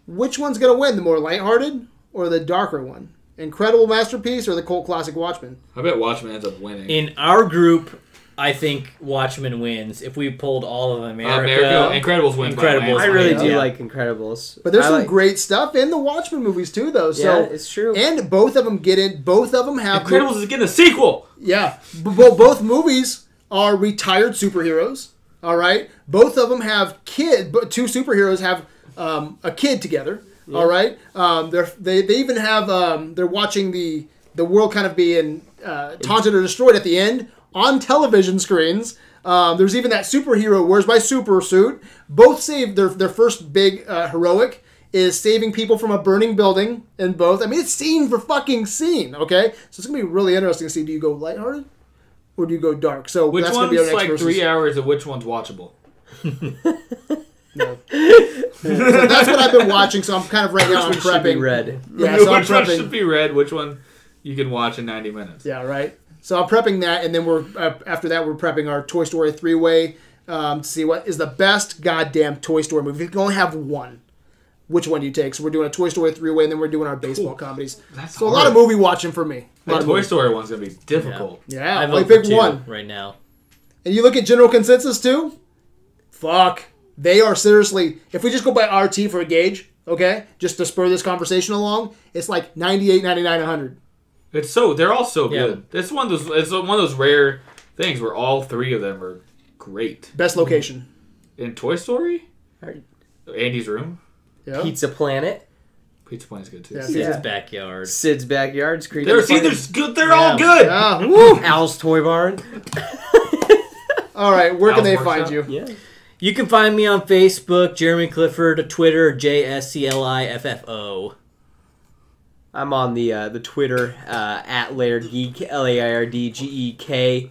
S1: which one's gonna win the more lighthearted or the darker one incredible masterpiece or the cult classic watchmen
S2: I bet Watchmen ends up winning.
S4: in our group i think watchmen wins if we pulled all of
S2: America, Incredibles wins. by
S4: Incredibles.
S2: landslide.
S3: I really do
S4: Yeah.
S3: like Incredibles.
S1: but there's
S3: I
S1: some
S3: like-
S1: great stuff in the watchmen movies too though
S3: Yeah,
S1: so
S3: it's true.
S1: and both of them get in both of them have
S2: Incredibles is getting a sequel.
S1: Yeah. B- well, both movies are retired superheroes. All right. Both of them have kid, but two superheroes have um, a kid together. All right. Um, they're, they they even have um, they're watching the the world kind of being uh, taunted or destroyed at the end on television screens. Um, there's even that superhero. Where's my super suit? Both save their their first big uh, heroic is saving people from a burning building in both. I mean, it's scene for fucking scene, okay? So it's gonna be really interesting to see. Do you go lighthearted or do you go dark? So
S2: Which
S1: that's gonna
S2: one's
S1: be our next
S2: like
S1: versus.
S2: three hours of which one's watchable?
S1: So that's what I've been watching. So I'm kind of right now. I'm
S3: Which should be
S1: prepping.
S3: red.
S1: Yeah, so I'm
S2: which one should
S1: prepping.
S2: be red? Which one you can watch in 90 minutes?
S1: Yeah, right. So I'm prepping that, and then we're uh, after that we're prepping our Toy Story three way um, to see what is the best goddamn Toy Story movie. If you can only have one, which one do you take? So we're doing a Toy Story three way, and then we're doing our baseball comedies.
S2: That's
S1: so a lot of movie watching for me. A
S2: The
S1: lot of
S2: Toy
S1: movie.
S2: Story one's gonna be difficult.
S1: Yeah,
S4: I
S1: only
S4: vote for
S1: pick
S4: two
S1: one.
S4: right now.
S1: And you look at general consensus too. Fuck, they are seriously. If we just go by RT for a gauge, okay, just to spur this conversation along, it's like 98, 99, 100.
S2: It's so they're all so
S4: Yeah.
S2: good. It's one of those. It's one of those rare things where all three of them are great.
S1: Best location.
S2: In Toy Story, Andy's room,
S1: Yeah.
S3: Pizza Planet,
S2: Pizza Planet's good too.
S1: Yeah.
S4: Sid's
S3: Yeah.
S4: backyard.
S3: Sid's backyards, Creed.
S2: They're see, they're good. They're all good.
S1: Ah, woo.
S3: Al's Toy Barn.
S1: All right, where can
S2: Al's
S1: they
S2: Workshop.
S1: find you?
S3: Yeah.
S4: You can find me on Facebook, Jeremy Clifford, Twitter, JSCLIFFO.
S3: I'm on the uh, the Twitter uh, at Laird Geek L A I R D G E K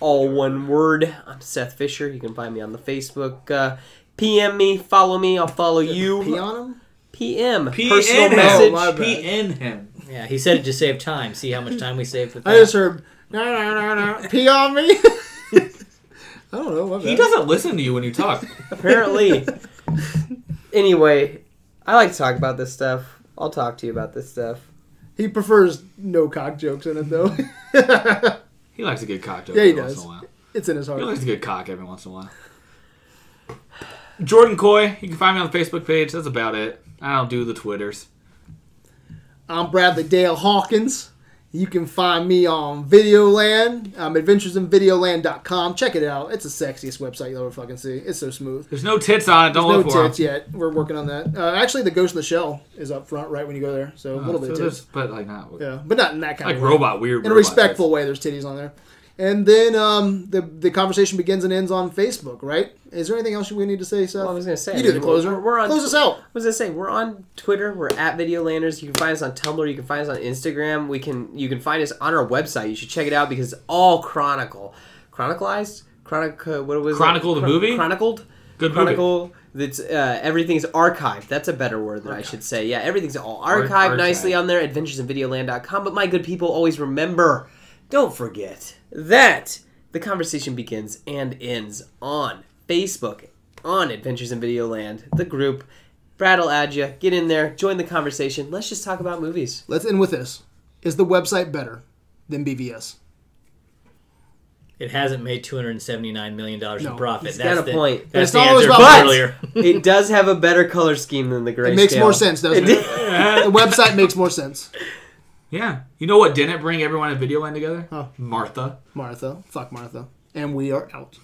S3: all one word. I'm Seth Fisher. You can find me on the Facebook. Uh, PM me, follow me, I'll follow you.
S1: Pianum?
S3: PM,
S2: PN
S3: personal
S2: him.
S1: Oh,
S3: message.
S1: my bad.
S2: PN him.
S4: Yeah, he said it to save time. See how much time we saved with that.
S1: I just heard no no no no pee on me. I don't know. My
S2: He
S1: bad.
S2: doesn't listen to you when you talk.
S3: Apparently. anyway, I like to talk about this stuff. I'll talk to you about this stuff.
S1: He prefers no cock jokes in it though.
S2: He likes a good cock joke
S1: Yeah, he
S2: every
S1: does.
S2: once in a while.
S1: it's in his
S2: He
S1: heart.
S2: likes a good cock every once in a while. Jordan Coy, you can find me on the Facebook page. That's about it. I don't do the Twitters.
S1: I'm Bradley Dale Hawkins. You can find me on Videoland. Um, adventuresinvideoland.com. Check it out. It's the sexiest website you'll ever fucking see. It's so smooth.
S2: There's no tits on it. Don't
S1: No
S2: look for
S1: tits
S2: them.
S1: yet. We're working on that. Uh, actually, the Ghost in the Shell is up front right when you go there. So a little bit
S2: Oh, So
S1: of
S2: there's-
S1: tits.
S2: but like not
S1: Yeah, but not in that kind
S2: like
S1: of way.
S2: robot weird.
S1: in a
S2: robot
S1: respectful way. There's titties on there, and then um, the the conversation begins and ends on Facebook. Right? Is there anything else we need to say, Seth?
S3: Well, I was gonna say
S1: you do the closer.
S3: We're, we're on.
S1: Close us out.
S3: What was I say? We're on Twitter. We're at Video Landers. You can find us on Tumblr. You can find us on Instagram. We can. You can find us on our website. You should check it out because it's all chronicle, chronicalized, chronic. Uh, what was it?
S2: Chronicle the
S3: Chron-
S2: movie?
S3: Chronicled.
S2: Good movie.
S3: Chronicle. That's uh, everything's archived. That's a better word that I should say. Yeah, everything's all archived
S2: archived.
S3: nicely on there. Adventuresinvideoland.com. But my good people, always remember, don't forget that the conversation begins and ends on Facebook, on Adventures in Videoland, the group. Brad will add you. Get in there, join the conversation. Let's just talk about movies.
S1: Let's end with this. Is the website better than BVS?
S4: It hasn't made two hundred seventy nine million dollars
S1: No,
S4: in profit.
S3: he's
S4: That's
S3: got a
S4: the,
S3: point. But
S4: That's
S1: it's
S4: the
S1: not always
S4: answer
S1: about-
S4: from earlier.
S3: It does have a better color scheme than the gray.
S1: It makes
S3: scale.
S1: more sense, doesn't it? the website makes more sense.
S2: Yeah. You know what didn't bring everyone at Videoland together?
S1: Huh.
S2: Martha.
S1: Martha, fuck Martha, and we are out.